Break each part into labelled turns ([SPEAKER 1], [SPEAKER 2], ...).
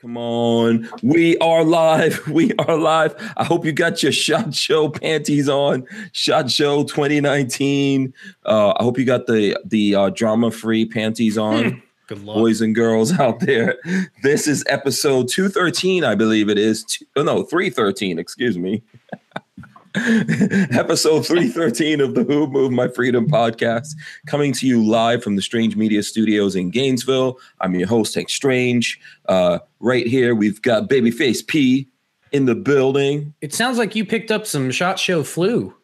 [SPEAKER 1] Come on. We are live. We are live. I hope you got your Shot Show panties on. Shot Show 2019. Uh, I hope you got the the uh, drama free panties on.
[SPEAKER 2] Good luck.
[SPEAKER 1] Boys and girls out there, this is episode 213, I believe it is. Two, oh, no, 313, excuse me. episode 313 of the Who Moved My Freedom podcast, coming to you live from the Strange Media Studios in Gainesville. I'm your host, Hank Strange. Uh, right here, we've got Babyface P in the building.
[SPEAKER 2] It sounds like you picked up some shot show flu.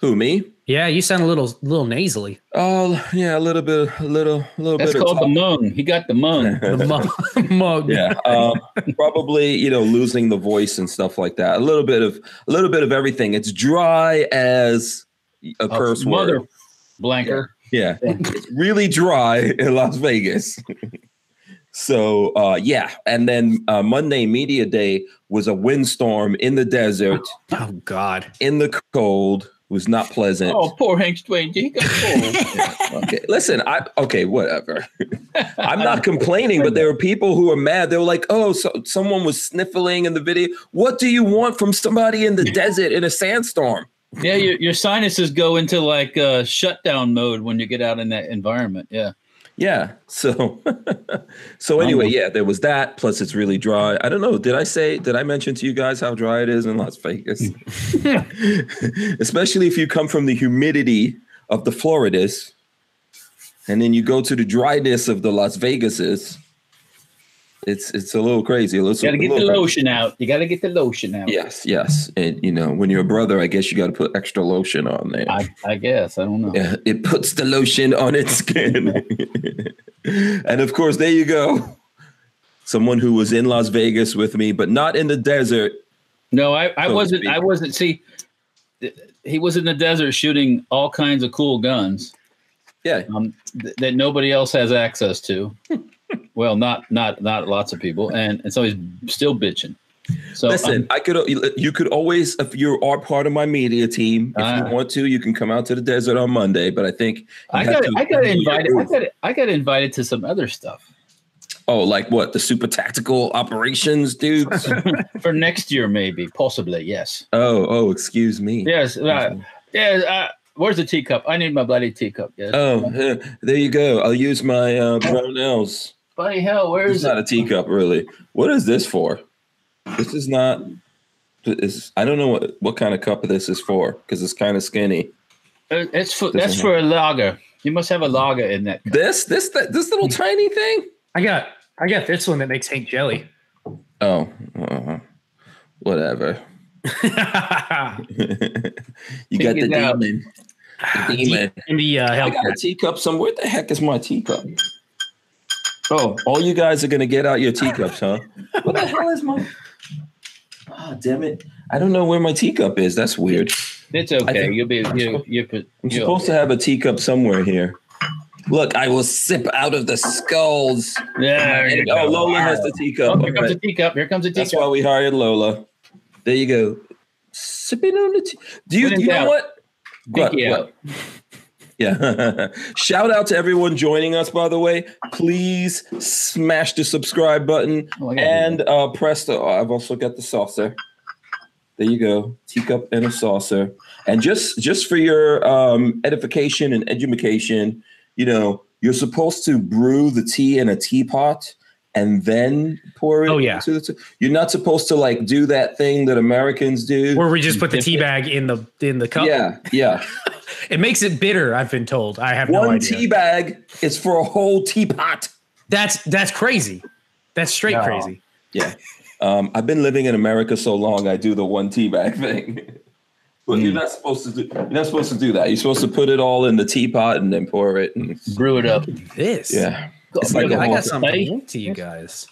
[SPEAKER 1] Who, me?
[SPEAKER 2] Yeah, you sound a little little nasally.
[SPEAKER 1] Oh, yeah, a little bit, a little, a little
[SPEAKER 3] That's
[SPEAKER 1] bit
[SPEAKER 3] called
[SPEAKER 1] of
[SPEAKER 3] the mung. He got the mung.
[SPEAKER 2] The mu- mug.
[SPEAKER 1] yeah um, probably you know losing the voice and stuff like that a little bit of a little bit of everything it's dry as a curse
[SPEAKER 3] Mother
[SPEAKER 1] word
[SPEAKER 3] blanker.
[SPEAKER 1] yeah it's really dry in las vegas so uh yeah and then uh, monday media day was a windstorm in the desert
[SPEAKER 2] Oh God.
[SPEAKER 1] in the cold It was not pleasant
[SPEAKER 3] Oh, poor Hank Strange. He got cold.
[SPEAKER 1] okay listen i okay whatever i'm not complaining but there were people who were mad they were like oh so someone was sniffling in the video what do you want from somebody in the desert in a sandstorm
[SPEAKER 3] yeah, your, your sinuses go into like uh, shutdown mode when you get out in that environment. Yeah.
[SPEAKER 1] yeah so so anyway yeah there was that plus it's really dry i don't know did i say did i mention to you guys how dry it is in las vegas especially if you come from the humidity of the floridas and then you go to the dryness of the las vegases it's it's a little crazy a little,
[SPEAKER 3] You got to
[SPEAKER 1] a
[SPEAKER 3] get the
[SPEAKER 1] little crazy.
[SPEAKER 3] lotion out. You got to get the lotion out.
[SPEAKER 1] Yes, yes. And you know, when you're a brother, I guess you got to put extra lotion on there.
[SPEAKER 3] I, I guess. I don't know.
[SPEAKER 1] Yeah, it puts the lotion on its skin. and of course, there you go. Someone who was in Las Vegas with me, but not in the desert.
[SPEAKER 3] No, I, I
[SPEAKER 1] So to
[SPEAKER 3] wasn't.
[SPEAKER 1] speak.
[SPEAKER 3] I wasn't. See, th- he was in the desert shooting all kinds of cool guns
[SPEAKER 1] Yeah,
[SPEAKER 3] um, th- that nobody else has access to. well, not not not lots of people, and, and so he's still bitching. So
[SPEAKER 1] Listen,
[SPEAKER 3] um,
[SPEAKER 1] I could you could always if you are part of my media team, if
[SPEAKER 3] Ah.
[SPEAKER 1] you want to, you can come out to the desert on Monday. But I think you
[SPEAKER 3] I
[SPEAKER 1] have
[SPEAKER 3] got
[SPEAKER 1] to-
[SPEAKER 3] I got invited. I got I got invited to some other stuff
[SPEAKER 1] Oh, like what? The super tactical operations dudes?
[SPEAKER 3] for next year, maybe possibly. Yes,
[SPEAKER 1] oh, oh, excuse me.
[SPEAKER 3] yes, uh, yes. Uh, where's the teacup? I need my bloody teacup. Yes.
[SPEAKER 1] Oh, uh, there you go. I'll use my uh, Brownells.
[SPEAKER 3] bloody hell, where
[SPEAKER 1] It's
[SPEAKER 3] is it?
[SPEAKER 1] not a teacup, really. What is this for? This is not. Is I don't know what, what kind of cup this is for because it's kind of skinny.
[SPEAKER 3] Uh, It's for
[SPEAKER 1] Doesn't
[SPEAKER 3] that's for a lager. You must have a lager in that. cup.
[SPEAKER 1] This this th- this little tiny thing.
[SPEAKER 2] I got I got this one that makes Hank jelly.
[SPEAKER 1] Oh, uh, whatever. you got
[SPEAKER 3] Take
[SPEAKER 1] the
[SPEAKER 3] it out.
[SPEAKER 1] demon. The demon.
[SPEAKER 2] In the uh,
[SPEAKER 1] I
[SPEAKER 2] hell
[SPEAKER 1] got a teacup somewhere. Where the heck is my teacup? Oh, all you guys are gonna get out your teacups, huh? what the hell is my? Ah, damn it! I don't know where my teacup is. That's weird.
[SPEAKER 3] It's okay.
[SPEAKER 1] think-
[SPEAKER 3] You'll be. You, you,
[SPEAKER 1] I'm supposed to have a teacup somewhere here. Look, I will sip out of the skulls.
[SPEAKER 3] Yeah.
[SPEAKER 1] And- oh, Lola has the
[SPEAKER 3] Oh,
[SPEAKER 1] teacup.
[SPEAKER 3] here comes
[SPEAKER 1] Alright.
[SPEAKER 3] a teacup. Here comes a
[SPEAKER 1] That's why
[SPEAKER 3] teacup.
[SPEAKER 1] we hired Lola. There you go. Sipping on the tea. Do you,
[SPEAKER 3] When in
[SPEAKER 1] you know
[SPEAKER 3] doubt,
[SPEAKER 1] what? What,
[SPEAKER 3] pinky
[SPEAKER 1] what?
[SPEAKER 3] out.
[SPEAKER 1] Yeah. Shout out to everyone joining us, by the way. Please smash the subscribe button
[SPEAKER 3] Oh, I gotta do
[SPEAKER 1] and uh, press the. oh, I've also got the saucer. There you go, teacup and a saucer. And just just for your um, edification and education, you know, you're supposed to brew the tea in a teapot and then pour it.
[SPEAKER 2] Oh, yeah.
[SPEAKER 1] into the tea. You're not supposed to like do that thing that Americans do.
[SPEAKER 2] where we just put the tea bag in the in the cup.
[SPEAKER 1] yeah, yeah.
[SPEAKER 2] It makes it bitter, I've been told. I have no
[SPEAKER 1] One
[SPEAKER 2] idea.
[SPEAKER 1] tea bag is for a whole teapot.
[SPEAKER 2] that's that's crazy. That's straight
[SPEAKER 3] No.
[SPEAKER 2] crazy.
[SPEAKER 1] Yeah. Um, I've been living in America so long, I do the one teabag thing. but you're not supposed to do. You're not supposed to do that. You're supposed to put it all in the teapot and then pour it. And
[SPEAKER 3] Brew it up.
[SPEAKER 2] This.
[SPEAKER 1] yeah, It's
[SPEAKER 2] Look,
[SPEAKER 1] like a
[SPEAKER 2] I
[SPEAKER 1] whole
[SPEAKER 2] got
[SPEAKER 1] thing.
[SPEAKER 2] something to link to you guys.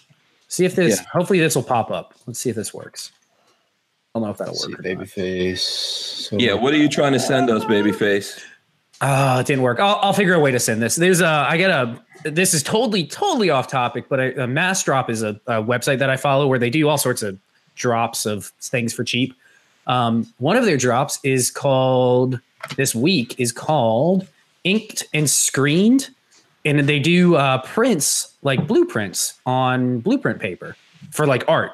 [SPEAKER 2] See if this
[SPEAKER 1] Yeah.
[SPEAKER 2] hopefully this will pop up. Let's see if this works. I don't know if that'll work. or not.
[SPEAKER 3] baby face. So-
[SPEAKER 1] yeah. What are you trying to send us, babyface?
[SPEAKER 2] Oh, it didn't work. I'll, I'll figure a way to send this. There's a, I got a, this is totally, totally off topic, but a, a Mass Drop is a, a website that I follow where they do all sorts of drops of things for cheap. Um, one of their drops is called, this week is called Inked and Screened. And they do uh, prints, like blueprints on blueprint paper. for like art.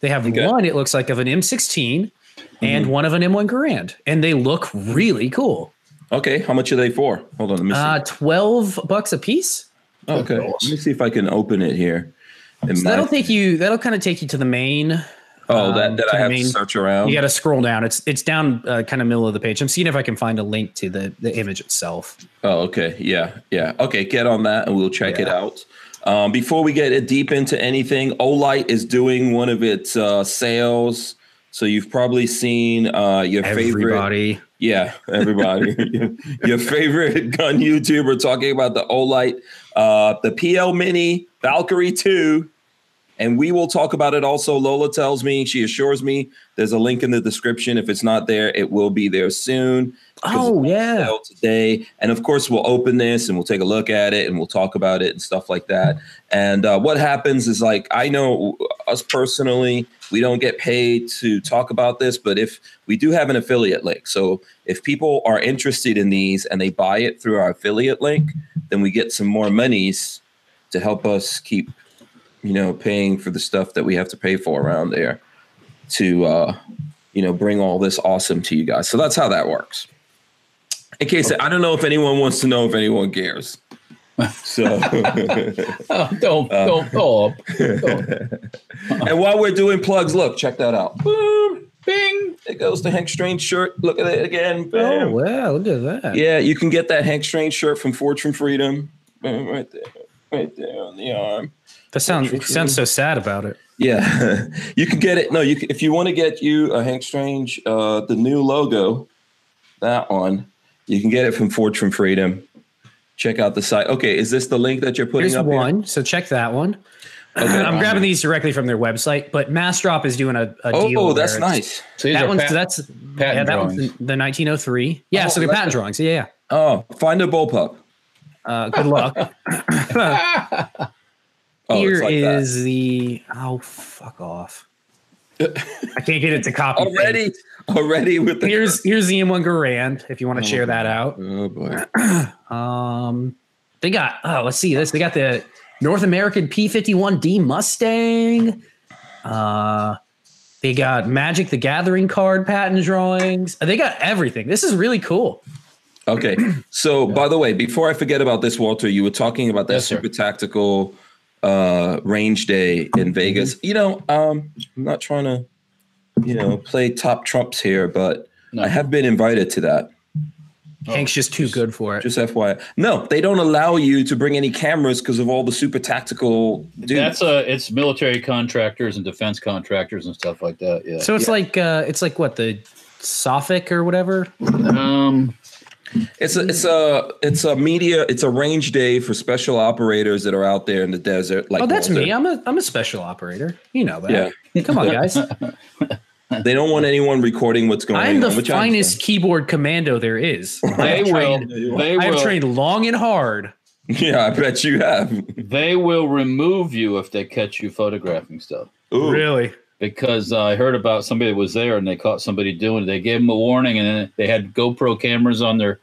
[SPEAKER 2] They have
[SPEAKER 1] Okay.
[SPEAKER 2] one, it looks like, of an M16 and one of an M1 Garand, and they look really cool.
[SPEAKER 1] Okay, how much are they for? Hold on, let me see.
[SPEAKER 2] Uh, 12 bucks a piece.
[SPEAKER 1] Oh, okay,
[SPEAKER 3] Of course.
[SPEAKER 1] let me see if I can open it here. It
[SPEAKER 2] So that'll
[SPEAKER 1] might-
[SPEAKER 2] take you, that'll kind of take you to the main.
[SPEAKER 1] oh, that,
[SPEAKER 2] um,
[SPEAKER 1] that
[SPEAKER 2] to
[SPEAKER 1] I
[SPEAKER 2] the
[SPEAKER 1] have
[SPEAKER 2] main-
[SPEAKER 1] to search around.
[SPEAKER 2] You got to scroll down. It's it's down uh, kind of middle of the page. I'm seeing if I can find a link to the, the image itself.
[SPEAKER 1] Oh, okay. Yeah. Yeah. Okay. Get on that and we'll check it
[SPEAKER 2] Yeah.
[SPEAKER 1] out. Um, before we get deep into anything, Olight is doing one of its uh, sales. So you've probably seen uh, your favorite.
[SPEAKER 2] Everybody.
[SPEAKER 1] Yeah, everybody. your favorite gun YouTuber talking about the Olight, uh, the PL Mini, Valkyrie 2. And we will talk about it also. Lola tells me, she assures me there's a link in the description. If it's not there, it will be there soon
[SPEAKER 2] Oh, yeah.
[SPEAKER 1] out today. And of course, we'll open this and we'll take a look at it and we'll talk about it and stuff like that. And uh, what happens is like, I know us personally, we don't get paid to talk about this, but if we do have an affiliate link, so if people are interested in these and they buy it through our affiliate link, then we get some more monies to help us keep, you know, paying for the stuff that we have to pay for around there to, uh, you know, bring all this awesome to you guys. So that's how that works in case I don't know if anyone wants to know if anyone cares. So,
[SPEAKER 3] Oh, don't
[SPEAKER 1] Uh,
[SPEAKER 3] don't pull up.
[SPEAKER 1] and while we're doing plugs, look, check that out. Boom,
[SPEAKER 3] Bing.
[SPEAKER 1] it goes the Hank Strange shirt. Look at it again.
[SPEAKER 2] Oh,
[SPEAKER 1] Bam.
[SPEAKER 2] wow. Look at that.
[SPEAKER 1] yeah, you can get that Hank Strange shirt from Fortune Freedom. Boom, right there, right there on the arm.
[SPEAKER 2] That sounds, it sounds so sad about it.
[SPEAKER 1] Yeah, you can get it. No, you can, if you want to get you a Hank Strange, uh, the new logo, that one, you can get it from Fortune Freedom. Check out the site. Okay, is this the link that you're putting
[SPEAKER 2] Here's
[SPEAKER 1] up? here?
[SPEAKER 2] one. So check that one. I'm grabbing these directly from their website, but Mastrop is doing a, a deal.
[SPEAKER 1] Oh,
[SPEAKER 2] where
[SPEAKER 1] that's
[SPEAKER 2] it's-
[SPEAKER 1] nice.
[SPEAKER 3] So these
[SPEAKER 2] That
[SPEAKER 3] are
[SPEAKER 2] one's
[SPEAKER 3] pat-
[SPEAKER 2] that's yeah,
[SPEAKER 3] patent
[SPEAKER 2] that one's the,
[SPEAKER 3] drawings.
[SPEAKER 2] the 1903. Yeah,
[SPEAKER 1] Oh,
[SPEAKER 2] so they're
[SPEAKER 1] that's
[SPEAKER 2] patent drawings. Yeah, yeah.
[SPEAKER 1] Oh, find a bullpup.
[SPEAKER 2] Uh, good luck.
[SPEAKER 1] Oh,
[SPEAKER 2] Here
[SPEAKER 1] it's
[SPEAKER 2] is
[SPEAKER 1] like that.
[SPEAKER 2] the oh fuck off. I can't get it to copy. paste.
[SPEAKER 1] already, already with the.
[SPEAKER 2] Here's here's the M1 Garand if you want to share that out.
[SPEAKER 1] Oh boy!
[SPEAKER 2] Um, they got oh, let's see this. They got the North American P51D Mustang. Uh, they got Magic the Gathering card patent drawings. They got everything. This is really cool.
[SPEAKER 1] Okay, so by the way, before I forget about this, Walter, you were talking about that
[SPEAKER 3] Yes, sir.
[SPEAKER 1] super tactical uh, range day
[SPEAKER 2] Mm-hmm.
[SPEAKER 1] in Vegas. You know, um, I'm not trying to, you know, play top trumps here, but
[SPEAKER 3] No.
[SPEAKER 1] I have been invited to that.
[SPEAKER 2] Hank's just too good for it.
[SPEAKER 1] Oh, Just FYI, no, they don't allow you to bring any cameras because of all the super tactical dudes.
[SPEAKER 3] That's a it's military contractors and defense contractors and stuff like that. Yeah.
[SPEAKER 2] So it's like uh, it's like what the Sophic or whatever.
[SPEAKER 3] um,
[SPEAKER 1] It's a it's a it's a media it's a range day for special operators that are out there in the desert. Like
[SPEAKER 2] Oh, that's
[SPEAKER 1] Walter.
[SPEAKER 2] me. I'm a I'm a special operator. You know
[SPEAKER 1] Yeah,
[SPEAKER 2] that. Come on, guys.
[SPEAKER 1] they don't want anyone recording what's going
[SPEAKER 2] I'm
[SPEAKER 1] on.
[SPEAKER 2] the
[SPEAKER 1] which I
[SPEAKER 2] finest keyboard commando there is.
[SPEAKER 3] they
[SPEAKER 2] I've
[SPEAKER 3] will
[SPEAKER 2] trained,
[SPEAKER 3] they
[SPEAKER 2] I've
[SPEAKER 3] will
[SPEAKER 2] trained long and hard.
[SPEAKER 1] understand. Yeah, I bet you have.
[SPEAKER 3] they will remove you if they catch you photographing stuff.
[SPEAKER 1] Ooh.
[SPEAKER 2] Really?
[SPEAKER 3] Because I heard about somebody that was there and they caught somebody doing it. They gave them a warning and then they had GoPro cameras on their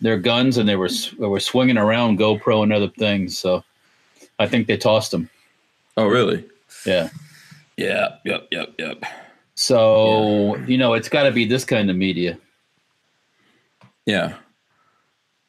[SPEAKER 3] their guns and they were s- they were swinging around GoPro and other things. So I think they tossed them.
[SPEAKER 1] Oh, really?
[SPEAKER 3] Yeah.
[SPEAKER 1] Yeah. Yep. Yep. Yep.
[SPEAKER 3] So you know it's got to be this kind of media.
[SPEAKER 1] Yeah.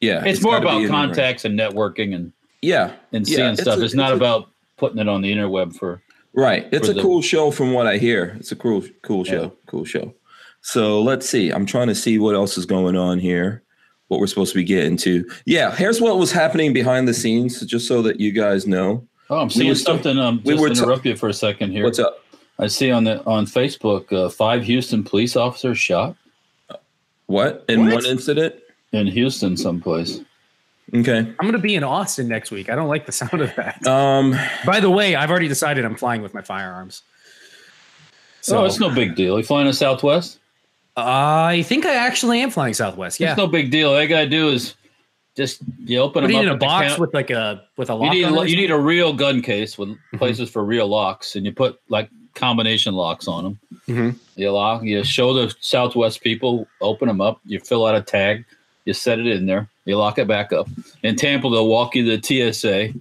[SPEAKER 1] Yeah.
[SPEAKER 3] It's, more
[SPEAKER 1] gotta be in
[SPEAKER 3] about
[SPEAKER 1] the range.
[SPEAKER 3] contacts and networking and
[SPEAKER 1] Yeah.
[SPEAKER 3] and
[SPEAKER 1] Yeah,
[SPEAKER 3] seeing
[SPEAKER 1] it's
[SPEAKER 3] stuff.
[SPEAKER 1] a-
[SPEAKER 3] it's not
[SPEAKER 1] it's a-
[SPEAKER 3] about putting it on the interweb for.
[SPEAKER 1] Right. It's
[SPEAKER 3] for
[SPEAKER 1] a
[SPEAKER 3] the-
[SPEAKER 1] cool show from what I hear. It's a cool cool
[SPEAKER 3] Yeah.
[SPEAKER 1] show. Cool show. So let's see. I'm trying to see what else is going on here. What we're supposed to be getting to. Yeah, here's what was happening behind the scenes, just so that you guys know.
[SPEAKER 3] Oh, I'm
[SPEAKER 1] We
[SPEAKER 3] seeing
[SPEAKER 1] were still-
[SPEAKER 3] something. Um,
[SPEAKER 1] we
[SPEAKER 3] just
[SPEAKER 1] were
[SPEAKER 3] to
[SPEAKER 1] ta-
[SPEAKER 3] interrupt you for a second here.
[SPEAKER 1] What's up?
[SPEAKER 3] I see on the on Facebook uh, five Houston police officers shot
[SPEAKER 1] What? In
[SPEAKER 2] What?
[SPEAKER 1] one incident?
[SPEAKER 3] in Houston someplace.
[SPEAKER 1] Okay.
[SPEAKER 2] I'm gonna be in Austin next week. I don't like the sound of that.
[SPEAKER 1] Um
[SPEAKER 2] By the way, I've already decided I'm flying with my firearms. So
[SPEAKER 3] oh, it's no big deal. You flying to Southwest?
[SPEAKER 2] I think I actually am flying Southwest. Yeah.
[SPEAKER 3] It's no big deal. All you gotta do is just you open
[SPEAKER 2] Put it
[SPEAKER 3] them up
[SPEAKER 2] in a
[SPEAKER 3] at the
[SPEAKER 2] box
[SPEAKER 3] count-
[SPEAKER 2] with like a with a
[SPEAKER 3] you
[SPEAKER 2] lock. on it
[SPEAKER 3] need, a
[SPEAKER 2] Mm-hmm.
[SPEAKER 3] lo-
[SPEAKER 2] or
[SPEAKER 3] you need a real gun case with places for real locks, and you put like combination locks on them.
[SPEAKER 2] Mhm.
[SPEAKER 3] You lock, you show the Southwest people, open them up, you fill out a tag, you set it in there, you lock it back up. In Tampa, they'll walk you to the TSA.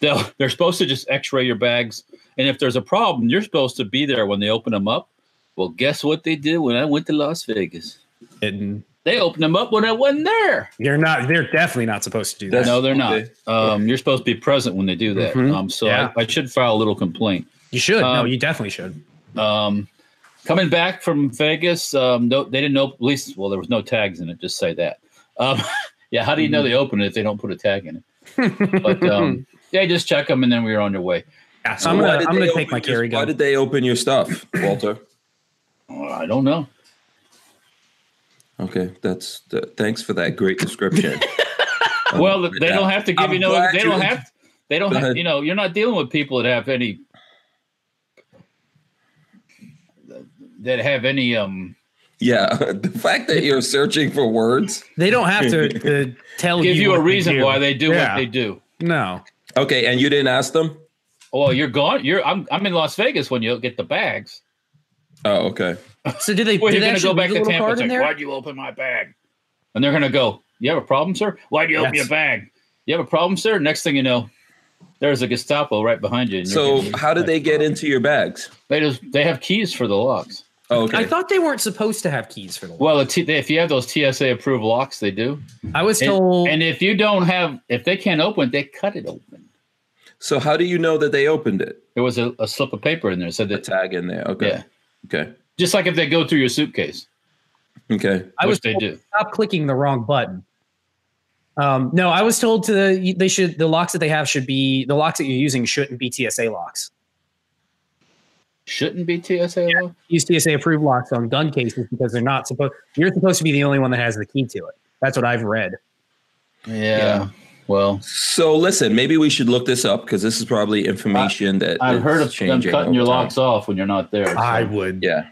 [SPEAKER 3] They'll, they're supposed to just x ray your bags And if there's a problem, you're supposed to be there when they open them up. Well, guess what they did when I went to Las Vegas?
[SPEAKER 2] And
[SPEAKER 3] They opened them up when I wasn't there.
[SPEAKER 2] they're not. They're definitely not supposed to do that.
[SPEAKER 1] That's-
[SPEAKER 3] no, they're not.
[SPEAKER 1] okay.
[SPEAKER 3] Um, you're supposed to be present when they do that.
[SPEAKER 2] Mhm.
[SPEAKER 3] Um, so
[SPEAKER 2] Yeah.
[SPEAKER 3] I, I should file a little complaint.
[SPEAKER 2] You should. no,
[SPEAKER 3] Um,
[SPEAKER 2] you definitely should.
[SPEAKER 3] Um, coming back from Vegas, um, no, they didn't know. At least, well, there was no tags in it. Just say that. Um, yeah, how do you know they opened it if they don't put a tag in it? But um, yeah, just check them, and then we were on our way.
[SPEAKER 2] Yeah, so I'm
[SPEAKER 1] Why
[SPEAKER 2] gonna
[SPEAKER 1] did
[SPEAKER 2] I'm
[SPEAKER 1] they
[SPEAKER 2] gonna take
[SPEAKER 1] open
[SPEAKER 2] my
[SPEAKER 1] your-
[SPEAKER 2] carry
[SPEAKER 1] Why
[SPEAKER 2] gun.
[SPEAKER 1] did they open your stuff, Walter?
[SPEAKER 3] Well, I don't know.
[SPEAKER 1] Okay, that's th- thanks for that great description. Um,
[SPEAKER 3] Well, they don't have to give
[SPEAKER 1] I'm
[SPEAKER 3] you no.
[SPEAKER 1] glad
[SPEAKER 3] They don't
[SPEAKER 1] you-
[SPEAKER 3] have. They don't
[SPEAKER 1] Go
[SPEAKER 3] have.
[SPEAKER 1] ahead.
[SPEAKER 3] You know, you're not dealing with people that have any. That have any um
[SPEAKER 1] Yeah, the fact that you're searching for words.
[SPEAKER 2] They don't have to, to tell
[SPEAKER 3] give you, a
[SPEAKER 2] what
[SPEAKER 3] reason
[SPEAKER 2] do.
[SPEAKER 3] why they do
[SPEAKER 2] Yeah.
[SPEAKER 3] what they do.
[SPEAKER 2] No.
[SPEAKER 1] Okay, and you didn't ask them.
[SPEAKER 3] Well, you're gone. You're I'm I'm in Las Vegas when you get the bags.
[SPEAKER 1] Oh, okay.
[SPEAKER 2] So did they?
[SPEAKER 3] Well,
[SPEAKER 2] did they
[SPEAKER 3] you're gonna
[SPEAKER 2] actually
[SPEAKER 3] go back
[SPEAKER 2] leave a
[SPEAKER 3] to
[SPEAKER 2] little
[SPEAKER 3] Tampa.
[SPEAKER 2] card
[SPEAKER 3] It's
[SPEAKER 2] in
[SPEAKER 3] like,
[SPEAKER 2] there?
[SPEAKER 3] why'd you open my bag? And they're gonna go, You have a problem, sir? Why'd you open
[SPEAKER 2] Yes.
[SPEAKER 3] your bag? You have a problem, sir? Next thing you know, there's a Gestapo right behind you. and you're
[SPEAKER 1] So
[SPEAKER 3] getting-
[SPEAKER 1] how did they get into your bags?
[SPEAKER 3] They just they have keys for the locks.
[SPEAKER 1] Oh, okay.
[SPEAKER 2] I thought they weren't supposed to have keys for the.
[SPEAKER 3] Well, the T- if you have those TSA approved locks, they do.
[SPEAKER 2] I was
[SPEAKER 3] And,
[SPEAKER 2] told.
[SPEAKER 3] and if you don't have, if they can't open it, they cut it open.
[SPEAKER 1] so how do you know that they opened it?
[SPEAKER 3] There was a, a slip of paper in there. Said
[SPEAKER 1] The
[SPEAKER 3] that,
[SPEAKER 1] tag in there. Okay.
[SPEAKER 3] yeah.
[SPEAKER 1] Okay.
[SPEAKER 3] Just like if they go through your suitcase,
[SPEAKER 1] Okay.
[SPEAKER 2] I
[SPEAKER 3] which
[SPEAKER 2] was
[SPEAKER 3] they
[SPEAKER 2] told
[SPEAKER 3] do.
[SPEAKER 2] stop clicking the wrong button. Um, no, I was told to they should the locks that they have should be the locks that you're using shouldn't be TSA locks.
[SPEAKER 3] Shouldn't be TSA law.
[SPEAKER 2] Use TSA approved locks on gun cases because they're not supposed. You're supposed to be the only one that has the key to it. That's what I've read.
[SPEAKER 3] Yeah.
[SPEAKER 1] Yeah.
[SPEAKER 3] Well,
[SPEAKER 1] So listen, maybe we should look this up because this is probably information that
[SPEAKER 3] I've
[SPEAKER 1] is
[SPEAKER 3] heard of them
[SPEAKER 1] changing
[SPEAKER 3] cutting
[SPEAKER 1] over
[SPEAKER 3] your
[SPEAKER 1] time.
[SPEAKER 3] locks off when you're not there. so-
[SPEAKER 2] would
[SPEAKER 1] Yeah.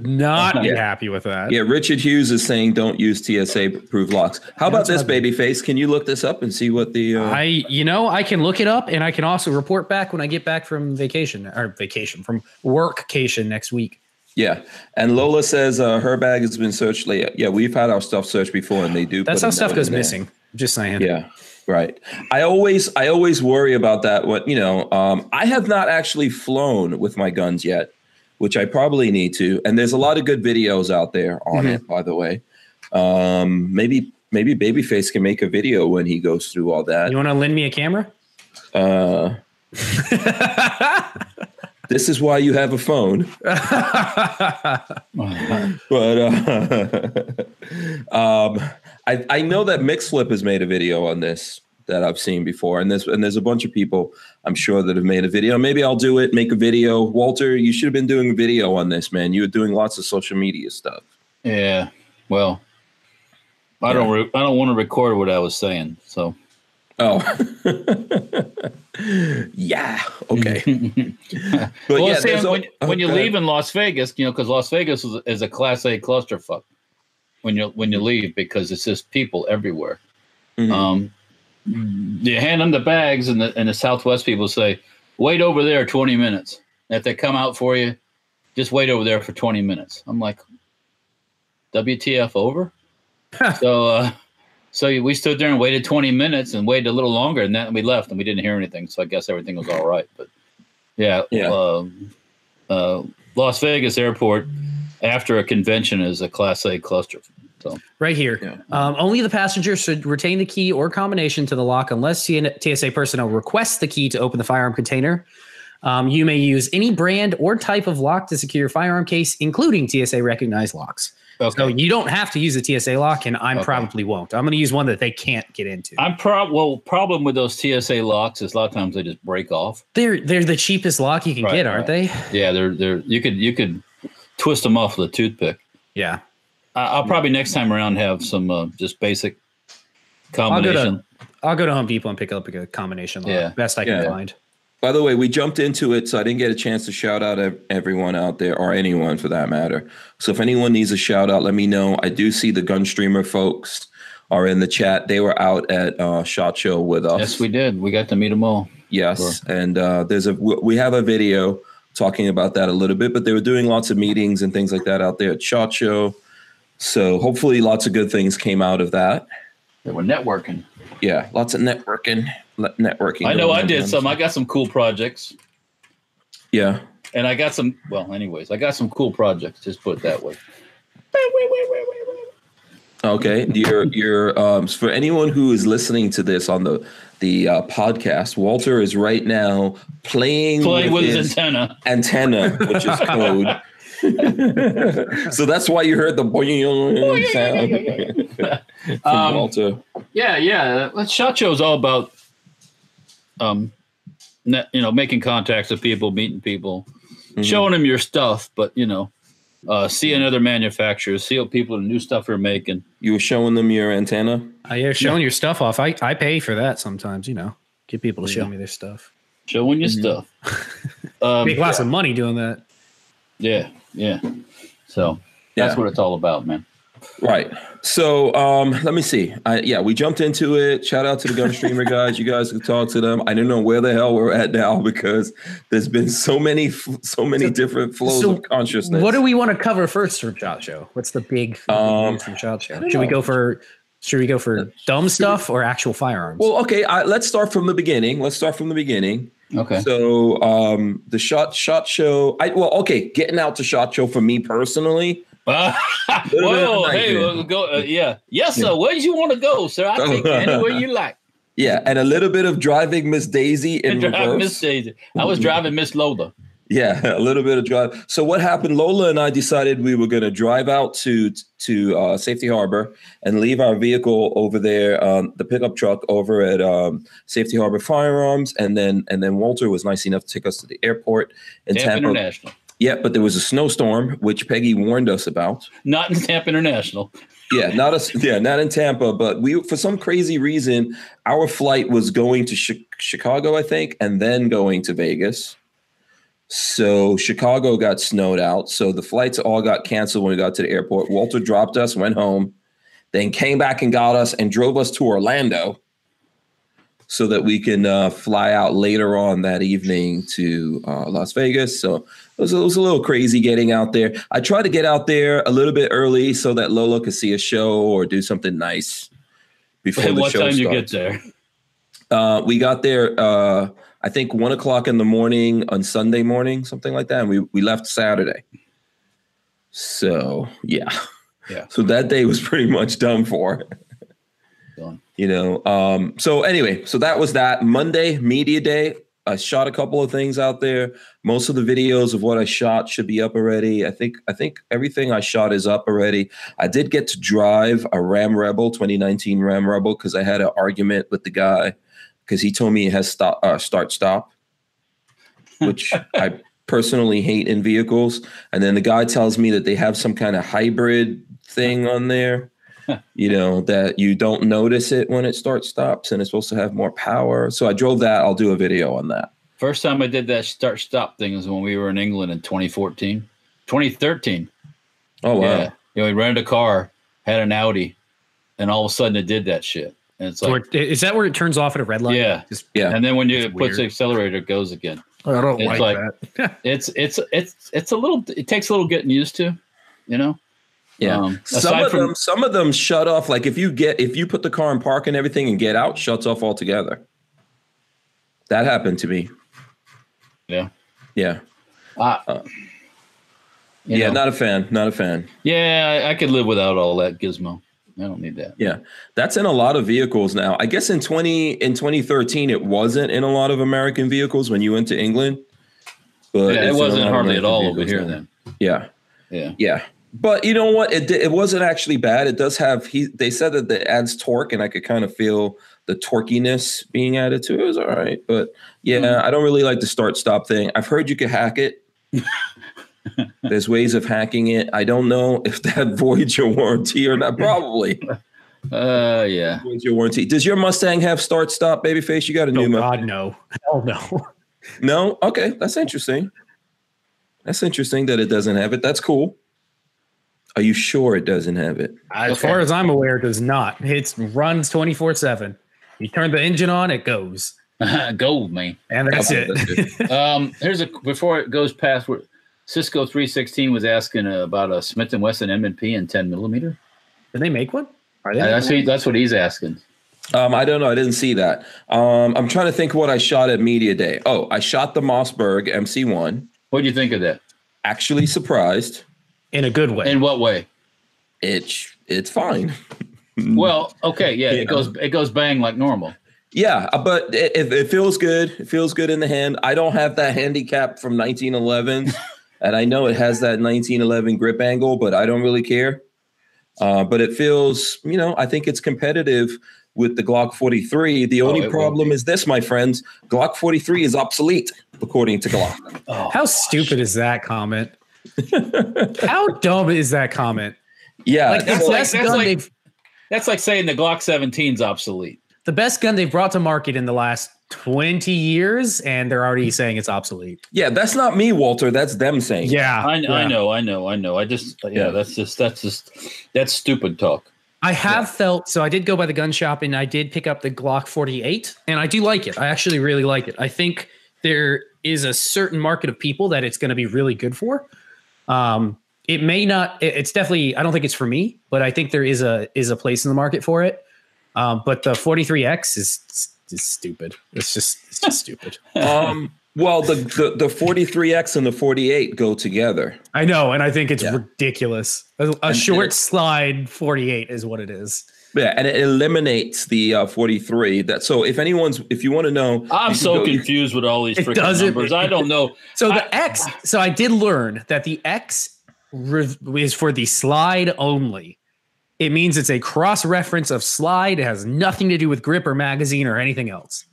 [SPEAKER 2] not
[SPEAKER 1] Yeah.
[SPEAKER 2] happy with that.
[SPEAKER 1] Yeah. Richard Hughes is saying don't use TSA approved locks. How about this,
[SPEAKER 2] That's what I-
[SPEAKER 1] babyface? Can you look this up and see what the? Uh,
[SPEAKER 2] I, you know, I can look it up and I can also report back when I get back from vacation or vacation from workcation next week.
[SPEAKER 1] yeah. And Lola says uh, her bag has been searched. late. Yeah, we've had our stuff searched before, and they do.
[SPEAKER 2] That's
[SPEAKER 1] put a
[SPEAKER 2] how stuff
[SPEAKER 1] note
[SPEAKER 2] goes
[SPEAKER 1] in there.
[SPEAKER 2] missing. Just saying.
[SPEAKER 1] Yeah. Right. I always I always worry about that. What you know, um, I have not actually flown with my guns yet, which I probably need to. And there's a lot of good videos out there on it, by the way. Um, maybe maybe Babyface can make a video when he goes through all that.
[SPEAKER 2] You want to lend me a camera?
[SPEAKER 1] Uh, this is why you have a phone. But uh, um, I, I know that Mixflip has made a video on this that I've seen before, and there's and there's a bunch of people I'm sure that have made a video. Maybe I'll do it, make a video. Walter, you should have been doing a video on this, man. You were doing lots of social media stuff.
[SPEAKER 3] Yeah. Well, I
[SPEAKER 1] Yeah.
[SPEAKER 3] don't. Re- I don't want to record what I was saying. So
[SPEAKER 1] Oh, yeah, okay. but
[SPEAKER 3] Mm-hmm. well,
[SPEAKER 1] yeah,
[SPEAKER 3] Sam,
[SPEAKER 1] there's a- Oh,
[SPEAKER 3] when, when you
[SPEAKER 1] go ahead.
[SPEAKER 3] leave in Las Vegas, you know, because Las Vegas is, is a Class A clusterfuck when you when you leave because it's just people everywhere.
[SPEAKER 1] Mhm.
[SPEAKER 3] Um, you hand them the bags, and the and the Southwest people say, "Wait over there twenty minutes." And if they come out for you, just wait over there for twenty minutes. I'm like, WTF over? so. uh so we stood there and waited 20 minutes and waited a little longer and then we left and we didn't hear anything. So I guess everything was all right. But yeah,
[SPEAKER 1] Yeah.
[SPEAKER 3] um, uh, Las Vegas airport after a convention is a class A cluster. So
[SPEAKER 2] right here.
[SPEAKER 1] Yeah.
[SPEAKER 2] Um, only the passenger should retain the key or combination to the lock unless CN- TSA personnel request the key to open the firearm container. Um, you may use any brand or type of lock to secure your firearm case, including TSA recognized locks. So
[SPEAKER 3] okay.
[SPEAKER 2] you don't have to use a TSA lock, and I am
[SPEAKER 3] Okay.
[SPEAKER 2] probably won't. I'm going to use one that they can't get into.
[SPEAKER 3] I'm prob well problem with those TSA locks is a lot of times they just break off.
[SPEAKER 2] they're they're the cheapest lock you can
[SPEAKER 3] Right,
[SPEAKER 2] get, aren't they?
[SPEAKER 3] Yeah, they're they're you could you could twist them off with a toothpick.
[SPEAKER 2] Yeah.
[SPEAKER 3] I, I'll probably next time around have some uh, just basic
[SPEAKER 2] I'll go
[SPEAKER 3] combination.
[SPEAKER 2] to I'll go to Home Depot and pick up a combination lock.
[SPEAKER 3] Yeah.
[SPEAKER 2] Best I can
[SPEAKER 1] Yeah.
[SPEAKER 2] find.
[SPEAKER 1] By the way, we jumped into it, so I didn't get a chance to shout out ev- everyone out there, or anyone for that matter. So if anyone needs a shout out, let me know. I do see the Gunstreamer folks are in the chat. They were out at uh, Shot Show with us.
[SPEAKER 3] Yes, we did. We got to meet them all.
[SPEAKER 1] Yes, and uh, there's a w- we have a video talking about that a little bit, but they were doing lots of meetings and things like that out there at Shot Show. So hopefully, lots of good things came out of that.
[SPEAKER 3] They were networking.
[SPEAKER 1] Yeah, lots of networking. le- Networking.
[SPEAKER 3] I know I did some. I got some cool projects.
[SPEAKER 1] Yeah.
[SPEAKER 3] And I got some. Well, anyways, I got some cool projects. Just put it that way.
[SPEAKER 1] Okay, your your um, for anyone who is listening to this on the the uh, podcast, Walter is right now playing,
[SPEAKER 3] Playing with his
[SPEAKER 1] his
[SPEAKER 3] antenna.
[SPEAKER 1] antenna, which is code. so that's why you heard the boing sound from
[SPEAKER 3] Um,
[SPEAKER 1] Walter.
[SPEAKER 3] Yeah, yeah. Well, Shot Show is all about, um, net, you know, making contacts with people, meeting people,
[SPEAKER 1] Mhm.
[SPEAKER 3] showing them your stuff, but you know, uh, seeing other manufacturers, see what people the new stuff are making.
[SPEAKER 1] You were showing them your antenna.
[SPEAKER 2] Uh, yeah, showing your stuff off. I, I pay for that sometimes, you know. Get people to show
[SPEAKER 3] Yeah.
[SPEAKER 2] me their stuff.
[SPEAKER 3] showing you
[SPEAKER 1] Mm-hmm.
[SPEAKER 3] stuff. Um,
[SPEAKER 2] Make lots of money doing that.
[SPEAKER 3] yeah, yeah. So that's
[SPEAKER 1] Yeah.
[SPEAKER 3] what it's all about, man.
[SPEAKER 1] Right. So um, let me see. I, yeah, we jumped into it. Shout out to the gun streamer guys. You guys can talk to them. I don't know where the hell we're at now because there's been so many, f- so many
[SPEAKER 2] So-
[SPEAKER 1] different flows
[SPEAKER 2] so
[SPEAKER 1] of consciousness.
[SPEAKER 2] What do we want to cover first from Shot Show? What's the big the big
[SPEAKER 1] Um,
[SPEAKER 2] news from Shot Show?
[SPEAKER 1] don't
[SPEAKER 2] Should we
[SPEAKER 1] know.
[SPEAKER 2] go for should we go for dumb stuff or actual firearms?
[SPEAKER 1] Well, okay. I, let's start from the beginning. Let's start from the beginning.
[SPEAKER 3] Okay.
[SPEAKER 1] So um, the shot shot show. I well, okay. Getting out to shot show for me personally.
[SPEAKER 3] Uh,
[SPEAKER 1] bit of
[SPEAKER 3] whoa,
[SPEAKER 1] an
[SPEAKER 3] hey,
[SPEAKER 1] idea.
[SPEAKER 3] well, go. Uh, yeah, yes, sir. Where you want to go, sir? I take you anywhere you like.
[SPEAKER 1] Yeah, and a little bit of driving Miss Daisy in
[SPEAKER 3] And drive
[SPEAKER 1] reverse. Mm-hmm.
[SPEAKER 3] Miss Daisy. I was driving Miss Lola.
[SPEAKER 1] Yeah, a little bit of drive. So what happened? Lola and I decided we were going to drive out to to uh, Safety Harbor and leave our vehicle over there, um, the pickup truck over at um, Safety Harbor Firearms, and then and then Walter was nice enough to take us to the airport in
[SPEAKER 3] Tampa
[SPEAKER 1] Tampa.
[SPEAKER 3] International.
[SPEAKER 1] Yeah, but there was a snowstorm which Peggy warned us about.
[SPEAKER 3] Not in Tampa International.
[SPEAKER 1] Yeah, not us. Yeah, not in Tampa, but we for some crazy reason our flight was going to Chi- Chicago, I think, and then going to Vegas. So Chicago got snowed out, so the flights all got canceled when we got to the airport. Walter dropped us, went home, then came back and got us and drove us to Orlando, so that we can uh, fly out later on that evening to uh, Las Vegas. So it was, it was a little crazy getting out there. I tried to get out there a little bit early so that Lola could see a show or do something nice before the
[SPEAKER 3] what
[SPEAKER 1] show
[SPEAKER 3] time
[SPEAKER 1] starts.
[SPEAKER 3] you get there?
[SPEAKER 1] Uh, we got there, uh, I think, one o'clock in the morning on Sunday morning, something like that. And we, we left Saturday. So, yeah.
[SPEAKER 3] Yeah.
[SPEAKER 1] So that day was pretty much done for.
[SPEAKER 3] Done.
[SPEAKER 1] You know, um, so anyway, so that was that Monday media day. I shot a couple of things out there. Most of the videos of what I shot should be up already. I think I think everything I shot is up already. I did get to drive a Ram Rebel 2019 Ram Rebel because I had an argument with the guy because he told me it has stop uh, start stop, which I personally hate in vehicles. And then the guy tells me that they have some kind of hybrid thing on there, you know, that you don't notice it when it starts stops and it's supposed to have more power. So I drove that. I'll do a video on that.
[SPEAKER 3] First time I did that start stop thing was when we were in England in 2014, 2013.
[SPEAKER 1] Oh wow.
[SPEAKER 3] Yeah. You know, we rented a car, had an Audi, and all of a sudden it did that shit. And it's like,
[SPEAKER 2] or, is that where it turns off at a red light?
[SPEAKER 3] Yeah.
[SPEAKER 2] Just,
[SPEAKER 1] Yeah.
[SPEAKER 3] and then when you
[SPEAKER 2] It's
[SPEAKER 3] it puts the
[SPEAKER 2] weird.
[SPEAKER 3] accelerator, it goes again.
[SPEAKER 2] I don't
[SPEAKER 3] It's
[SPEAKER 2] like,
[SPEAKER 3] like-
[SPEAKER 2] that.
[SPEAKER 3] It's it's it's it's a little. It takes a little getting used to, you know.
[SPEAKER 1] Yeah.
[SPEAKER 3] Um,
[SPEAKER 1] some
[SPEAKER 3] aside
[SPEAKER 1] of
[SPEAKER 3] from-
[SPEAKER 1] them some of them shut off like if you get if you put the car in park and everything and get out, shuts off altogether. That happened to me.
[SPEAKER 3] Yeah.
[SPEAKER 1] Yeah.
[SPEAKER 3] Uh, you
[SPEAKER 1] yeah,
[SPEAKER 3] know.
[SPEAKER 1] not a fan. Not a fan.
[SPEAKER 3] yeah. I, I could live without all that gizmo. I don't need that.
[SPEAKER 1] Yeah, that's in a lot of vehicles now. I guess in twenty in twenty thirteen, it wasn't in a lot of American vehicles when you went to England. But
[SPEAKER 3] Yeah,
[SPEAKER 1] it's in
[SPEAKER 3] it
[SPEAKER 1] a
[SPEAKER 3] wasn't
[SPEAKER 1] lot of
[SPEAKER 3] hardly
[SPEAKER 1] American
[SPEAKER 3] at all over
[SPEAKER 1] vehicles
[SPEAKER 3] here
[SPEAKER 1] now.
[SPEAKER 3] then.
[SPEAKER 1] Yeah,
[SPEAKER 3] Yeah.
[SPEAKER 1] yeah. But you know what? It di- it wasn't actually bad. It does have he. They said that it adds torque, and I could kind of feel the torquiness being added to it. It was all right, but yeah, I don't really like the start stop thing. I've heard you could hack it. There's ways of hacking it. I don't know if that voids your warranty or not. Probably.
[SPEAKER 3] Uh, yeah.
[SPEAKER 1] What's your warranty? Does your Mustang have start stop babyface? You got a
[SPEAKER 2] oh
[SPEAKER 1] new Mustang?
[SPEAKER 2] God, no. Hell no.
[SPEAKER 1] No. Okay, that's interesting. That's interesting that it doesn't have it. That's cool. Are you sure it doesn't have it?
[SPEAKER 2] As
[SPEAKER 3] Okay.
[SPEAKER 2] far as I'm aware, it does not. It runs 24 7. You turn the engine on, it goes.
[SPEAKER 3] Gold man.
[SPEAKER 2] And Oh, that's
[SPEAKER 1] Okay,
[SPEAKER 2] it.
[SPEAKER 1] that's
[SPEAKER 3] um, here's a before it goes past where Cisco 316 was asking uh, about a Smith and Wesson M&P in 10 millimeter.
[SPEAKER 2] Did they make one? Are they?
[SPEAKER 3] That's, what he- that's what he's asking.
[SPEAKER 1] Um, I don't know. I didn't see that. Um, I'm trying to think what I shot at Media Day. Oh, I shot the Mossberg MC1.
[SPEAKER 3] What do you think of that?
[SPEAKER 1] Actually surprised.
[SPEAKER 2] in a good way.
[SPEAKER 3] In what way?
[SPEAKER 1] It's it's fine.
[SPEAKER 3] Well, okay, yeah,
[SPEAKER 1] Yeah.
[SPEAKER 3] it goes it goes bang like normal.
[SPEAKER 1] Yeah, uh, but it, it, it feels good. It feels good in the hand. I don't have that handicap from 1911, and I know it has that 1911 grip angle, but I don't really care. Uh, but it feels, you know, I think it's competitive with the Glock 43. The
[SPEAKER 3] Oh, it
[SPEAKER 1] only
[SPEAKER 3] will
[SPEAKER 1] problem is this, my friends: Glock 43 is obsolete according to Glock.
[SPEAKER 3] Oh,
[SPEAKER 2] How stupid is that comment? How dumb is that comment?
[SPEAKER 1] Yeah,
[SPEAKER 2] Like the
[SPEAKER 3] that's
[SPEAKER 1] so-
[SPEAKER 3] like-
[SPEAKER 2] best
[SPEAKER 3] that's
[SPEAKER 2] gun
[SPEAKER 3] like-
[SPEAKER 2] they've
[SPEAKER 3] that's like saying the Glock 17's obsolete.
[SPEAKER 2] the best gun they've brought to market in the last 20 years, and they're already saying it's obsolete.
[SPEAKER 1] yeah, that's not me, Walter. That's them saying.
[SPEAKER 2] Yeah.
[SPEAKER 3] I,
[SPEAKER 2] yeah.
[SPEAKER 3] I know, I know, I know. I just yeah,
[SPEAKER 1] Ah, Yeah.
[SPEAKER 3] that's just that's just that's stupid talk.
[SPEAKER 2] I have felt so. I did go by the gun shop and I did pick up the Glock 48, and I do like it. I actually really like it. I think there is a certain market of people that it's going to be really good for. Um, it may not. it- It's definitely. I don't think it's for me, but I think there is a is a place in the market for it. Um, but the 43x is is stupid. It's just it's just stupid.
[SPEAKER 1] Um, well, the, the the 43x and the 48 go together.
[SPEAKER 2] I know, and I think it's
[SPEAKER 1] Yeah.
[SPEAKER 2] ridiculous. A, a
[SPEAKER 1] and
[SPEAKER 2] short
[SPEAKER 1] it-
[SPEAKER 2] slide 48 is what it is.
[SPEAKER 1] Yeah, and it eliminates the uh, 43. That so if anyone's if you want to know,
[SPEAKER 3] I'm
[SPEAKER 1] you
[SPEAKER 3] so
[SPEAKER 1] can go-
[SPEAKER 3] confused with all these
[SPEAKER 2] It
[SPEAKER 3] freaking
[SPEAKER 2] doesn't-
[SPEAKER 3] numbers. I don't know.
[SPEAKER 2] So
[SPEAKER 3] I-
[SPEAKER 2] the X. So I did learn that the X re- is for the slide only. It means it's a cross reference of slide. It has nothing to do with grip or magazine or anything else.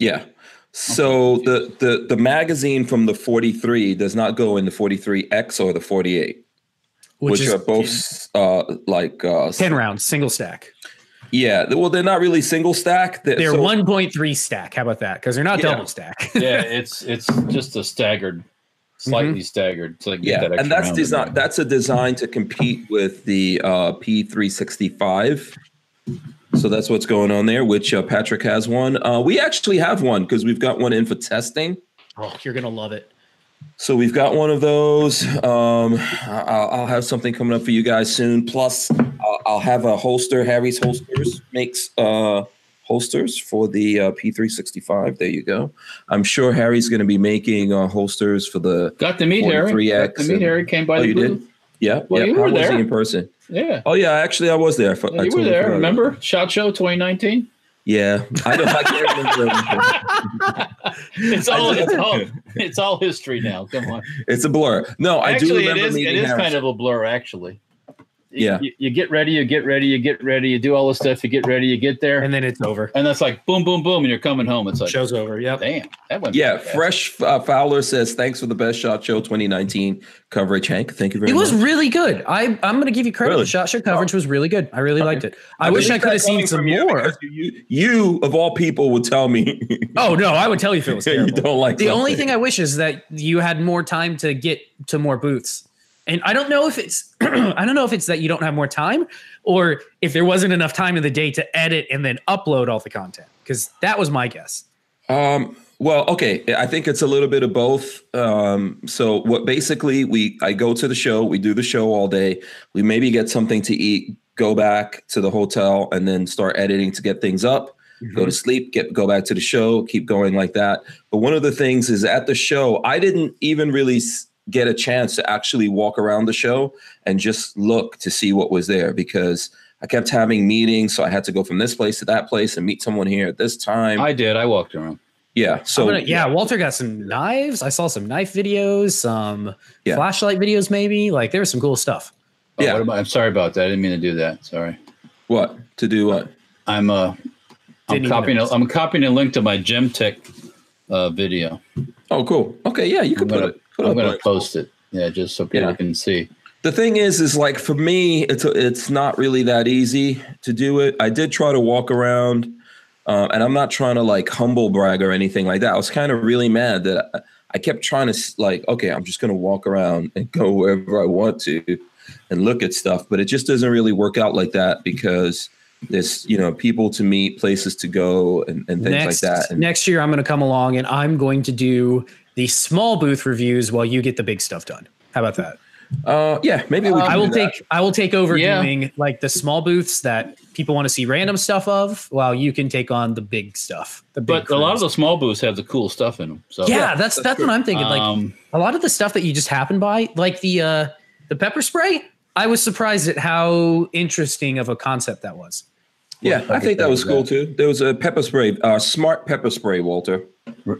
[SPEAKER 1] Yeah. So the the the magazine from the 43 does not go in the 43X or the 48, which,
[SPEAKER 2] is
[SPEAKER 1] are both uh like uh
[SPEAKER 2] ten rounds, single stack.
[SPEAKER 1] yeah, well they're not really single stack.
[SPEAKER 2] They're
[SPEAKER 1] so-
[SPEAKER 2] 1.3 stack. How about that? Because they're not
[SPEAKER 1] Yeah.
[SPEAKER 2] double stack.
[SPEAKER 3] Yeah, it's it's just a staggered, slightly staggered. So
[SPEAKER 1] Mm-hmm. yeah, and that's design that's a design to compete with the uh P365. So that's what's going on there, which uh, Patrick has one. Uh, we actually have one because we've got one in for testing.
[SPEAKER 2] oh, you're gonna love it.
[SPEAKER 1] So we've got one of those. Um, I- I'll, I'll have something coming up for you guys soon. Plus, I'll, I'll have a holster. Harry's holsters makes uh, holsters for the uh, P365. There you go. I'm sure Harry's going to be making uh, holsters for the.
[SPEAKER 3] got to meet Harry.
[SPEAKER 1] 43X
[SPEAKER 3] Got to meet
[SPEAKER 1] and-
[SPEAKER 3] Harry. Came by
[SPEAKER 1] Oh,
[SPEAKER 3] the
[SPEAKER 1] you
[SPEAKER 3] booth.
[SPEAKER 1] did? Yeah,
[SPEAKER 3] Well,
[SPEAKER 1] yeah.
[SPEAKER 3] you
[SPEAKER 1] I
[SPEAKER 3] were
[SPEAKER 1] was
[SPEAKER 3] there.
[SPEAKER 1] in person.
[SPEAKER 3] Yeah.
[SPEAKER 1] Oh yeah, actually I was there. I fo-
[SPEAKER 3] Yeah,
[SPEAKER 1] I
[SPEAKER 3] you were
[SPEAKER 1] totally
[SPEAKER 3] there,
[SPEAKER 1] forgot.
[SPEAKER 3] remember? Shot Show 2019.
[SPEAKER 1] Yeah, I don't. I can't remember.
[SPEAKER 3] It's all
[SPEAKER 1] did.
[SPEAKER 3] it's all it's all history now. Come on.
[SPEAKER 1] It's a blur. No, I do
[SPEAKER 3] actually, it
[SPEAKER 1] remember
[SPEAKER 3] is it
[SPEAKER 1] meeting
[SPEAKER 3] is
[SPEAKER 1] Harry.
[SPEAKER 3] kind of a blur. Actually, You-
[SPEAKER 1] Yeah.
[SPEAKER 3] You, you get ready, you get ready, you get ready, you do all this stuff, you get ready, you get there,
[SPEAKER 2] And
[SPEAKER 3] and,
[SPEAKER 2] then it's over.
[SPEAKER 3] that's like boom, boom, boom, and you're coming home. It's like,
[SPEAKER 2] Show's over. Yep.
[SPEAKER 3] damn, that went.
[SPEAKER 1] Yeah,
[SPEAKER 3] pretty fast.
[SPEAKER 1] Fresh uh, Fowler says, thanks for the best shot show 2019 coverage, Hank. Thank you very
[SPEAKER 2] It
[SPEAKER 1] much.
[SPEAKER 2] was really good. I, I'm going to give you credit.
[SPEAKER 1] Really?
[SPEAKER 2] The shot show coverage was really good. I really liked it. I, wish I
[SPEAKER 1] believe
[SPEAKER 2] could have
[SPEAKER 1] that coming
[SPEAKER 2] seen some
[SPEAKER 1] from you
[SPEAKER 2] more.
[SPEAKER 1] because You, you, of all people, would tell me
[SPEAKER 2] Oh no, I would tell you if it was
[SPEAKER 1] you
[SPEAKER 2] terrible.
[SPEAKER 1] don't like
[SPEAKER 2] The only
[SPEAKER 1] something.
[SPEAKER 2] thing I wish is that you had more time to get to more booths. And I don't know if it's I don't know if it's that you don't have more time or if there wasn't enough time in the day to edit and then upload all the content cuz that was my guess.
[SPEAKER 1] Um, well, okay. I think it's a little bit of both. Um, so what basically we I go to the show, we do the show all day, we maybe get something to eat, go back to the hotel, and then start editing to get things up, go to sleep, get go back to the show, keep going like that. But one of the things is at the show, I didn't even really s- get a chance to actually walk around the show and just look to see what was there because I kept having meetings, so I had to go from this place to that place and meet someone here at this time.
[SPEAKER 3] I did. I walked around.
[SPEAKER 1] yeah. So
[SPEAKER 2] So yeah, Walter got some knives. I saw some knife videos, some
[SPEAKER 1] Yeah.
[SPEAKER 2] flashlight videos maybe. Like there was some cool stuff.
[SPEAKER 3] Oh,
[SPEAKER 1] Yeah.
[SPEAKER 3] what am I- I'm sorry about that. I didn't mean to do that. Sorry.
[SPEAKER 1] What to do? What?
[SPEAKER 3] I'm uh,
[SPEAKER 2] Didn't
[SPEAKER 3] I'm
[SPEAKER 2] even
[SPEAKER 3] copying. A,
[SPEAKER 2] notice.
[SPEAKER 3] I'm copying a link to my Gemtech uh, video.
[SPEAKER 1] Oh, cool. Okay, yeah, you
[SPEAKER 3] I'm
[SPEAKER 1] can put
[SPEAKER 3] gonna,
[SPEAKER 1] it. Put
[SPEAKER 3] I'm
[SPEAKER 1] up
[SPEAKER 3] gonna
[SPEAKER 1] a-
[SPEAKER 3] post it. Yeah, just so people
[SPEAKER 1] Yeah.
[SPEAKER 3] can see.
[SPEAKER 1] The thing is, is like for me, it's it's not really that easy to do it. I did try to walk around, um, and I'm not trying to like humble brag or anything like that. I was kind of really mad that I, I kept trying to s- like, okay, I'm just gonna walk around and go wherever I want to, and look at stuff. But it just doesn't really work out like that because there's you know people to meet, places to go, and, and things
[SPEAKER 2] next,
[SPEAKER 1] like that. And
[SPEAKER 2] next year I'm going to come along and I'm going to do the small booth reviews while you get the big stuff done. How about that?
[SPEAKER 1] Uh, yeah, maybe we. Can
[SPEAKER 2] Um, I
[SPEAKER 1] do
[SPEAKER 2] will
[SPEAKER 1] that.
[SPEAKER 2] take I will take over
[SPEAKER 3] Yeah.
[SPEAKER 2] doing like the small booths that people want to see random stuff of, while you can take on the big stuff. The big
[SPEAKER 3] But a lot
[SPEAKER 2] crews.
[SPEAKER 3] of the small booths have the cool stuff in them. So
[SPEAKER 2] yeah, that's that's,
[SPEAKER 1] true.
[SPEAKER 2] what I'm thinking. Like
[SPEAKER 3] um,
[SPEAKER 2] a lot of the stuff that you just happen by, like the uh the pepper spray. I was surprised at how interesting of a concept that was.
[SPEAKER 1] Yeah, I think that was cool too. There was a pepper spray, uh, smart pepper spray, Walter.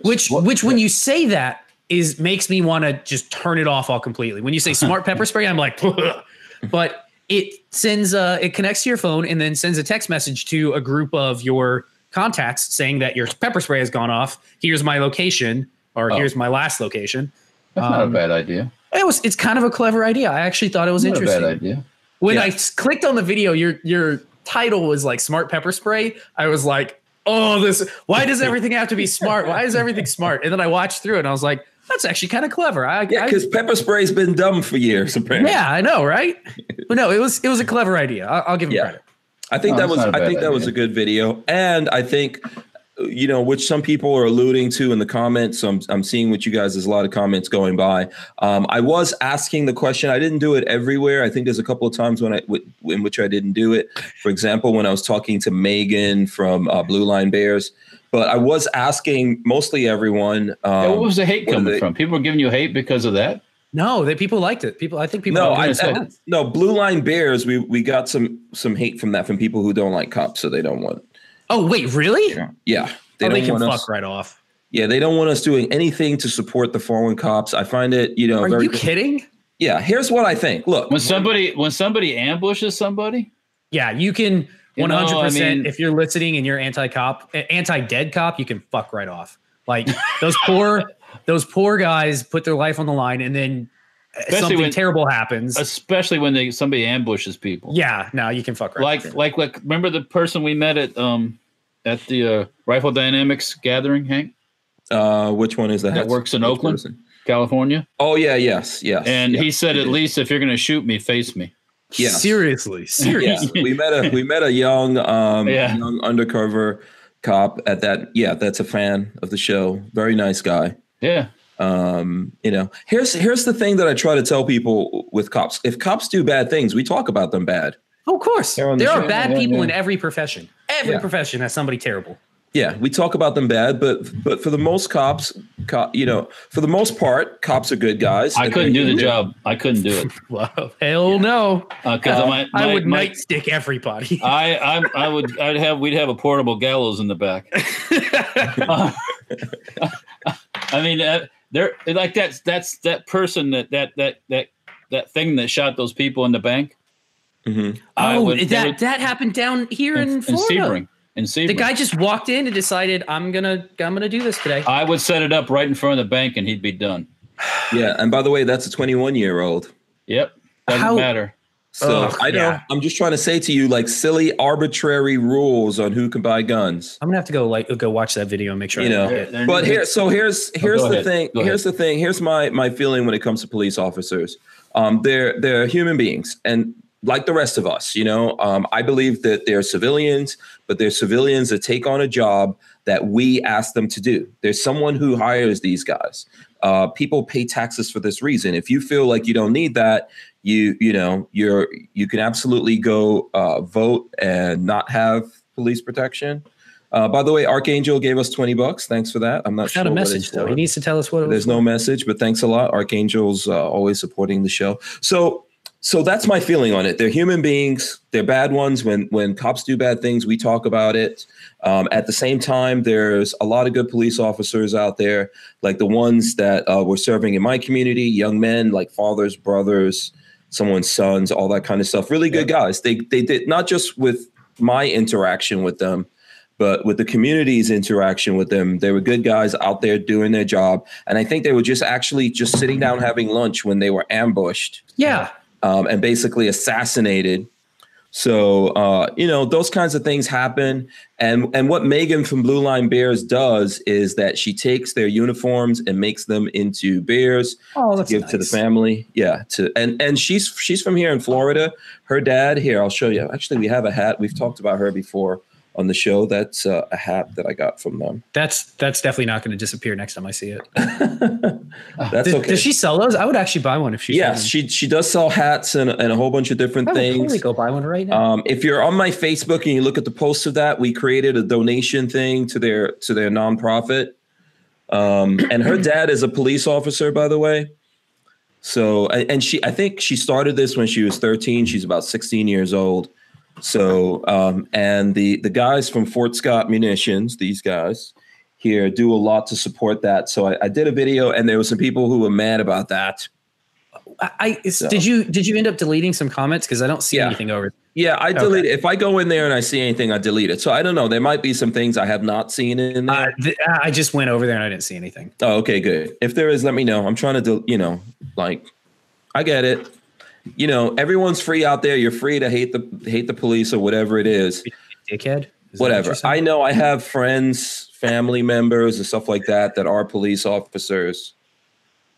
[SPEAKER 2] Which which when you say that is makes me want to just turn it off all completely. When you say smart pepper spray, I'm like, but it sends uh it connects to your phone and then sends a text message to a group of your contacts saying that your pepper spray has gone off. Here's my location or
[SPEAKER 3] Oh.
[SPEAKER 2] here's my last location.
[SPEAKER 3] that's not a
[SPEAKER 2] um,
[SPEAKER 3] bad idea.
[SPEAKER 2] It was it's kind of a clever idea. I actually thought it was
[SPEAKER 3] Not a
[SPEAKER 2] interesting.
[SPEAKER 3] bad idea.
[SPEAKER 2] when
[SPEAKER 1] Yeah.
[SPEAKER 2] I s- clicked on the video, your your title was like smart pepper spray. I was like, oh, this. Why does everything have to be smart? Why is everything smart? And then I watched through it, and I was like, that's actually kind of clever. I,
[SPEAKER 1] Yeah,
[SPEAKER 2] I-
[SPEAKER 1] because pepper spray's been dumb for years. Apparently,
[SPEAKER 2] yeah, I know, right? But no, it was it was a clever idea. I'll, I'll give him
[SPEAKER 1] Yeah.
[SPEAKER 2] credit.
[SPEAKER 1] I think
[SPEAKER 3] No,
[SPEAKER 1] that
[SPEAKER 3] it's
[SPEAKER 1] was
[SPEAKER 3] not a
[SPEAKER 1] I
[SPEAKER 3] bad
[SPEAKER 1] think that was a
[SPEAKER 3] idea.
[SPEAKER 1] good video, and I think you know which some people are alluding to in the comments. I'm I'm seeing what you guys. There's a lot of comments going by. Um, I was asking the question. I didn't do it everywhere. I think there's a couple of times when I w- in which I didn't do it. For example, when I was talking to Megan from uh, Blue Line Bears, but I was asking mostly everyone.
[SPEAKER 3] Yeah, what
[SPEAKER 1] Um,
[SPEAKER 3] was the hate
[SPEAKER 1] what are
[SPEAKER 3] coming
[SPEAKER 1] they-
[SPEAKER 3] from? People were giving you hate because of that.
[SPEAKER 2] No, that people liked it. People, I think people.
[SPEAKER 1] no,
[SPEAKER 2] liked
[SPEAKER 1] Oh, I,
[SPEAKER 2] it.
[SPEAKER 1] I- no Blue Line Bears. We we got some some hate from that from people who don't like cops, so they don't want.
[SPEAKER 2] oh wait, really?
[SPEAKER 1] Yeah,
[SPEAKER 2] They, oh, they can
[SPEAKER 1] want
[SPEAKER 2] fuck
[SPEAKER 1] us-
[SPEAKER 2] right off.
[SPEAKER 1] Yeah, they don't want us doing anything to support the fallen cops. I find it, you know,
[SPEAKER 2] Are
[SPEAKER 1] very.
[SPEAKER 2] you kidding?
[SPEAKER 1] yeah, here's what I think. Look,
[SPEAKER 3] When somebody when somebody ambushes somebody,
[SPEAKER 2] Yeah, you can.
[SPEAKER 3] You
[SPEAKER 2] One
[SPEAKER 3] know, I
[SPEAKER 2] hundred percent.
[SPEAKER 3] mean-
[SPEAKER 2] If you're listening and you're anti-cop, anti-dead cop, you can fuck right off. Like those poor, those poor guys put their life on the line, and then uh,
[SPEAKER 3] Especially
[SPEAKER 2] something
[SPEAKER 3] when-
[SPEAKER 2] terrible happens.
[SPEAKER 3] especially when they somebody ambushes people.
[SPEAKER 2] yeah, no, you can fuck right.
[SPEAKER 3] like
[SPEAKER 2] off.
[SPEAKER 3] like like remember the person we met at um at the uh, Rifle Dynamics gathering, Hank,
[SPEAKER 1] uh, which one is that?
[SPEAKER 3] That works in
[SPEAKER 1] Which
[SPEAKER 3] Oakland?
[SPEAKER 1] person?
[SPEAKER 3] California,
[SPEAKER 1] Oh yeah, yes, yes.
[SPEAKER 3] and
[SPEAKER 1] yeah.
[SPEAKER 3] he said,
[SPEAKER 1] we
[SPEAKER 3] "At
[SPEAKER 1] did.
[SPEAKER 3] least if you're going to shoot me, face me."
[SPEAKER 1] yes.
[SPEAKER 2] seriously,
[SPEAKER 1] Yeah,
[SPEAKER 2] seriously.
[SPEAKER 1] we met a we met a young um
[SPEAKER 3] Yeah.
[SPEAKER 1] young undercover cop at that. Yeah, that's a fan of the show. Very nice guy.
[SPEAKER 3] Yeah,
[SPEAKER 1] Um, you know, here's here's the thing that I try to tell people with cops. If cops do bad things, we talk about them bad.
[SPEAKER 2] Oh, of course,
[SPEAKER 1] They're
[SPEAKER 2] there
[SPEAKER 1] on the
[SPEAKER 2] are
[SPEAKER 1] show,
[SPEAKER 2] bad
[SPEAKER 3] yeah,
[SPEAKER 2] people
[SPEAKER 3] yeah.
[SPEAKER 2] in every profession. Every
[SPEAKER 1] Yeah.
[SPEAKER 2] profession has somebody terrible.
[SPEAKER 1] Yeah, we talk about them bad, but but for the most cops, co- you know, for the most part, cops are good guys.
[SPEAKER 3] I
[SPEAKER 1] And
[SPEAKER 3] couldn't
[SPEAKER 1] they
[SPEAKER 3] do the
[SPEAKER 1] can
[SPEAKER 3] job. I couldn't do it
[SPEAKER 2] Well, hell no.
[SPEAKER 3] because
[SPEAKER 2] Uh,
[SPEAKER 3] my,
[SPEAKER 2] I
[SPEAKER 3] my-
[SPEAKER 2] would
[SPEAKER 3] my-
[SPEAKER 2] nightstick everybody.
[SPEAKER 3] I, I I would I'd have we'd have a portable gallows in the back. Uh, I mean, uh, there like that's that's that person that that that that that thing that shot those people in the bank
[SPEAKER 1] Mhm.
[SPEAKER 3] I
[SPEAKER 2] oh,
[SPEAKER 3] would- they
[SPEAKER 2] that
[SPEAKER 3] would-
[SPEAKER 2] that happened down here in,
[SPEAKER 3] in
[SPEAKER 2] Florida.
[SPEAKER 3] Sebring. In Sebring,
[SPEAKER 2] The guy just walked in and decided I'm gonna I'm gonna do this today.
[SPEAKER 3] I would set it up right in front of the bank, and he'd be done.
[SPEAKER 1] Yeah, and by the way, that's a 21 year old.
[SPEAKER 3] Yep, doesn't
[SPEAKER 2] How-
[SPEAKER 3] matter.
[SPEAKER 1] So
[SPEAKER 2] Ugh,
[SPEAKER 1] I know.
[SPEAKER 2] yeah.
[SPEAKER 1] I'm just trying to say to you, like silly, arbitrary rules on who can buy guns.
[SPEAKER 2] I'm gonna have to go like go watch that video and make sure.
[SPEAKER 1] You
[SPEAKER 2] I
[SPEAKER 1] know,
[SPEAKER 2] like it.
[SPEAKER 3] They're-
[SPEAKER 1] But
[SPEAKER 3] they're-
[SPEAKER 1] here, so here's here's
[SPEAKER 3] Oh, go
[SPEAKER 1] the
[SPEAKER 3] ahead.
[SPEAKER 1] thing.
[SPEAKER 3] Go
[SPEAKER 1] Here's the thing. Here's my my feeling when it comes to police officers. Um, they're they're human beings, and like the rest of us, you know, um, I believe that they're civilians, but they're civilians that take on a job that we ask them to do. There's someone who hires these guys. Uh, people pay taxes for this reason. If you feel like you don't need that, you you know you're you can absolutely go uh, vote and not have police protection. Uh, by the way, Archangel gave us twenty bucks. Thanks for that. I'm not sure
[SPEAKER 2] Not a
[SPEAKER 1] what
[SPEAKER 2] message
[SPEAKER 1] it's
[SPEAKER 2] though.
[SPEAKER 1] for.
[SPEAKER 2] He needs to tell us what it was.
[SPEAKER 1] There's no message, but thanks a lot. Archangel's uh, always supporting the show. So, so that's my feeling on it. They're human beings. They're bad ones. When when cops do bad things, we talk about it. Um, at the same time, there's a lot of good police officers out there, like the ones that uh, were serving in my community, young men, like fathers, brothers, someone's sons, all that kind of stuff. Really good guys. They they did not just with my interaction with them, but with the community's interaction with them, they were good guys out there doing their job. And I think they were just actually just sitting down having lunch when they were ambushed
[SPEAKER 2] Yeah,
[SPEAKER 1] um, and basically assassinated. So uh, you know those kinds of things happen, and and what Megan from Blue Line Bears does is that she takes their uniforms and makes them into bears
[SPEAKER 2] oh,
[SPEAKER 1] to
[SPEAKER 2] that's
[SPEAKER 1] give to the
[SPEAKER 2] nice.
[SPEAKER 1] family. Yeah, to and and she's she's from here in Florida. Her dad here, I'll show you. Actually, we have a hat. We've talked about her before on the show. That's uh, a hat that I got from them.
[SPEAKER 2] That's that's definitely not going to disappear next time I see it.
[SPEAKER 1] That's
[SPEAKER 2] Does,
[SPEAKER 1] okay.
[SPEAKER 2] Ah, does she sell those? I would actually buy one if she.
[SPEAKER 1] yes,
[SPEAKER 2] sold
[SPEAKER 1] she she does sell hats and, and a whole bunch of different
[SPEAKER 2] them. I would
[SPEAKER 1] things.
[SPEAKER 2] totally go buy one right now.
[SPEAKER 1] Um, if you're on my Facebook and you look at the post of that, we created a donation thing to their to their nonprofit. Um, and her dad is a police officer, by the way. So and and she I think she started this when she was 13. She's about 16 years old. So um, and the the guys from Fort Scott Munitions, these guys here do a lot to support that. So I, I did a video and there were some people who were mad about that.
[SPEAKER 2] I, I it's-
[SPEAKER 1] so-
[SPEAKER 2] did you did you end up deleting some comments because I don't see
[SPEAKER 1] Yeah.
[SPEAKER 2] anything over.
[SPEAKER 1] Yeah, I delete it. If I go in there and I see anything, I delete it. So I don't know. There might be some things I have not seen in there.
[SPEAKER 2] Uh, th- I just went over there and I didn't see anything.
[SPEAKER 1] oh, okay, good. If there is, let me know. I'm trying to, del- you know, like, I get it. You know, everyone's free out there. You're free to hate the hate the police or whatever it is.
[SPEAKER 2] Dickhead. Is that what
[SPEAKER 1] whatever.
[SPEAKER 2] you're saying?
[SPEAKER 1] I know I have friends, family members, and stuff like that that are police officers,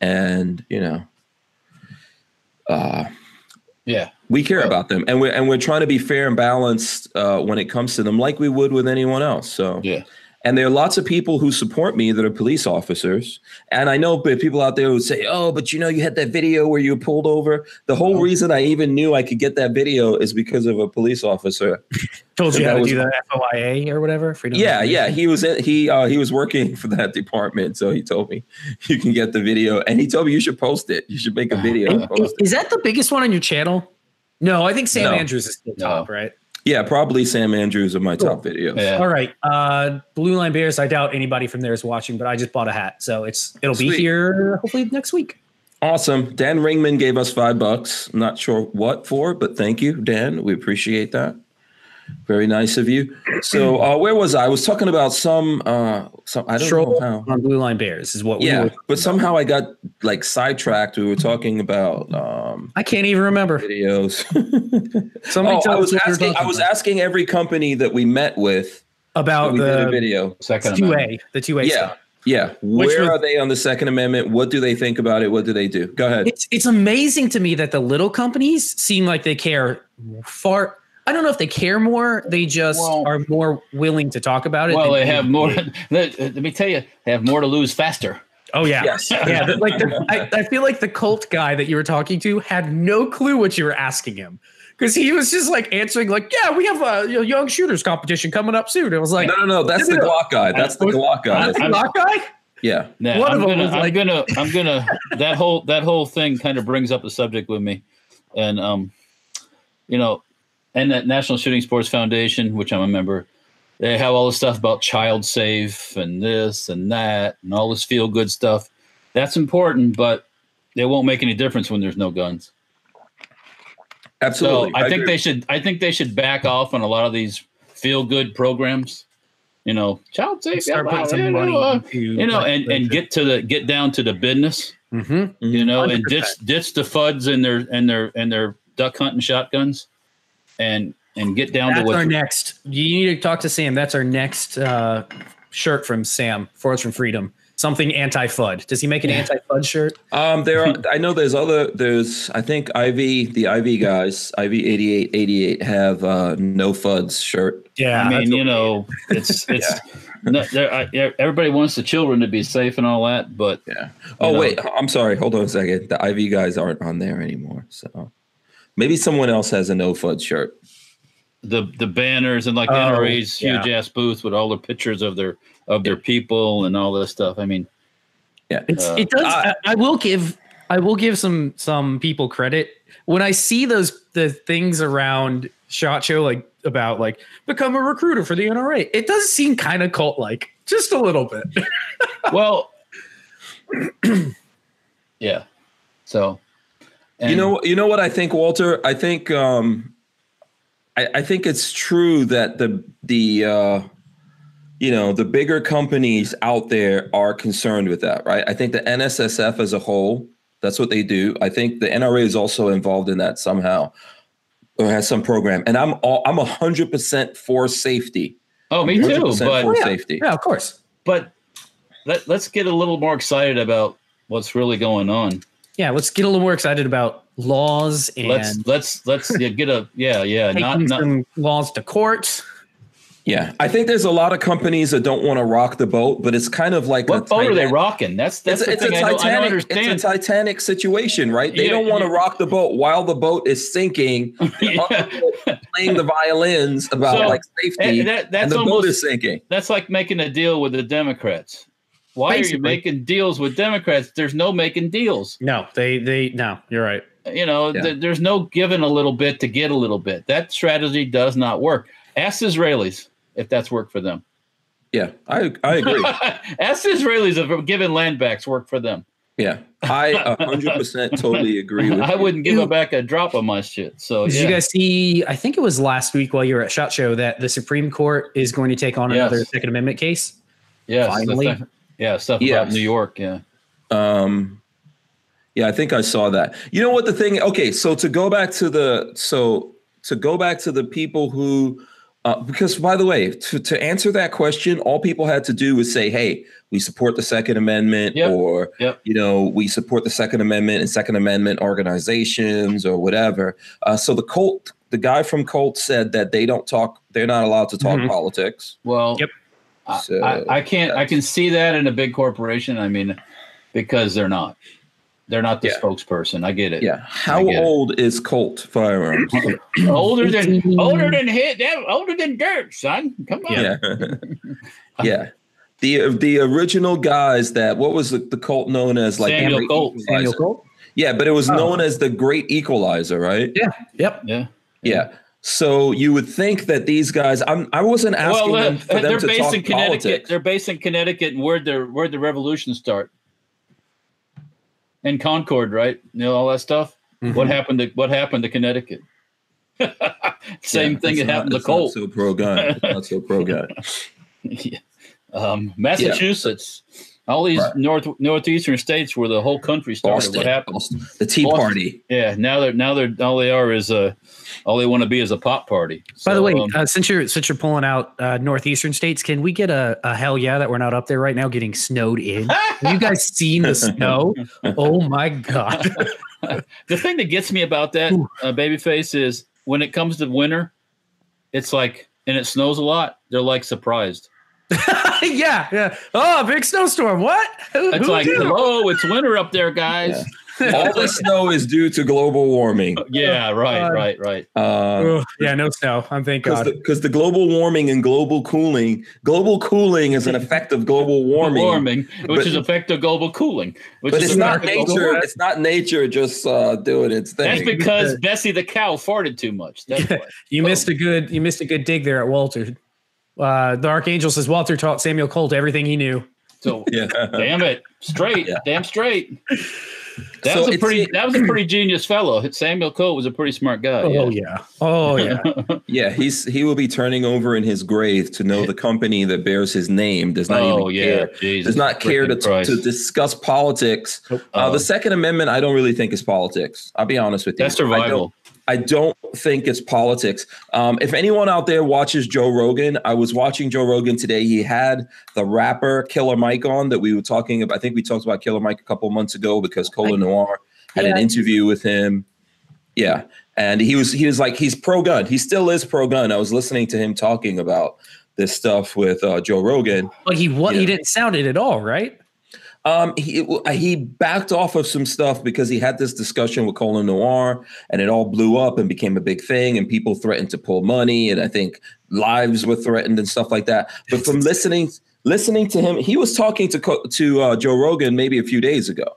[SPEAKER 1] and you know, uh,
[SPEAKER 3] Yeah.
[SPEAKER 1] we care
[SPEAKER 3] Right.
[SPEAKER 1] about them, and we're and we're trying to be fair and balanced uh, when it comes to them, like we would with anyone else. So
[SPEAKER 3] Yeah.
[SPEAKER 1] and there are lots of people who support me that are police officers. And I know p- people out there who say, oh, but you know, you had that video where you were pulled over. The whole reason I even knew I could get that video is because of a police officer.
[SPEAKER 2] told you
[SPEAKER 1] that
[SPEAKER 2] how to
[SPEAKER 1] was-
[SPEAKER 2] do the FOIA or whatever. Freedom of
[SPEAKER 1] Yeah, yeah.
[SPEAKER 2] Information.
[SPEAKER 1] He was in, he uh, he was working for that department. So he told me you can get the video. And he told me you should post it. You should make a video and
[SPEAKER 2] And i-
[SPEAKER 1] post it.
[SPEAKER 2] Is that the biggest one on your channel? No, I think Sam
[SPEAKER 1] No.
[SPEAKER 2] Andrews is still
[SPEAKER 3] No.
[SPEAKER 2] top, right?
[SPEAKER 1] Yeah, probably Sam Andrews of my top videos.
[SPEAKER 3] Yeah.
[SPEAKER 2] All right. Uh Blue Line Bears, I doubt anybody from there is watching, but I just bought a hat. So it's it'll be
[SPEAKER 1] Sweet.
[SPEAKER 2] here hopefully next week.
[SPEAKER 1] Awesome. Dan Ringman gave us five bucks. I'm not sure what for, but thank you, Dan. We appreciate that. Very nice of you. So, uh, where was I? I was talking about some, uh, some I don't know how.
[SPEAKER 2] on Blue Line Bears is what we
[SPEAKER 1] Yeah,
[SPEAKER 2] were,
[SPEAKER 1] but somehow I got like sidetracked. We were talking about um,
[SPEAKER 2] I can't even remember.
[SPEAKER 1] videos.
[SPEAKER 2] Somebody
[SPEAKER 1] oh,
[SPEAKER 2] tell
[SPEAKER 1] I
[SPEAKER 2] us
[SPEAKER 1] was
[SPEAKER 2] what we were
[SPEAKER 1] asking. I
[SPEAKER 2] talking
[SPEAKER 1] was
[SPEAKER 2] about.
[SPEAKER 1] asking every company that we met with. that
[SPEAKER 2] about
[SPEAKER 1] we did a
[SPEAKER 2] the
[SPEAKER 1] video.
[SPEAKER 3] Second
[SPEAKER 2] two
[SPEAKER 3] Amendment.
[SPEAKER 2] A, the two A
[SPEAKER 1] Yeah,
[SPEAKER 2] stuff.
[SPEAKER 1] yeah.
[SPEAKER 2] Which
[SPEAKER 1] Where
[SPEAKER 2] was-
[SPEAKER 1] are they on the Second Amendment? What do they think about it? What do they do? Go ahead.
[SPEAKER 2] It's it's amazing to me that the little companies seem like they care far. I don't know if they care more. They just
[SPEAKER 3] Well-
[SPEAKER 2] are more willing to talk about it.
[SPEAKER 3] Well,
[SPEAKER 2] than
[SPEAKER 3] they have
[SPEAKER 2] we
[SPEAKER 3] more.
[SPEAKER 2] do.
[SPEAKER 3] Let, let me tell you, they have more to lose faster.
[SPEAKER 2] Oh yeah.
[SPEAKER 1] Yes.
[SPEAKER 2] yeah, but, like the, I, I feel like the cult guy that you were talking to had no clue what you were asking him because he was just like answering like, "Yeah, we have a you know, young shooters competition coming up soon." It was like,
[SPEAKER 1] No, no, no. That's the
[SPEAKER 2] No, no, no.
[SPEAKER 1] Glock guy. That's the Glock guy.
[SPEAKER 2] "Not the Glock guy."
[SPEAKER 1] Yeah.
[SPEAKER 3] Now,
[SPEAKER 2] One
[SPEAKER 3] I'm
[SPEAKER 2] of 'em
[SPEAKER 3] gonna,
[SPEAKER 2] was
[SPEAKER 3] I'm
[SPEAKER 2] like-
[SPEAKER 3] gonna, I'm gonna. That whole that whole thing kind of brings up the subject with me, and um, you know, and that National Shooting Sports Foundation, which I'm a member, they have all this stuff about child safe and this and that and all this feel good stuff. That's important, but it won't make any difference when there's no guns.
[SPEAKER 1] Absolutely.
[SPEAKER 3] So I, think
[SPEAKER 1] agree.
[SPEAKER 3] they should. I think they should back off on a lot of these feel good programs. You know, child safe.
[SPEAKER 2] Start
[SPEAKER 3] yeah,
[SPEAKER 2] putting
[SPEAKER 3] yeah,
[SPEAKER 2] some
[SPEAKER 3] yeah,
[SPEAKER 2] money
[SPEAKER 3] uh,
[SPEAKER 2] into
[SPEAKER 3] you know, and, and get to the get down to the business,
[SPEAKER 2] Mhm.
[SPEAKER 3] you know, and
[SPEAKER 2] 100%.
[SPEAKER 3] ditch ditch the fuds and their and their and their duck hunting shotguns, and and get down to
[SPEAKER 2] That's
[SPEAKER 3] what
[SPEAKER 2] our next. You need to talk to Sam. That's our next uh, shirt from Sam. Forge from Freedom. Something anti-FUD. Does he make an anti-FUD shirt?
[SPEAKER 1] um, there are, I know there's other, there's, I think IV, the IV guys, IV 8888 have uh, no FUDs shirt.
[SPEAKER 2] Yeah.
[SPEAKER 3] I mean, you know, it's it's no, there, I, e, everybody wants the children to be safe and all that, but
[SPEAKER 1] Yeah. Oh,
[SPEAKER 3] know.
[SPEAKER 1] wait. I'm sorry. Hold on a second. The IV guys aren't on there anymore. So maybe someone else has a no FUD shirt.
[SPEAKER 3] the the banners and like the
[SPEAKER 2] Oh,
[SPEAKER 3] NRA's
[SPEAKER 2] yeah.
[SPEAKER 3] huge ass booth with all the pictures of their of their people and all this stuff. I mean,
[SPEAKER 2] It's,
[SPEAKER 3] Uh,
[SPEAKER 2] it does.
[SPEAKER 1] I-
[SPEAKER 2] I, I will give. I will give some some people credit when I see those the things around Shot Show like about like become a recruiter for the NRA. It does seem kind of cult like, just a little bit.
[SPEAKER 3] well, yeah. So, and-
[SPEAKER 1] you know, you know what I think, Walter? I think, um, I, I think it's true that the, the, uh, you know, the bigger companies out there are concerned with that, right? I think the NSSF as a whole, that's what they do. I think the NRA is also involved in that somehow or has some program. And I'm all, I'm 100% for safety.
[SPEAKER 3] oh, me too.
[SPEAKER 1] 100%
[SPEAKER 3] But
[SPEAKER 1] for
[SPEAKER 2] yeah.
[SPEAKER 1] safety.
[SPEAKER 2] yeah, of course.
[SPEAKER 3] but let, let's get a little more excited about what's really going on.
[SPEAKER 2] Yeah, let's get a little more excited about laws and
[SPEAKER 3] let's let's let's yeah, get a yeah yeah
[SPEAKER 2] taking
[SPEAKER 3] not not
[SPEAKER 2] some laws to court.
[SPEAKER 1] Yeah, I think there's a lot of companies that don't want to rock the boat, but it's kind of like
[SPEAKER 3] What
[SPEAKER 1] a
[SPEAKER 3] boat are they
[SPEAKER 1] Titan-
[SPEAKER 3] rocking? That's that's
[SPEAKER 1] It's,
[SPEAKER 3] the
[SPEAKER 1] it's a
[SPEAKER 3] thing I, don't, I don't
[SPEAKER 1] Titanic.
[SPEAKER 3] understand.
[SPEAKER 1] It's a Titanic situation, right? They
[SPEAKER 3] Yeah,
[SPEAKER 1] don't want to
[SPEAKER 3] yeah.
[SPEAKER 1] rock the boat while the boat is sinking. The
[SPEAKER 3] Yeah.
[SPEAKER 1] other boat playing the violins about
[SPEAKER 3] So,
[SPEAKER 1] like safety,
[SPEAKER 3] That- that-
[SPEAKER 1] and
[SPEAKER 3] that's
[SPEAKER 1] the boat
[SPEAKER 3] almost
[SPEAKER 1] is sinking.
[SPEAKER 3] that's like making a deal with the Democrats. Why are
[SPEAKER 2] Basically.
[SPEAKER 3] you making deals with Democrats? There's no making deals.
[SPEAKER 2] No, they they no. You're right.
[SPEAKER 3] You know,
[SPEAKER 1] Yeah.
[SPEAKER 3] th- there's no giving a little bit to get a little bit. That strategy does not work. Ask Israelis if that's worked for them.
[SPEAKER 1] Yeah, I I agree.
[SPEAKER 3] Ask Israelis if giving land backs work for them.
[SPEAKER 1] yeah, I 100 percent totally agree with.
[SPEAKER 3] I wouldn't give
[SPEAKER 2] You-
[SPEAKER 3] them back a drop of my shit. So
[SPEAKER 2] Did
[SPEAKER 3] Oh, yeah.
[SPEAKER 2] you guys see? I think it was last week while you were at Shot Show that the Supreme Court is going to take on
[SPEAKER 3] Yes.
[SPEAKER 2] another Second Amendment case.
[SPEAKER 3] yes, the
[SPEAKER 2] finally-
[SPEAKER 3] stuff- yeah, stuff
[SPEAKER 1] Yes.
[SPEAKER 3] about New York. Yeah,
[SPEAKER 1] Um, yeah, I think I saw that. You know what the thing? Okay, so to go back to the so to go back to the people who, uh, because by the way, to to answer that question, all people had to do was say, "Hey, we support the Second Amendment,"
[SPEAKER 3] Yep.
[SPEAKER 1] or
[SPEAKER 3] Yep.
[SPEAKER 1] you know, we support the Second Amendment and Second Amendment organizations or whatever. Uh, so the Colt, the guy from Colt, said that they don't talk; they're not allowed to talk
[SPEAKER 3] Mm-hmm.
[SPEAKER 2] Mhm.
[SPEAKER 1] politics.
[SPEAKER 3] Well,
[SPEAKER 2] Yep.
[SPEAKER 3] I,
[SPEAKER 1] So,
[SPEAKER 3] I, I can't. I can see that in a big corporation. I mean, because they're not. They're not the
[SPEAKER 1] Yeah.
[SPEAKER 3] spokesperson. I get it.
[SPEAKER 1] Yeah, how
[SPEAKER 3] get it.
[SPEAKER 1] old is Colt firearms?
[SPEAKER 3] older than older than hit. yeah, Older than dirt, son. Come on.
[SPEAKER 1] yeah. yeah. The the original guys that what was the, the cult known as like
[SPEAKER 3] Samuel
[SPEAKER 1] Great
[SPEAKER 3] Colt.
[SPEAKER 1] Equalizer?
[SPEAKER 2] Daniel Colt.
[SPEAKER 1] Yeah, but it was
[SPEAKER 2] Oh.
[SPEAKER 1] known as the Great Equalizer, right?
[SPEAKER 2] Yeah. Yep.
[SPEAKER 3] Yeah.
[SPEAKER 1] Yeah. So you would think that these guys I'm I wasn't asking
[SPEAKER 3] Well, uh,
[SPEAKER 1] them for them
[SPEAKER 3] they're
[SPEAKER 1] to
[SPEAKER 3] based
[SPEAKER 1] talk
[SPEAKER 3] in Connecticut.
[SPEAKER 1] politics.
[SPEAKER 3] They're based in Connecticut, and where'd the where'd the revolution start? In Concord, right? You know all that stuff.
[SPEAKER 1] Mm-hmm.
[SPEAKER 3] What happened to what happened to Connecticut? Same
[SPEAKER 1] Yeah,
[SPEAKER 3] thing
[SPEAKER 1] it's
[SPEAKER 3] that
[SPEAKER 1] not-
[SPEAKER 3] happened to
[SPEAKER 1] it's not
[SPEAKER 3] Colt.
[SPEAKER 1] so pro gun. It's not so pro gun.
[SPEAKER 3] Yeah. um, Massachusetts, all these
[SPEAKER 1] Right.
[SPEAKER 3] north northeastern states where the whole country started.
[SPEAKER 1] Boston,
[SPEAKER 3] What happened?
[SPEAKER 1] Boston. The Tea
[SPEAKER 3] Boston.
[SPEAKER 1] Party.
[SPEAKER 3] Yeah, now they're now they're all they are is a all they want to be is a pop party.
[SPEAKER 2] By the
[SPEAKER 3] So,
[SPEAKER 2] way,
[SPEAKER 3] um,
[SPEAKER 2] uh, since you're since you're pulling out uh, northeastern states, can we get a, a hell yeah that we're not up there right now getting snowed in? Have you guys seen the snow? Oh my god!
[SPEAKER 3] the thing that gets me about that
[SPEAKER 2] Ooh.
[SPEAKER 3] uh, babyface is when it comes to winter, it's like and it snows a lot. They're like surprised.
[SPEAKER 2] yeah, yeah. Oh, big snowstorm! What? Who,
[SPEAKER 3] It's
[SPEAKER 2] who
[SPEAKER 3] like,
[SPEAKER 2] knew?
[SPEAKER 3] hello, it's winter up there, guys.
[SPEAKER 1] All the snow is due to global warming.
[SPEAKER 3] Yeah, right,
[SPEAKER 2] God.
[SPEAKER 3] right, right.
[SPEAKER 1] Uh,
[SPEAKER 2] Ugh, yeah, no snow. I'm thank
[SPEAKER 1] because
[SPEAKER 2] Oh, God.
[SPEAKER 1] the, 'cause the global warming and global cooling, global cooling is an effect of global warming.
[SPEAKER 3] warming, which
[SPEAKER 1] But-
[SPEAKER 3] is effect of global cooling. Which
[SPEAKER 1] But
[SPEAKER 3] is
[SPEAKER 1] it's
[SPEAKER 3] a
[SPEAKER 1] not
[SPEAKER 3] fact of global
[SPEAKER 1] nature.
[SPEAKER 3] warming.
[SPEAKER 1] It's not nature just uh, doing its
[SPEAKER 3] That's
[SPEAKER 1] thing.
[SPEAKER 3] because Bessie the cow farted too much. That's why.
[SPEAKER 2] You missed a good you missed a good dig there at Walter. Uh, the archangel says Walter taught Samuel Colt everything he knew.
[SPEAKER 3] So
[SPEAKER 1] yeah.
[SPEAKER 3] damn it, straight,
[SPEAKER 1] Yeah.
[SPEAKER 3] damn straight. That
[SPEAKER 1] So
[SPEAKER 3] was a
[SPEAKER 1] it's-
[SPEAKER 3] pretty. That was a pretty genius fellow. Samuel Cole was a pretty smart guy. Uh, yeah.
[SPEAKER 2] Oh yeah. Oh yeah.
[SPEAKER 1] yeah, he's he will be turning over in his grave to know the company that bears his name does not
[SPEAKER 3] Oh
[SPEAKER 1] even
[SPEAKER 3] yeah,
[SPEAKER 1] care.
[SPEAKER 3] Jesus
[SPEAKER 1] Does not care to,
[SPEAKER 3] freaking Christ.
[SPEAKER 1] to discuss politics. Uh,
[SPEAKER 3] Oh.
[SPEAKER 1] the Second Amendment, I don't really think is politics. I'll be honest with you.
[SPEAKER 3] That's
[SPEAKER 1] I don't,
[SPEAKER 3] survival.
[SPEAKER 1] I don't think it's politics. Um, if anyone out there watches Joe Rogan, I was watching Joe Rogan today. He had the rapper Killer Mike on that we were talking about. I think we talked about Killer Mike a couple months ago because Cola Noir had an
[SPEAKER 2] Yeah.
[SPEAKER 1] interview with him. Yeah. And he was he was like he's pro gun. He still is pro gun. I was listening to him talking about this stuff with uh, Joe Rogan.
[SPEAKER 2] But he what
[SPEAKER 1] Yeah.
[SPEAKER 2] he didn't sound it at all, right?
[SPEAKER 1] Um, he he backed off of some stuff because he had this discussion with Colin Noir, and it all blew up and became a big thing, and people threatened to pull money, and I think lives were threatened and stuff like that. But from listening listening to him, he was talking to Co- to uh, Joe Rogan maybe a few days ago,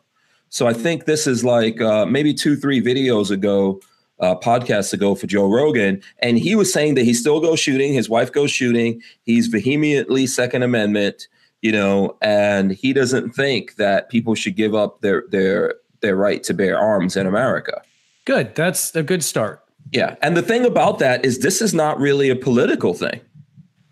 [SPEAKER 1] so I think this is like uh, maybe two three videos ago. Uh, podcasts ago for Joe Rogan, and he was saying that he still goes shooting. His wife goes shooting. He's vehemently Second Amendment you know, and he doesn't think that people should give up their their their right to bear arms in America.
[SPEAKER 2] Good. That's a good start.
[SPEAKER 1] Yeah, and the thing about that is this is not really a political thing.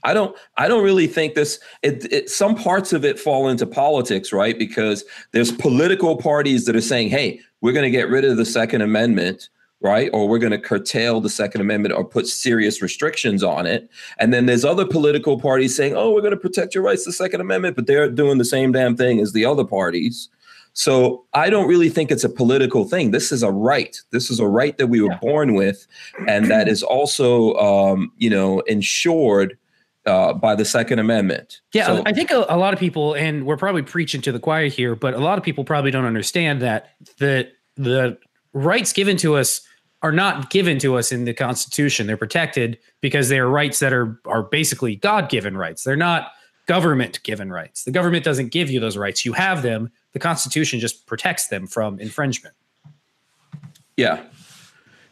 [SPEAKER 1] I don't I don't really think this it, it some parts of it fall into politics, right? Because there's political parties that are saying, "Hey, we're going to get rid of the second amendment." Right, or we're going to curtail the Second Amendment or put serious restrictions on it, and then there's other political parties saying, "Oh, we're going to protect your rights to the Second Amendment," but they're doing the same damn thing as the other parties. So I don't really think it's a political thing. This is a right. This is a right that we were born with, and that is also, um, you know, ensured uh, by the Second Amendment.
[SPEAKER 2] Yeah,
[SPEAKER 1] So-
[SPEAKER 2] I think a, a lot of people, and we're probably preaching to the choir here, but a lot of people probably don't understand that the the rights given to us are not given to us in the Constitution. They're protected because they are rights that are are basically God given rights. They're not government given rights. The government doesn't give you those rights. You have them. The Constitution just protects them from infringement.
[SPEAKER 1] Yeah.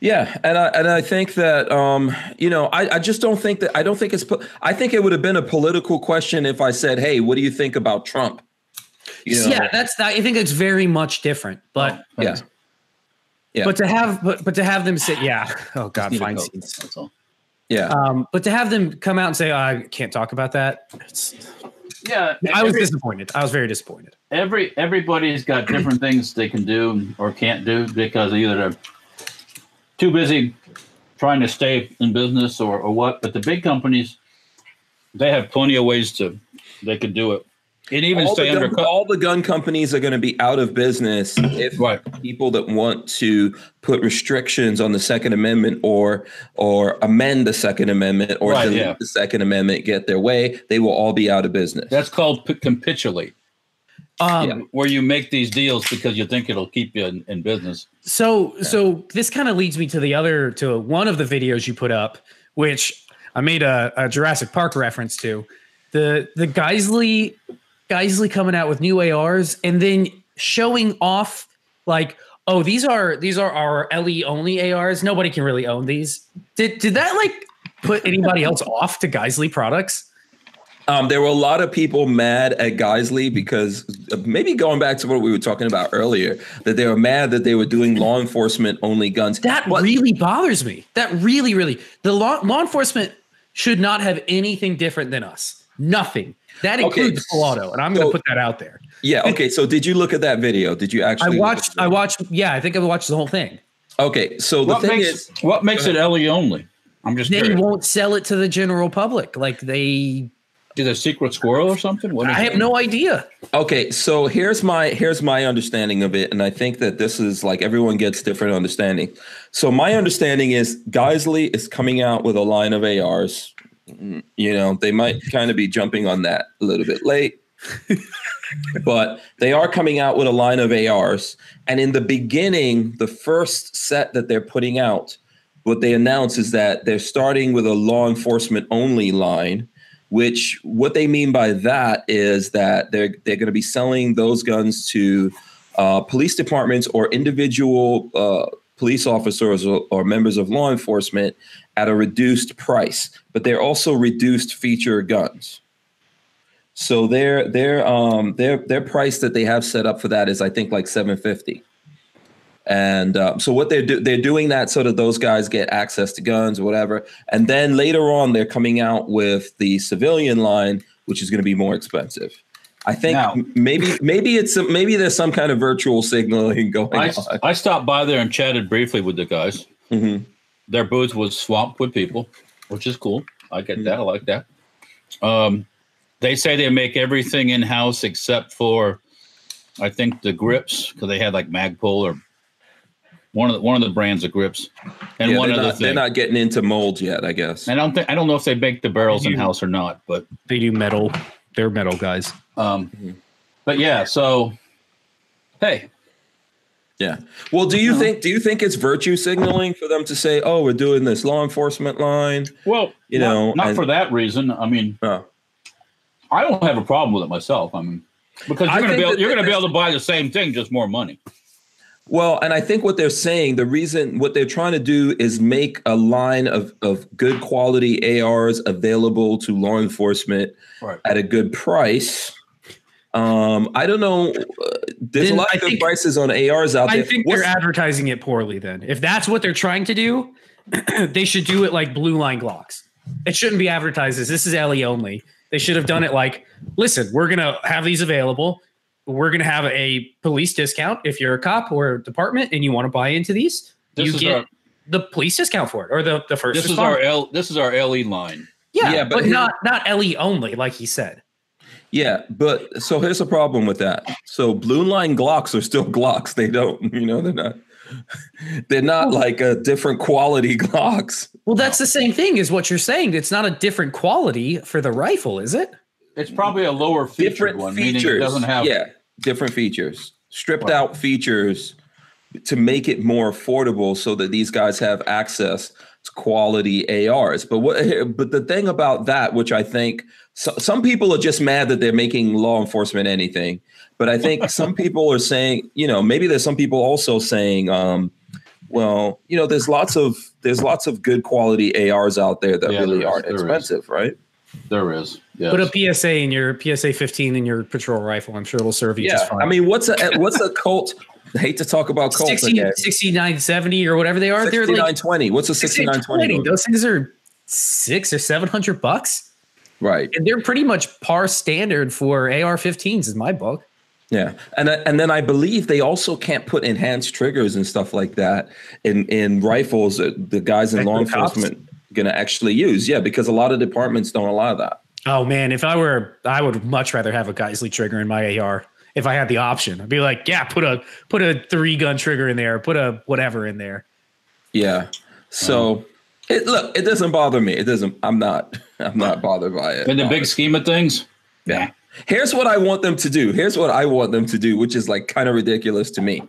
[SPEAKER 1] Yeah, and I and I think that um, you know I, I just don't think that I don't think it's po- I think it would have been a political question if I said, hey, what do you think about Trump? You know,
[SPEAKER 2] Yeah, Oh, that's I think it's very much different, but.
[SPEAKER 1] yeah, yeah.
[SPEAKER 2] But to have, but but to have them sit, yeah. Oh God,
[SPEAKER 3] Need a coat,
[SPEAKER 2] Feinstein.
[SPEAKER 3] That's all.
[SPEAKER 1] yeah.
[SPEAKER 3] Uh,
[SPEAKER 2] Um, but to have them come out and say, oh, I can't talk about that, it's,
[SPEAKER 3] Yeah,
[SPEAKER 2] I was
[SPEAKER 3] every-
[SPEAKER 2] disappointed. I was very disappointed.
[SPEAKER 3] every everybody's got different things they can do or can't do because either they're too busy trying to stay in business or, or what but the big companies they have plenty of ways to they can do it and even
[SPEAKER 1] all, the
[SPEAKER 3] stay
[SPEAKER 1] gun,
[SPEAKER 3] under co-
[SPEAKER 1] all the gun companies are going to be out of business if
[SPEAKER 3] right
[SPEAKER 1] people that want to put restrictions on the Second Amendment or or amend the Second Amendment or
[SPEAKER 3] Right,
[SPEAKER 1] delete
[SPEAKER 3] yeah.
[SPEAKER 1] the Second Amendment get their way, they will all be out of business.
[SPEAKER 3] that's called p- capitulate
[SPEAKER 2] Um,
[SPEAKER 1] Yeah.
[SPEAKER 3] where you make these deals because you think it'll keep you in, in business
[SPEAKER 2] So so this kind of leads me to the other to one of the videos you put up, which I made a, a Jurassic Park reference to. The the Geisley Geisley coming out with new ARs and then showing off like, oh, these are these are our LE only ARs. Nobody can really own these. Did did that like put anybody else off to Geisley products?
[SPEAKER 1] Um, there were a lot of people mad at Geisley because uh, maybe going back to what we were talking about earlier, that they were mad that they were doing law enforcement only guns.
[SPEAKER 2] That
[SPEAKER 1] But-
[SPEAKER 2] really bothers me. That really, really the law law enforcement should not have anything different than us. Nothing. That
[SPEAKER 1] Okay,
[SPEAKER 2] includes full auto, and I'm
[SPEAKER 1] so-
[SPEAKER 2] gonna put that out there.
[SPEAKER 1] yeah. Okay. So did you look at that video? Did you actually?
[SPEAKER 2] I
[SPEAKER 1] look
[SPEAKER 2] watched
[SPEAKER 1] at
[SPEAKER 2] I
[SPEAKER 1] the
[SPEAKER 2] watched yeah, I think I watched the whole thing.
[SPEAKER 1] video? Okay. So the
[SPEAKER 3] what
[SPEAKER 1] thing
[SPEAKER 3] makes
[SPEAKER 1] is,
[SPEAKER 3] what makes it le only i'm just
[SPEAKER 2] They
[SPEAKER 3] curious.
[SPEAKER 2] won't sell it to the general public. Like they
[SPEAKER 3] is it a secret squirrel or something what is
[SPEAKER 2] I
[SPEAKER 3] it?
[SPEAKER 2] have no idea.
[SPEAKER 1] Okay, so here's my here's my understanding of it, and I think that this is like everyone gets different understanding. So my understanding is Geisley is coming out with a line of ARs. Mm, You know, they might kind of be jumping on that a little bit late, but they are coming out with a line of ARs. And in the beginning, the first set that they're putting out, what they announce is that they're starting with a law enforcement only line which what they mean by that is that they're they're going to be selling those guns to uh, police departments or individual uh, police officers or, or members of law enforcement at a reduced price, but they're also reduced feature guns. So their their um their their price that they have set up for that is I think like seven fifty. And uh, so what they're do- they're doing that so that those guys get access to guns or whatever, and then later on they're coming out with the civilian line, which is going to be more expensive. I think
[SPEAKER 3] Now-
[SPEAKER 1] m- maybe maybe it's maybe there's some kind of virtual signaling going
[SPEAKER 3] I,
[SPEAKER 1] on.
[SPEAKER 3] I stopped by there and chatted briefly with the guys
[SPEAKER 1] Mhm.
[SPEAKER 3] their booth was swamped with people, which is cool. I get
[SPEAKER 1] Hmm.
[SPEAKER 3] that. I like that. Um, they say they make everything in house except for, I think the grips because they had like Magpul or one of the, one of the brands of grips, and
[SPEAKER 1] Yeah,
[SPEAKER 3] one
[SPEAKER 1] they're
[SPEAKER 3] other
[SPEAKER 1] not, They're
[SPEAKER 3] thing.
[SPEAKER 1] not getting into mold yet, I guess.
[SPEAKER 3] I don't think I don't know if they make the barrels in house or not, but
[SPEAKER 2] They do metal. They're metal guys.
[SPEAKER 3] um,
[SPEAKER 1] Hmm.
[SPEAKER 3] but yeah. So hey,
[SPEAKER 1] Yeah. Well, do
[SPEAKER 2] Uh-huh.
[SPEAKER 1] you think do you think it's virtue signaling for them to say, "Oh, we're doing this law enforcement line"? Uh,
[SPEAKER 3] well,
[SPEAKER 1] You
[SPEAKER 3] not-
[SPEAKER 1] know,
[SPEAKER 3] not
[SPEAKER 1] and-
[SPEAKER 3] for that reason. I mean,
[SPEAKER 1] No.
[SPEAKER 3] I don't have a problem with it myself. I mean, because
[SPEAKER 1] I
[SPEAKER 3] you're gonna
[SPEAKER 1] think
[SPEAKER 3] be able,
[SPEAKER 1] that-
[SPEAKER 3] you're gonna be able to buy the same thing, just more money.
[SPEAKER 1] Well, and I think what they're saying, the reason what they're trying to do is make a line of of good quality ARs available to law enforcement
[SPEAKER 3] Right.
[SPEAKER 1] at a good price. Um, I don't know. uh, There's
[SPEAKER 2] Then
[SPEAKER 1] a lot
[SPEAKER 2] I
[SPEAKER 1] of good
[SPEAKER 2] think-
[SPEAKER 1] prices on ARs out there.
[SPEAKER 2] I think
[SPEAKER 1] What's-
[SPEAKER 2] they're advertising it poorly then. If that's what they're trying to do, they should do it like blue line Glocks. It shouldn't be advertised as this is LE only. They should have done it like, listen, we're gonna have these available. We're gonna have a police discount if you're a cop or a department and you want to buy into these.
[SPEAKER 3] This
[SPEAKER 2] you
[SPEAKER 3] is
[SPEAKER 2] get
[SPEAKER 3] our-
[SPEAKER 2] the police discount for it or the, the first
[SPEAKER 3] This is
[SPEAKER 2] responder.
[SPEAKER 3] our L. This is our LE line.
[SPEAKER 2] yeah,
[SPEAKER 1] Yeah, but
[SPEAKER 2] but,
[SPEAKER 1] here-
[SPEAKER 2] not not LE only, like he said.
[SPEAKER 1] Yeah, but so here's a problem with that. So blue line Glocks are still Glocks. They don't, you know, they're not. They're not like a different quality Glocks.
[SPEAKER 2] Well, that's the same thing is what you're saying. It's not a different quality for the rifle, is it?
[SPEAKER 3] It's probably a lower featured
[SPEAKER 1] Different
[SPEAKER 3] one, meaning it
[SPEAKER 1] features.
[SPEAKER 3] doesn't have.
[SPEAKER 1] yeah, different features. Stripped
[SPEAKER 3] Right.
[SPEAKER 1] out features to make it more affordable so that these guys have access to quality ARs. But what but the thing about that which I think so, some people are just mad that they're making law enforcement anything. But I think some people are saying, you know, maybe there's some people also saying um well, you know, there's lots of there's lots of good quality ARs out there that
[SPEAKER 3] Yeah,
[SPEAKER 1] really
[SPEAKER 3] there is,
[SPEAKER 1] aren't
[SPEAKER 3] there is.
[SPEAKER 1] expensive, right?
[SPEAKER 3] There is. Yes.
[SPEAKER 2] Put a PSA in your PSA 15 in your patrol rifle. I'm sure it'll serve you
[SPEAKER 1] Yeah,
[SPEAKER 2] just
[SPEAKER 1] I
[SPEAKER 2] fine.
[SPEAKER 1] mean, what's a eh, what's a cult? I hate to talk about cults.
[SPEAKER 2] 60,
[SPEAKER 1] again.
[SPEAKER 2] 6970 or whatever they are. They're like
[SPEAKER 1] 6920. What's a 6920?
[SPEAKER 2] 6920. Those things are six or 700 bucks.
[SPEAKER 1] Right.
[SPEAKER 2] And they're pretty much par standard for AR 15s in my book.
[SPEAKER 1] Yeah. And I- and then I believe they also can't put enhanced triggers and stuff like that in in rifles that the guys in
[SPEAKER 2] Like
[SPEAKER 1] law
[SPEAKER 2] the cops?
[SPEAKER 1] enforcement going to actually use. Yeah, because a lot of departments don't allow that.
[SPEAKER 2] Oh man, if I were, I would much rather have a Geisley trigger in my AR if I had the option. I'd be like, yeah, put a put a three gun trigger in there, put a whatever in there.
[SPEAKER 1] Yeah. So it look, it doesn't bother me. It doesn't I'm not I'm not bothered by it.
[SPEAKER 3] in the big scheme of things,
[SPEAKER 1] Yeah. Here's what I want them to do. Here's what I want them to do, which is like kind of ridiculous to me.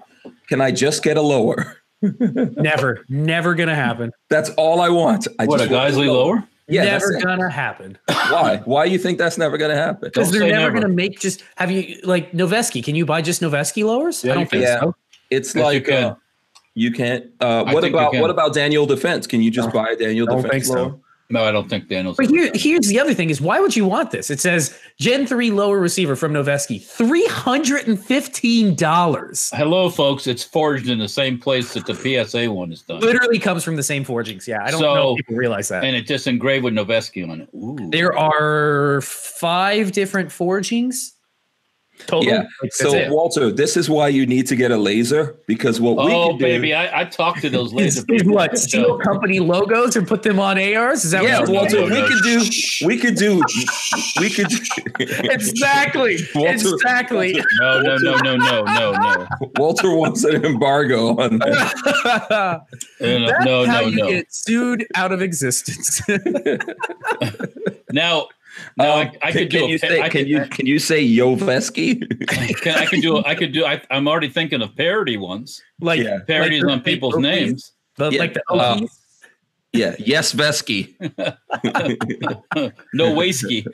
[SPEAKER 1] Can I just get a lower?
[SPEAKER 2] Never, never gonna happen.
[SPEAKER 1] That's all I want. I
[SPEAKER 3] what a
[SPEAKER 1] just want
[SPEAKER 3] Geisley lower?
[SPEAKER 1] Yeah, that's
[SPEAKER 2] never
[SPEAKER 1] it.
[SPEAKER 2] gonna happen
[SPEAKER 1] Why? Why you think that's never going to happen?
[SPEAKER 2] because
[SPEAKER 3] Don't
[SPEAKER 2] they're
[SPEAKER 3] say
[SPEAKER 2] never,
[SPEAKER 3] never.
[SPEAKER 2] gonna make. Just have you like Noveski? Can you buy just Noveski lowers?
[SPEAKER 3] Yeah,
[SPEAKER 2] I
[SPEAKER 3] you
[SPEAKER 2] don't think
[SPEAKER 1] can.
[SPEAKER 2] so.
[SPEAKER 1] It's
[SPEAKER 3] Yes, you
[SPEAKER 1] like
[SPEAKER 3] can.
[SPEAKER 1] uh, you can't. Uh,
[SPEAKER 3] I
[SPEAKER 1] what
[SPEAKER 3] think you
[SPEAKER 1] about
[SPEAKER 3] can.
[SPEAKER 1] what about Daniel Defense? Can you just buy a Daniel
[SPEAKER 2] Don't
[SPEAKER 1] Defense?
[SPEAKER 2] think so.
[SPEAKER 1] lower?
[SPEAKER 3] No, I don't think Daniel's.
[SPEAKER 2] But here, here's the other thing: is why would you want this? It says Gen three lower receiver from Noveski, three hundred and fifteen dollars.
[SPEAKER 3] Hello, folks. It's forged in the same place that the PSA one is done,
[SPEAKER 2] Literally comes from the same forgings. Yeah, I don't know
[SPEAKER 3] So-
[SPEAKER 2] if people realize that.
[SPEAKER 3] and it just engraved with Noveski on it. Ooh.
[SPEAKER 2] There are five different forgings total.
[SPEAKER 1] Yeah.
[SPEAKER 2] Like,
[SPEAKER 1] So
[SPEAKER 2] that's it.
[SPEAKER 1] Walter, this is why you need to get a laser because what we
[SPEAKER 3] Oh,
[SPEAKER 1] can do.
[SPEAKER 3] baby, I, I talked to those
[SPEAKER 2] Is,
[SPEAKER 3] laser
[SPEAKER 2] is
[SPEAKER 3] people.
[SPEAKER 2] what steel company logos and put them on ARs? Is that
[SPEAKER 1] yeah,
[SPEAKER 2] what
[SPEAKER 3] No,
[SPEAKER 2] you're
[SPEAKER 1] Walter,
[SPEAKER 2] saying?
[SPEAKER 3] no, no.
[SPEAKER 1] we could do. We could do. we could.
[SPEAKER 2] Exactly.
[SPEAKER 1] Walter-
[SPEAKER 2] exactly.
[SPEAKER 3] No, no, no, no, no, no, no,
[SPEAKER 1] Walter wants an embargo on that.
[SPEAKER 2] That's
[SPEAKER 3] no, no, uh, no,
[SPEAKER 2] how
[SPEAKER 3] no,
[SPEAKER 2] you
[SPEAKER 3] no.
[SPEAKER 2] get sued out of existence.
[SPEAKER 3] Now, now
[SPEAKER 1] Um,
[SPEAKER 3] I, I could
[SPEAKER 1] can
[SPEAKER 3] do.
[SPEAKER 1] you
[SPEAKER 3] A, pa-
[SPEAKER 1] say,
[SPEAKER 3] I
[SPEAKER 1] can
[SPEAKER 3] could,
[SPEAKER 1] you can you say Yoveski?
[SPEAKER 3] Can, I could do. I could do. I, I'm already thinking of parody ones.
[SPEAKER 2] like
[SPEAKER 1] Yeah.
[SPEAKER 3] Parodies
[SPEAKER 2] like the-
[SPEAKER 3] on people's
[SPEAKER 2] like the-
[SPEAKER 3] names.
[SPEAKER 2] the-
[SPEAKER 1] Yeah.
[SPEAKER 2] Like the
[SPEAKER 1] Uh,
[SPEAKER 2] OPs.
[SPEAKER 1] yeah, yes Vesky.
[SPEAKER 3] No whiskey.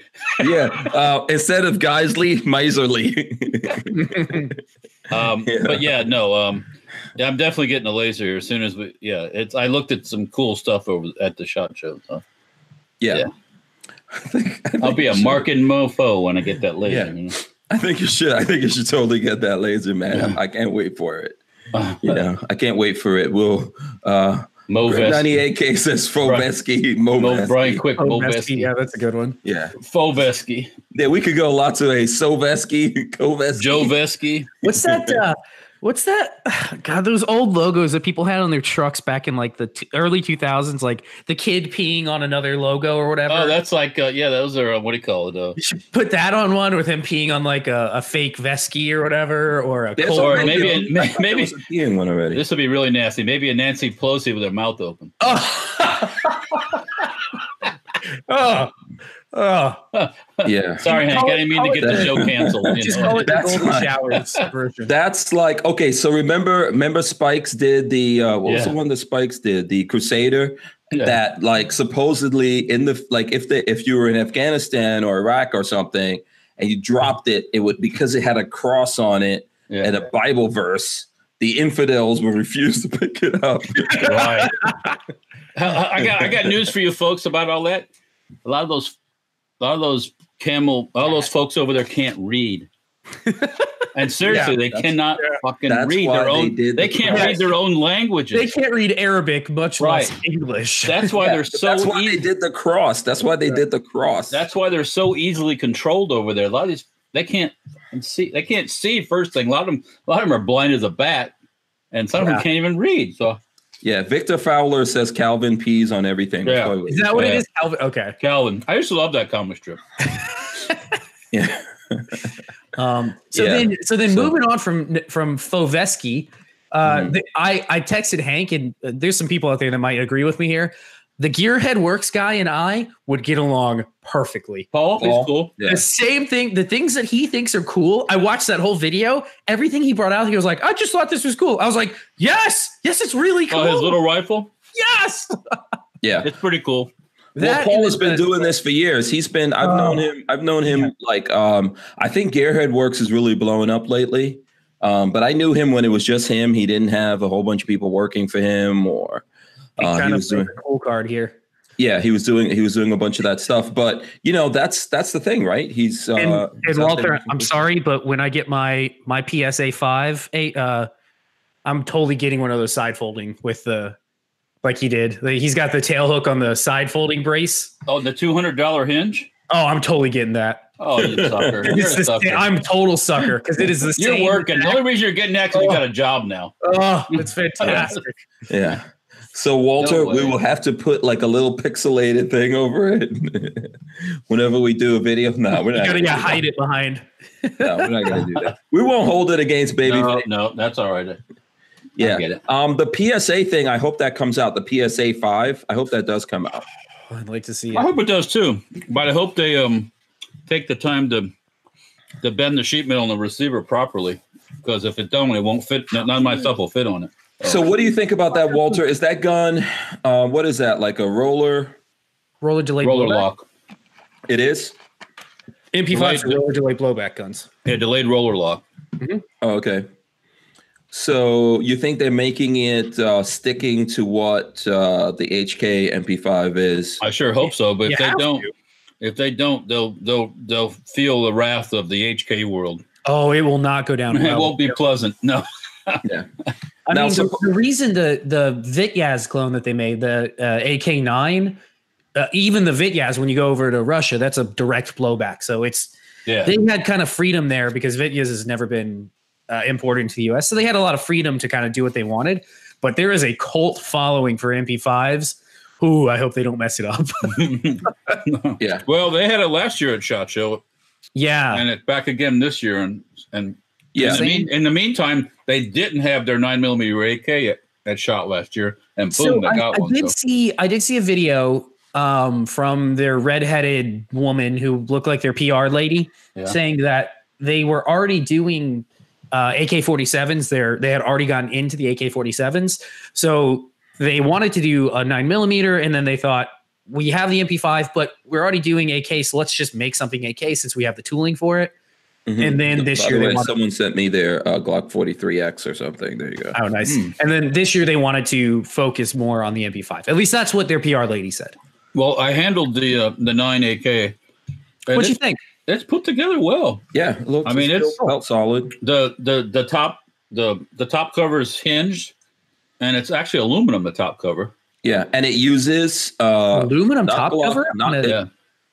[SPEAKER 1] Yeah, uh, instead of Geisley, Miserly.
[SPEAKER 3] Um,
[SPEAKER 1] Yeah.
[SPEAKER 3] But yeah, no. Um, yeah, I'm definitely getting a laser here as soon as we. Yeah, it's. I looked at some cool stuff over at the shot show. So
[SPEAKER 1] yeah.
[SPEAKER 3] Yeah.
[SPEAKER 1] I think, I
[SPEAKER 3] I'll
[SPEAKER 1] think
[SPEAKER 3] be
[SPEAKER 1] you
[SPEAKER 3] a
[SPEAKER 1] should-
[SPEAKER 3] marking mofo when I get that laser.
[SPEAKER 1] Yeah.
[SPEAKER 3] you know?
[SPEAKER 1] I think you should. I think you should totally get that laser, man.
[SPEAKER 3] Yeah. Uh,
[SPEAKER 1] I can't wait for it. Yeah, I can't wait for it. We'll uh
[SPEAKER 3] Mo Vesky.
[SPEAKER 1] 98 K says
[SPEAKER 3] Brian-
[SPEAKER 1] Fobesky, Mo
[SPEAKER 3] Mo Brian
[SPEAKER 1] Vesky.
[SPEAKER 3] Quick.
[SPEAKER 2] Oh,
[SPEAKER 3] Mo
[SPEAKER 2] Mesky,
[SPEAKER 3] Vesky.
[SPEAKER 2] Yeah, that's a good one.
[SPEAKER 1] Yeah.
[SPEAKER 3] Fo Vesky.
[SPEAKER 1] Yeah, we could go lots of ways. Soveski, Koveski.
[SPEAKER 3] Joe Vesky.
[SPEAKER 2] What's that? Uh, what's that? God, those old logos that people had on their trucks back in like the t- early 2000s, like the kid peeing on another logo or whatever.
[SPEAKER 3] Oh, that's like uh, yeah. Those are uh, what do you call it? Uh,
[SPEAKER 2] you should put that on one with him peeing on like a, a fake Vesky or whatever, or a
[SPEAKER 1] There's
[SPEAKER 2] Colt.
[SPEAKER 3] or
[SPEAKER 1] already
[SPEAKER 3] maybe
[SPEAKER 1] a-
[SPEAKER 3] it- may-
[SPEAKER 1] I thought there
[SPEAKER 3] maybe-
[SPEAKER 1] was a peeing one already.
[SPEAKER 3] this would be really nasty. Maybe a Nancy Pelosi with her mouth open.
[SPEAKER 2] Oh. oh, oh,
[SPEAKER 1] yeah.
[SPEAKER 3] Sorry, Hank.
[SPEAKER 2] Call
[SPEAKER 3] I
[SPEAKER 2] it-
[SPEAKER 3] didn't mean to
[SPEAKER 2] call
[SPEAKER 3] get
[SPEAKER 2] it
[SPEAKER 3] the
[SPEAKER 1] that.
[SPEAKER 3] show canceled. You
[SPEAKER 2] just
[SPEAKER 3] know?
[SPEAKER 2] call it the
[SPEAKER 1] That's
[SPEAKER 2] golden
[SPEAKER 1] fine.
[SPEAKER 2] showers version.
[SPEAKER 1] That's like okay. So remember, remember, Spikes did the uh, what was the
[SPEAKER 3] Yeah.
[SPEAKER 1] one that Spikes did? The Crusader.
[SPEAKER 3] Yeah.
[SPEAKER 1] That like supposedly in the like if the if you were in Afghanistan or Iraq or something and you dropped it, it would because it had a cross on it
[SPEAKER 3] Yeah.
[SPEAKER 1] and a Bible verse. The infidels would refuse to pick it up.
[SPEAKER 3] Right. I I got I got news for you folks about all that. A lot of those, a lot of those camel, all those folks over there can't read. And seriously,
[SPEAKER 2] Yeah,
[SPEAKER 3] they
[SPEAKER 1] that's-
[SPEAKER 3] cannot fucking
[SPEAKER 1] that's
[SPEAKER 3] read
[SPEAKER 1] why
[SPEAKER 3] their
[SPEAKER 1] they
[SPEAKER 3] own. They,
[SPEAKER 1] did the
[SPEAKER 3] can't
[SPEAKER 1] cross.
[SPEAKER 3] read their own languages.
[SPEAKER 2] They can't read Arabic, much
[SPEAKER 3] Right.
[SPEAKER 2] less English.
[SPEAKER 3] That's why
[SPEAKER 1] Yeah,
[SPEAKER 3] they're
[SPEAKER 1] but that's
[SPEAKER 3] so.
[SPEAKER 1] why
[SPEAKER 3] easy.
[SPEAKER 1] they did the cross. That's why they did the cross.
[SPEAKER 3] That's why they're so easily controlled over there. A lot of these they can't fucking see. They can't see first thing. A lot of them, a lot of them are blind as a bat, and some of
[SPEAKER 2] Yeah.
[SPEAKER 3] them can't even read. So
[SPEAKER 1] yeah. Victor Fowler says Calvin pees on everything.
[SPEAKER 3] Yeah.
[SPEAKER 1] Totally.
[SPEAKER 2] is that what it
[SPEAKER 3] Yeah.
[SPEAKER 2] is? Calvin? Okay.
[SPEAKER 3] Calvin, I used to love that comic strip.
[SPEAKER 1] yeah.
[SPEAKER 2] Um, so
[SPEAKER 1] Yeah.
[SPEAKER 2] then, so then,
[SPEAKER 1] So-
[SPEAKER 2] moving on from from Foveski, uh,
[SPEAKER 1] Mhm.
[SPEAKER 2] the- I I texted Hank, and uh, there's some people out there that might agree with me here. The Gearhead Works guy and I would get along perfectly.
[SPEAKER 3] Paul,
[SPEAKER 1] Paul.
[SPEAKER 3] is cool.
[SPEAKER 1] Yeah.
[SPEAKER 2] The same thing, the things that he thinks are cool. I watched that whole video. Everything he brought out, he was like, "I just thought this was cool." I was like, "Yes, yes, it's really cool."
[SPEAKER 3] Oh, his little rifle.
[SPEAKER 2] yes,
[SPEAKER 1] Yeah.
[SPEAKER 3] It's pretty cool.
[SPEAKER 1] Well,
[SPEAKER 2] That
[SPEAKER 1] Paul
[SPEAKER 2] and
[SPEAKER 1] has been
[SPEAKER 2] the-
[SPEAKER 1] doing this for years. He's been. I've
[SPEAKER 2] Oh.
[SPEAKER 1] known him. I've known him. Like, um, I think Gearhead Works is really blowing up lately. Um, but I knew him when it was just him. He didn't have a whole bunch of people working for him, or uh, he
[SPEAKER 2] kind of
[SPEAKER 1] was doing.
[SPEAKER 2] an old card here.
[SPEAKER 1] Yeah, he was doing. He was doing a bunch of that stuff. But you know, that's that's the thing, right? He's uh,
[SPEAKER 2] and,
[SPEAKER 1] he's
[SPEAKER 2] and
[SPEAKER 1] out
[SPEAKER 2] Walter,
[SPEAKER 1] there-
[SPEAKER 2] I'm sorry, but when I get my my PSA five eight, uh, I'm totally getting one of those side folding with the like he did. Like, He's got the tail hook on the side folding brace.
[SPEAKER 3] Oh, the two hundred dollar hinge.
[SPEAKER 2] Oh, I'm totally getting that.
[SPEAKER 3] Oh, you sucker! You're
[SPEAKER 2] It's
[SPEAKER 3] a
[SPEAKER 2] the same-
[SPEAKER 3] sucker.
[SPEAKER 2] I'm total sucker because it is the
[SPEAKER 3] You're
[SPEAKER 2] same.
[SPEAKER 3] working. The only reason you're getting that because you got a job now.
[SPEAKER 2] Oh, it's fantastic.
[SPEAKER 1] Yeah. So Walter, we
[SPEAKER 3] way.
[SPEAKER 1] will have to put like a little pixelated thing over it whenever we do a video. No, we're
[SPEAKER 2] you
[SPEAKER 1] not.
[SPEAKER 2] gotta
[SPEAKER 1] gonna
[SPEAKER 2] yeah,
[SPEAKER 1] do
[SPEAKER 2] hide it behind.
[SPEAKER 1] that. No, we're not gonna do that. We won't hold it against baby.
[SPEAKER 3] No, no, that's all right.
[SPEAKER 1] yeah.
[SPEAKER 3] I get it.
[SPEAKER 1] Um, the PSA thing. I hope that comes out. The PSA five. I hope that does come out.
[SPEAKER 2] Oh, I'd like to see
[SPEAKER 3] I
[SPEAKER 2] it.
[SPEAKER 3] hope it does too. But I hope they um take the time to to bend the sheet metal on the receiver properly. Because if it don't, it won't fit. None of my stuff will fit on it.
[SPEAKER 1] So, what do you think about that, Walter? Is that gun? Uh, what is that? Like a roller?
[SPEAKER 2] Roller delay
[SPEAKER 3] Roller
[SPEAKER 2] blowback.
[SPEAKER 3] lock.
[SPEAKER 1] It is.
[SPEAKER 2] MP5
[SPEAKER 3] Delayed-
[SPEAKER 2] roller delay blowback guns.
[SPEAKER 3] Yeah, delayed roller lock.
[SPEAKER 1] Oh, okay. So you think they're making it uh, sticking to what uh, the HK MP5 is?
[SPEAKER 3] I sure hope so. But
[SPEAKER 2] You
[SPEAKER 3] if they
[SPEAKER 2] have
[SPEAKER 3] don't,
[SPEAKER 2] to.
[SPEAKER 3] if they don't, they'll they'll they'll feel the wrath of the HK world.
[SPEAKER 2] Oh, it will not go down.
[SPEAKER 3] It
[SPEAKER 2] well.
[SPEAKER 3] won't be pleasant. No.
[SPEAKER 2] I
[SPEAKER 1] Now,
[SPEAKER 2] mean,
[SPEAKER 1] so-
[SPEAKER 2] the, the reason the the Vityaz clone that they made, the uh, AK nine, uh, even the Vityaz, when you go over to Russia, that's a direct blowback. So it's
[SPEAKER 3] Yeah.
[SPEAKER 2] they had kind of freedom there because Vityaz has never been uh, imported into the U.S., so they had a lot of freedom to kind of do what they wanted. But there is a cult following for MP5s. Ooh, I hope they don't mess it up.
[SPEAKER 1] Yeah.
[SPEAKER 3] well, they had it last year at Shot Show,
[SPEAKER 2] yeah,
[SPEAKER 3] and it's back again this year. And and
[SPEAKER 1] Yeah.
[SPEAKER 3] in the, mean, in the meantime, they didn't have their nine millimeter AK at, at Shot last year, and boom, they
[SPEAKER 2] I,
[SPEAKER 3] got
[SPEAKER 2] I
[SPEAKER 3] one.
[SPEAKER 2] did
[SPEAKER 3] so.
[SPEAKER 2] see I did see a video um, from their redheaded woman who looked like their PR lady
[SPEAKER 3] Yeah.
[SPEAKER 2] saying that they were already doing uh, AK-47s. There, they had already gotten into the AK-47s, so they wanted to do a nine millimeter, and then they thought we have the MP5, but we're already doing AK, so let's just make something AK since we have the tooling for it.
[SPEAKER 3] Hmm.
[SPEAKER 1] Mhm.
[SPEAKER 2] And then this
[SPEAKER 1] By
[SPEAKER 2] year
[SPEAKER 1] the
[SPEAKER 2] they
[SPEAKER 1] way,
[SPEAKER 2] want
[SPEAKER 1] someone sent me their uh, Glock 43X or something. There you go.
[SPEAKER 2] Oh, nice.
[SPEAKER 3] Hmm.
[SPEAKER 2] And then this year they wanted to focus more on the MP5. At least that's what their PR lady said.
[SPEAKER 3] Well, I handled the uh, the nine AK. and
[SPEAKER 2] What you
[SPEAKER 3] it's,
[SPEAKER 2] think?
[SPEAKER 3] it's put together well.
[SPEAKER 1] Yeah, it looks.
[SPEAKER 3] I mean, it's-
[SPEAKER 1] felt solid.
[SPEAKER 3] the the the top the the top cover is hinged, and it's actually aluminum. The top cover.
[SPEAKER 1] Yeah, and it uses. Uh,
[SPEAKER 2] aluminum
[SPEAKER 1] not
[SPEAKER 2] top
[SPEAKER 1] Glock,
[SPEAKER 2] cover
[SPEAKER 1] not
[SPEAKER 2] on a-
[SPEAKER 1] Yeah.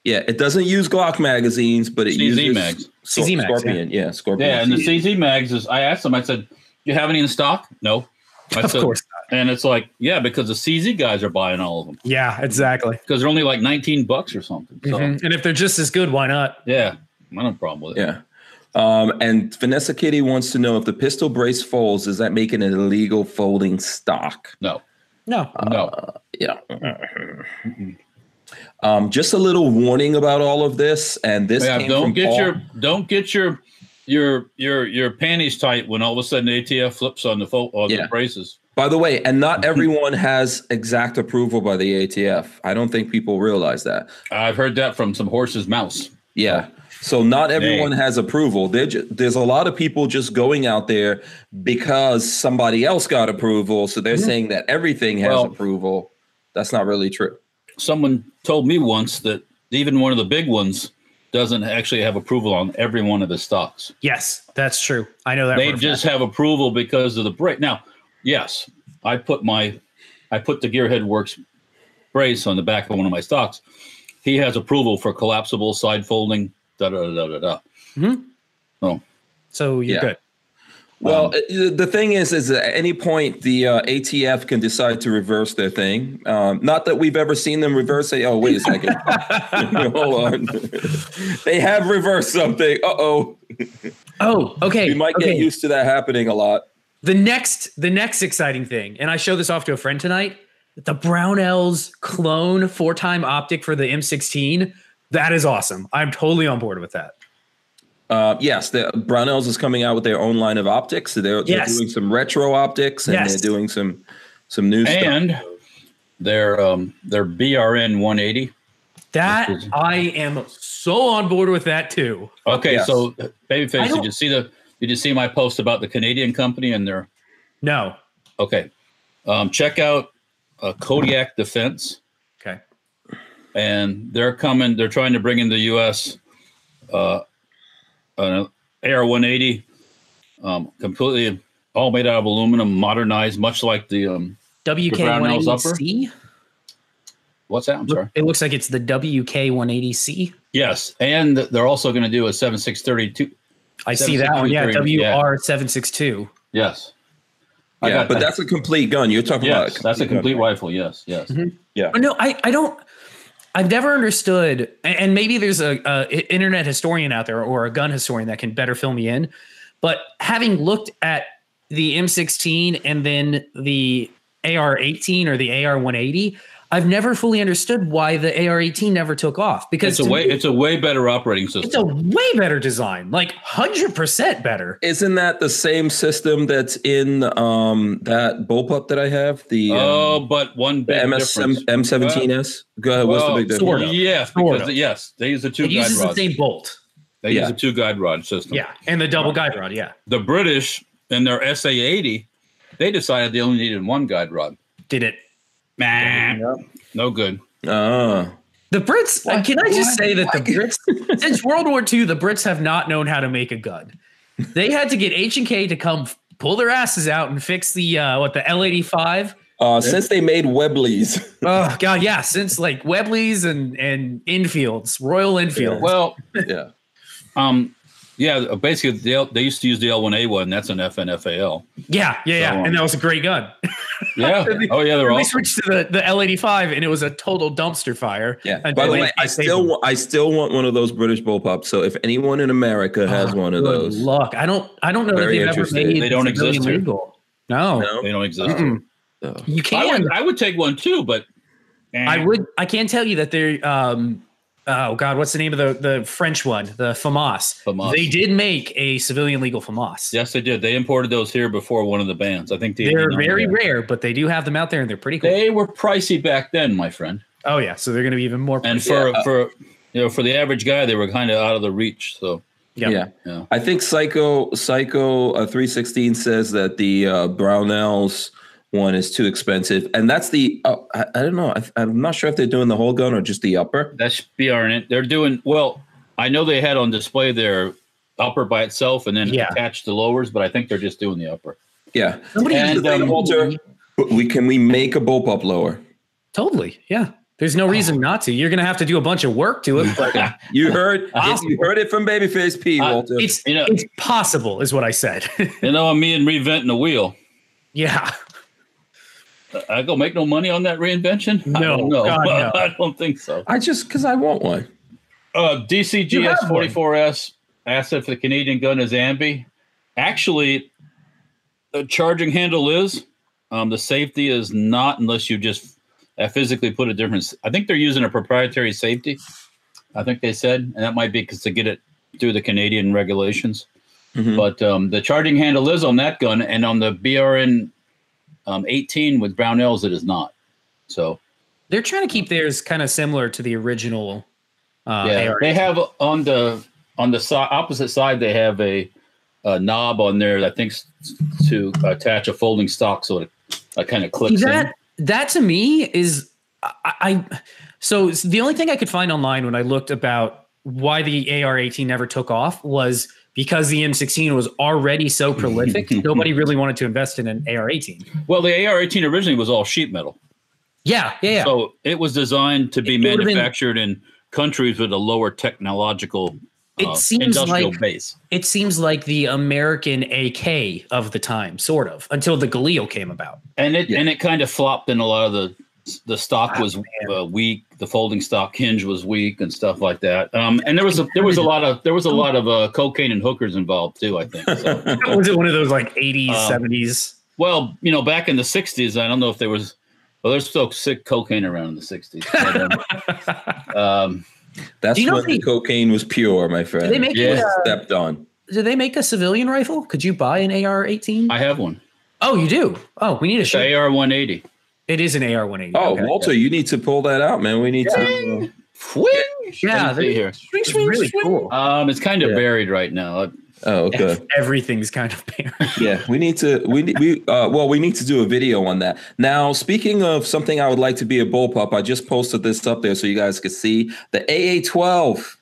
[SPEAKER 1] yeah, it doesn't use Glock magazines, but it
[SPEAKER 3] CZ
[SPEAKER 1] uses
[SPEAKER 3] mags.
[SPEAKER 1] Scor-
[SPEAKER 2] CZ mags, yeah.
[SPEAKER 1] Scorpion. Yeah, Scorpion.
[SPEAKER 3] Yeah, and the
[SPEAKER 1] CZ.
[SPEAKER 3] CZ mags is. I asked them. I said, "Do you have any in stock?" No. I
[SPEAKER 2] of
[SPEAKER 3] said-
[SPEAKER 2] course
[SPEAKER 3] And it's like, yeah, because the CZ guys are buying all of them
[SPEAKER 2] not. yeah exactly
[SPEAKER 3] because they're only like 19 bucks or something. So
[SPEAKER 2] Mhm. and if they're just as good why not
[SPEAKER 3] yeah, I don't have a problem with it.
[SPEAKER 1] Yeah. Um, and Vanessa Kitty wants to know if the pistol brace folds, does that make it an illegal folding stock?
[SPEAKER 3] No,
[SPEAKER 2] no
[SPEAKER 3] no.
[SPEAKER 2] Uh,
[SPEAKER 1] Yeah. Um, just a little warning about all of this, and this
[SPEAKER 3] Yeah,
[SPEAKER 1] came
[SPEAKER 3] don't
[SPEAKER 1] from
[SPEAKER 3] get
[SPEAKER 1] Paul.
[SPEAKER 3] your don't get your your your your panties tight when all of a sudden ATF flips on the fo- on
[SPEAKER 1] Yeah.
[SPEAKER 3] the braces.
[SPEAKER 1] By the way, and not everyone has exact approval by the ATF. I don't think people realize that.
[SPEAKER 3] I've heard that from some horse's mouse.
[SPEAKER 1] Yeah. So not everyone
[SPEAKER 3] Oh. Dang.
[SPEAKER 1] has approval. They're ju- there's a lot of people just going out there because somebody else got approval. So they're saying that everything has
[SPEAKER 3] Mm-hmm. Well-
[SPEAKER 1] approval. That's not really true.
[SPEAKER 3] someone told me once that even one of the big ones doesn't actually have approval on every one of the stocks.
[SPEAKER 2] yes that's true i know that
[SPEAKER 3] They
[SPEAKER 2] for a
[SPEAKER 3] just have approval because of the break. Now, yes, I put my I put the Gearhead Works brace on the back of one of my stocks. He has approval for collapsible side folding. Da da da da da.
[SPEAKER 2] fact. Mhm.
[SPEAKER 3] Oh.
[SPEAKER 2] so you're
[SPEAKER 1] Yeah.
[SPEAKER 2] good
[SPEAKER 1] Well, uh, the thing is, is at any point the uh, ATF can decide to reverse their thing. Um, not that we've ever seen them reverse. Say, oh, wait a second, hold on. they have reversed something. Uh oh,
[SPEAKER 2] Oh, okay.
[SPEAKER 1] we might get
[SPEAKER 2] okay.
[SPEAKER 1] used to that happening a lot.
[SPEAKER 2] The next, the next exciting thing, and I show this off to a friend tonight. The Brownells clone four-time optic for the M16. That is awesome. I'm totally on board with that.
[SPEAKER 1] Uh, yes, the Brownells is coming out with their own line of optics. So they're, they're
[SPEAKER 2] Yes.
[SPEAKER 1] doing some retro optics and
[SPEAKER 2] Yes.
[SPEAKER 1] they're doing some some new stuff.
[SPEAKER 3] and their um their BRN 180.
[SPEAKER 2] That
[SPEAKER 3] This is-
[SPEAKER 2] I am so on board with that too.
[SPEAKER 3] Okay,
[SPEAKER 1] Oh, Yes.
[SPEAKER 3] so
[SPEAKER 2] I
[SPEAKER 3] babyface,
[SPEAKER 2] don't-
[SPEAKER 3] did you see the did you see my post about the Canadian company and their
[SPEAKER 2] No.
[SPEAKER 3] okay? Um, check out uh, Kodiak Defense,
[SPEAKER 2] Okay.
[SPEAKER 3] and they're coming. They're trying to bring in the U.S. Uh, an AR 180, um, completely all made out of aluminum, modernized, much like the um, Brownells upper?
[SPEAKER 2] WK180C.
[SPEAKER 3] what's that? I'm sorry.
[SPEAKER 2] It looks like it's the WK180C.
[SPEAKER 3] Yes, and they're also going to do a 7632.
[SPEAKER 2] I see that one. Yeah,
[SPEAKER 3] 763, yeah.
[SPEAKER 2] WR762.
[SPEAKER 3] Yes, I
[SPEAKER 1] Yeah,
[SPEAKER 3] got
[SPEAKER 1] but
[SPEAKER 3] that.
[SPEAKER 1] that's a complete gun. You're talking
[SPEAKER 3] yes,
[SPEAKER 1] about
[SPEAKER 3] that's a complete
[SPEAKER 1] gun.
[SPEAKER 3] rifle. Yes, yes.
[SPEAKER 2] Oh, No, I, I don't. I've never understood, and- and maybe there's a, a i- internet historian out there or a gun historian that can better fill me in. But having looked at the M16 and then the AR18 or the AR180, I've never fully understood why the AR18 never took off because
[SPEAKER 3] It's a
[SPEAKER 2] to
[SPEAKER 3] way.
[SPEAKER 2] me,
[SPEAKER 3] It's a way better operating
[SPEAKER 2] it's
[SPEAKER 3] system.
[SPEAKER 2] a way better design, like hundred percent better.
[SPEAKER 1] Isn't that the same system that's in um, that bullpup that I have? The, um,
[SPEAKER 3] Oh, but one
[SPEAKER 1] the
[SPEAKER 3] big
[SPEAKER 1] MS
[SPEAKER 3] difference.
[SPEAKER 1] M17S? Go ahead. What's the
[SPEAKER 3] Well,
[SPEAKER 1] big difference?
[SPEAKER 2] sort of.
[SPEAKER 3] Yes,
[SPEAKER 2] Sort
[SPEAKER 3] because
[SPEAKER 2] of.
[SPEAKER 3] yes, they use a two
[SPEAKER 2] It
[SPEAKER 3] guide
[SPEAKER 2] uses the
[SPEAKER 3] rod.
[SPEAKER 2] same bolt,
[SPEAKER 3] they
[SPEAKER 1] Yeah.
[SPEAKER 3] use a two guide rod system.
[SPEAKER 2] yeah, and the double guide rod, yeah.
[SPEAKER 3] The British and their SA eighty, they decided they only needed one guide rod.
[SPEAKER 2] Did it
[SPEAKER 3] Nah, no good.
[SPEAKER 1] Ah.
[SPEAKER 2] The Brits, uh, can I just
[SPEAKER 1] Why?
[SPEAKER 2] say that the
[SPEAKER 1] Why?
[SPEAKER 2] Brits, since World War II, the Brits have not known how to make a gun. They had to get H and K to come f- pull their asses out and fix the uh, what the L eighty five.
[SPEAKER 1] Uh, since they made Webleys,
[SPEAKER 2] Oh God, yeah, since like Webleys and and Infields, Royal Infields.
[SPEAKER 3] Well,
[SPEAKER 1] yeah,
[SPEAKER 3] um, yeah, basically the L, they used to use the L one A one. That's an FNFAL.
[SPEAKER 2] yeah, yeah, yeah,
[SPEAKER 3] So, um,
[SPEAKER 2] and that was a great gun.
[SPEAKER 3] Yeah. oh yeah, they're
[SPEAKER 2] Then
[SPEAKER 3] all.
[SPEAKER 2] They switched to the the L eighty five, and it was a total dumpster fire.
[SPEAKER 1] yeah.
[SPEAKER 2] And
[SPEAKER 1] By the
[SPEAKER 2] they-
[SPEAKER 1] way, I
[SPEAKER 2] they-
[SPEAKER 1] still wa- I still want one of those British bullpups. So if anyone in America has
[SPEAKER 2] Oh,
[SPEAKER 1] one of
[SPEAKER 2] good
[SPEAKER 1] those,
[SPEAKER 2] Luck, I don't, I don't know that
[SPEAKER 1] Very
[SPEAKER 2] they've ever
[SPEAKER 1] interesting.
[SPEAKER 2] made.
[SPEAKER 3] They don't
[SPEAKER 2] civilian
[SPEAKER 3] exist here.
[SPEAKER 2] legal. No,
[SPEAKER 1] no?
[SPEAKER 3] They don't exist.
[SPEAKER 2] Mm-mm.
[SPEAKER 1] So,
[SPEAKER 2] you
[SPEAKER 3] I
[SPEAKER 2] can.
[SPEAKER 3] would. I would take one too, but eh,
[SPEAKER 2] I would. I can tell you that they're. Um, oh God, what's the name of the the French one? The FAMAS.
[SPEAKER 3] FAMAS.
[SPEAKER 2] They did make a civilian legal FAMAS.
[SPEAKER 3] Yes, they did. They imported those here before one of the bands. I think they
[SPEAKER 2] They're very rare, but they do have them out there, and they're pretty cool.
[SPEAKER 3] They were pricey back then, my friend.
[SPEAKER 2] oh yeah, so they're going to be even more.
[SPEAKER 3] And
[SPEAKER 2] pricey.
[SPEAKER 3] for
[SPEAKER 1] Yeah.
[SPEAKER 3] for you know for the average guy, they were kind of out of the reach. So
[SPEAKER 2] yeah.
[SPEAKER 1] Yeah.
[SPEAKER 3] yeah,
[SPEAKER 1] I think Psycho Psycho uh, 316 says that the uh, Brownells one is too expensive, and that's the uh, I, I don't know. I, I'm not sure if they're doing the whole gun or just the upper.
[SPEAKER 3] that's BRN. They're doing well. I know they had on display their upper by itself and then
[SPEAKER 2] Yeah.
[SPEAKER 3] attached the lowers, but I think they're just doing the upper.
[SPEAKER 1] Yeah,
[SPEAKER 2] Somebody
[SPEAKER 3] And,
[SPEAKER 1] Here's the thing,
[SPEAKER 3] um,
[SPEAKER 1] Walter. But we can we make a bullpup lower?
[SPEAKER 2] totally. Yeah. There's no reason not to. You're going to have to do a bunch of work to it, but
[SPEAKER 1] You heard you
[SPEAKER 2] Awesome.
[SPEAKER 1] heard it from Babyface P.
[SPEAKER 3] Uh,
[SPEAKER 1] Walter.
[SPEAKER 2] it's
[SPEAKER 3] You know-
[SPEAKER 2] it's possible, is what I said.
[SPEAKER 3] You know, me and reinventing the wheel.
[SPEAKER 2] yeah.
[SPEAKER 3] I go make no money on that reinvention. I
[SPEAKER 2] No,
[SPEAKER 3] don't know.
[SPEAKER 2] God, no.
[SPEAKER 3] I don't think so.
[SPEAKER 1] I just because I want one.
[SPEAKER 3] Uh,
[SPEAKER 2] You
[SPEAKER 3] DCGS
[SPEAKER 2] have one.
[SPEAKER 3] 44S asset for the Canadian gun is Ambi. Actually, the charging handle is. Um, the safety is not unless you just uh, physically put a difference. I think they're using a proprietary safety. I think they said, and that might be because to get it through the Canadian regulations.
[SPEAKER 2] Mm-hmm.
[SPEAKER 1] Mhm.
[SPEAKER 3] But um, the charging handle is on that gun, and on the BRN um, 18 with Brownells, it is not. So
[SPEAKER 2] They're trying to keep theirs kind of similar to the original. Uh,
[SPEAKER 3] yeah,
[SPEAKER 2] AR.
[SPEAKER 3] they have on the on the si- opposite side they have a, a knob on there that I think s- to attach a folding stock so it, it kind of
[SPEAKER 2] See,
[SPEAKER 3] clicks. in.
[SPEAKER 2] that that to me is I, I so it's the only thing I could find online when I looked about why the AR-18 never took off was because the M16 was already so prolific, nobody really wanted to invest in an AR-18.
[SPEAKER 3] Well, the AR-18 originally was all sheet metal,
[SPEAKER 2] Yeah, yeah, yeah.
[SPEAKER 3] so it was designed to be
[SPEAKER 2] It would've been-
[SPEAKER 3] manufactured in countries with a lower technological
[SPEAKER 2] It
[SPEAKER 3] uh,
[SPEAKER 2] seems
[SPEAKER 3] industrial
[SPEAKER 2] like-
[SPEAKER 3] base.
[SPEAKER 2] It seems like the American AK of the time, sort of, until the Galil came about.
[SPEAKER 3] and it
[SPEAKER 1] Yeah. Ah,
[SPEAKER 3] and it kind of flopped and a lot of the the stock was uh, weak the folding stock hinge was weak and stuff like that um and there was a there was a lot of there was a lot of uh, cocaine and hookers involved too i think so.
[SPEAKER 2] Was it one of those like 80s,
[SPEAKER 3] Um,
[SPEAKER 2] 70s?
[SPEAKER 3] well you know back in the 60s i don't know if there was well there's still sick cocaine around in the 60s but, um, um,
[SPEAKER 1] That's
[SPEAKER 2] Do you know
[SPEAKER 1] when
[SPEAKER 2] they-
[SPEAKER 1] the cocaine was pure, my friend.
[SPEAKER 2] Do they make
[SPEAKER 3] yeah.
[SPEAKER 2] it, uh,
[SPEAKER 1] stepped on.
[SPEAKER 2] do they make a civilian rifle? Could you buy an AR-18?
[SPEAKER 3] i have one
[SPEAKER 2] oh, you do. Oh, we need a
[SPEAKER 3] it's
[SPEAKER 2] shoot.
[SPEAKER 3] ar-180
[SPEAKER 2] It is an AR-180.
[SPEAKER 1] Oh,
[SPEAKER 2] okay.
[SPEAKER 1] Walter, you need to pull that out, man. We need to.
[SPEAKER 2] yeah,
[SPEAKER 3] Let me see
[SPEAKER 2] they-
[SPEAKER 3] here
[SPEAKER 1] Swing,
[SPEAKER 2] it's really cool.
[SPEAKER 3] um it's kind of
[SPEAKER 1] Yeah.
[SPEAKER 3] buried right now Um,
[SPEAKER 1] Oh, okay.
[SPEAKER 2] Everything's kind of bare.
[SPEAKER 1] Yeah, we need to. We need, we uh, well, we need to do a video on that. Now, speaking of something, I would like to be a bullpup. I just posted this up there so you guys could see the AA12.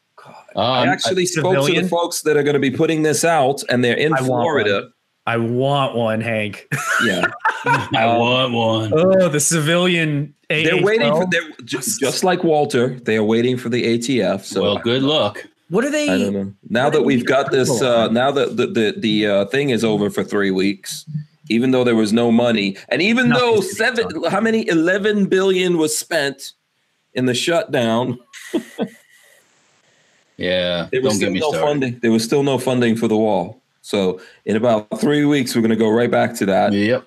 [SPEAKER 1] I
[SPEAKER 3] um,
[SPEAKER 1] actually spoke to
[SPEAKER 2] civilian?
[SPEAKER 1] the folks that are going to be putting this out, and they're in
[SPEAKER 2] I want
[SPEAKER 1] Florida.
[SPEAKER 2] I want one, Hank.
[SPEAKER 1] Yeah,
[SPEAKER 3] I
[SPEAKER 1] um,
[SPEAKER 3] want one
[SPEAKER 2] Oh, the civilian. AA
[SPEAKER 1] they're waiting for. They're just, just like Walter. They are waiting for the ATF. So
[SPEAKER 3] well good luck
[SPEAKER 2] What are
[SPEAKER 1] I don't
[SPEAKER 2] they?
[SPEAKER 1] know. Now
[SPEAKER 2] What
[SPEAKER 1] that
[SPEAKER 2] did we
[SPEAKER 1] we've got this,
[SPEAKER 2] cancel?
[SPEAKER 1] uh, now that the the, the uh, thing is over for three weeks, even though there was no money, and even
[SPEAKER 2] Nothing's
[SPEAKER 1] though
[SPEAKER 2] getting
[SPEAKER 1] seven, how many eleven billion was spent in the shutdown,
[SPEAKER 3] yeah
[SPEAKER 1] there was still
[SPEAKER 3] don't
[SPEAKER 1] no
[SPEAKER 3] get me started
[SPEAKER 1] funding. There was still no funding for the wall. So in about three weeks, we're going to go right back to that.
[SPEAKER 3] Yep.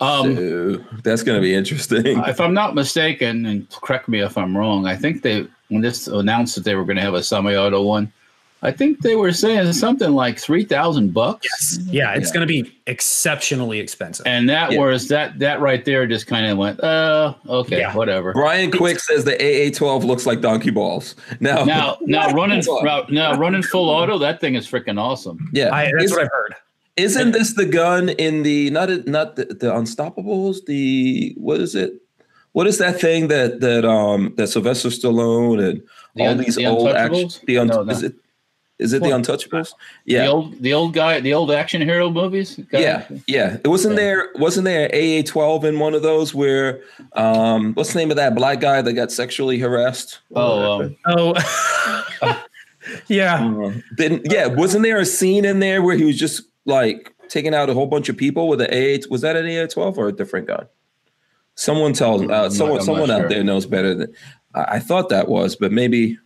[SPEAKER 3] Um,
[SPEAKER 1] So that's going to be interesting.
[SPEAKER 3] if I'm not mistaken, and correct me if I'm wrong, I think they when this announced that they were going to have a semi-auto one, I think they were saying something like three thousand bucks,
[SPEAKER 2] Yes. Yeah, it's
[SPEAKER 1] Yeah.
[SPEAKER 2] going to be exceptionally expensive.
[SPEAKER 3] and that
[SPEAKER 1] Yeah.
[SPEAKER 3] was that that right there just kind of went, uh, okay,
[SPEAKER 2] Yeah.
[SPEAKER 3] whatever.
[SPEAKER 1] Brian Quick says the AA12 looks like donkey balls. Now,
[SPEAKER 3] Now, now running
[SPEAKER 1] Hold on.
[SPEAKER 3] now- now running full auto, that thing is freaking awesome.
[SPEAKER 1] yeah,
[SPEAKER 2] I, that's
[SPEAKER 1] Is-
[SPEAKER 2] what I've heard.
[SPEAKER 1] Isn't this the gun in the not not the, the Unstoppables? The what is it? What is that thing that that um that Sylvester Stallone and
[SPEAKER 3] The
[SPEAKER 1] all
[SPEAKER 3] un-
[SPEAKER 1] these
[SPEAKER 3] the
[SPEAKER 1] old action
[SPEAKER 3] Untouchables?
[SPEAKER 1] the un-
[SPEAKER 3] No, no.
[SPEAKER 1] is it is it the
[SPEAKER 2] What?
[SPEAKER 1] Untouchables? Yeah,
[SPEAKER 3] The old the old guy, the old action hero movies. Guy-
[SPEAKER 1] yeah, yeah. It wasn't
[SPEAKER 3] Yeah.
[SPEAKER 1] there. Wasn't there AA twelve in one of those where um what's the name of that black guy that got sexually harassed?
[SPEAKER 3] Oh, um,
[SPEAKER 2] Oh, yeah.
[SPEAKER 1] Uh, Then yeah, wasn't there a scene in there where he was just like taking out a whole bunch of people with a AA? Was that an AA twelve or a different gun? Someone tells
[SPEAKER 3] I'm
[SPEAKER 1] uh,
[SPEAKER 3] not- Mm, I'm
[SPEAKER 1] someone
[SPEAKER 3] not
[SPEAKER 1] someone
[SPEAKER 3] sure.
[SPEAKER 1] out there knows better than I, I thought that was, but maybe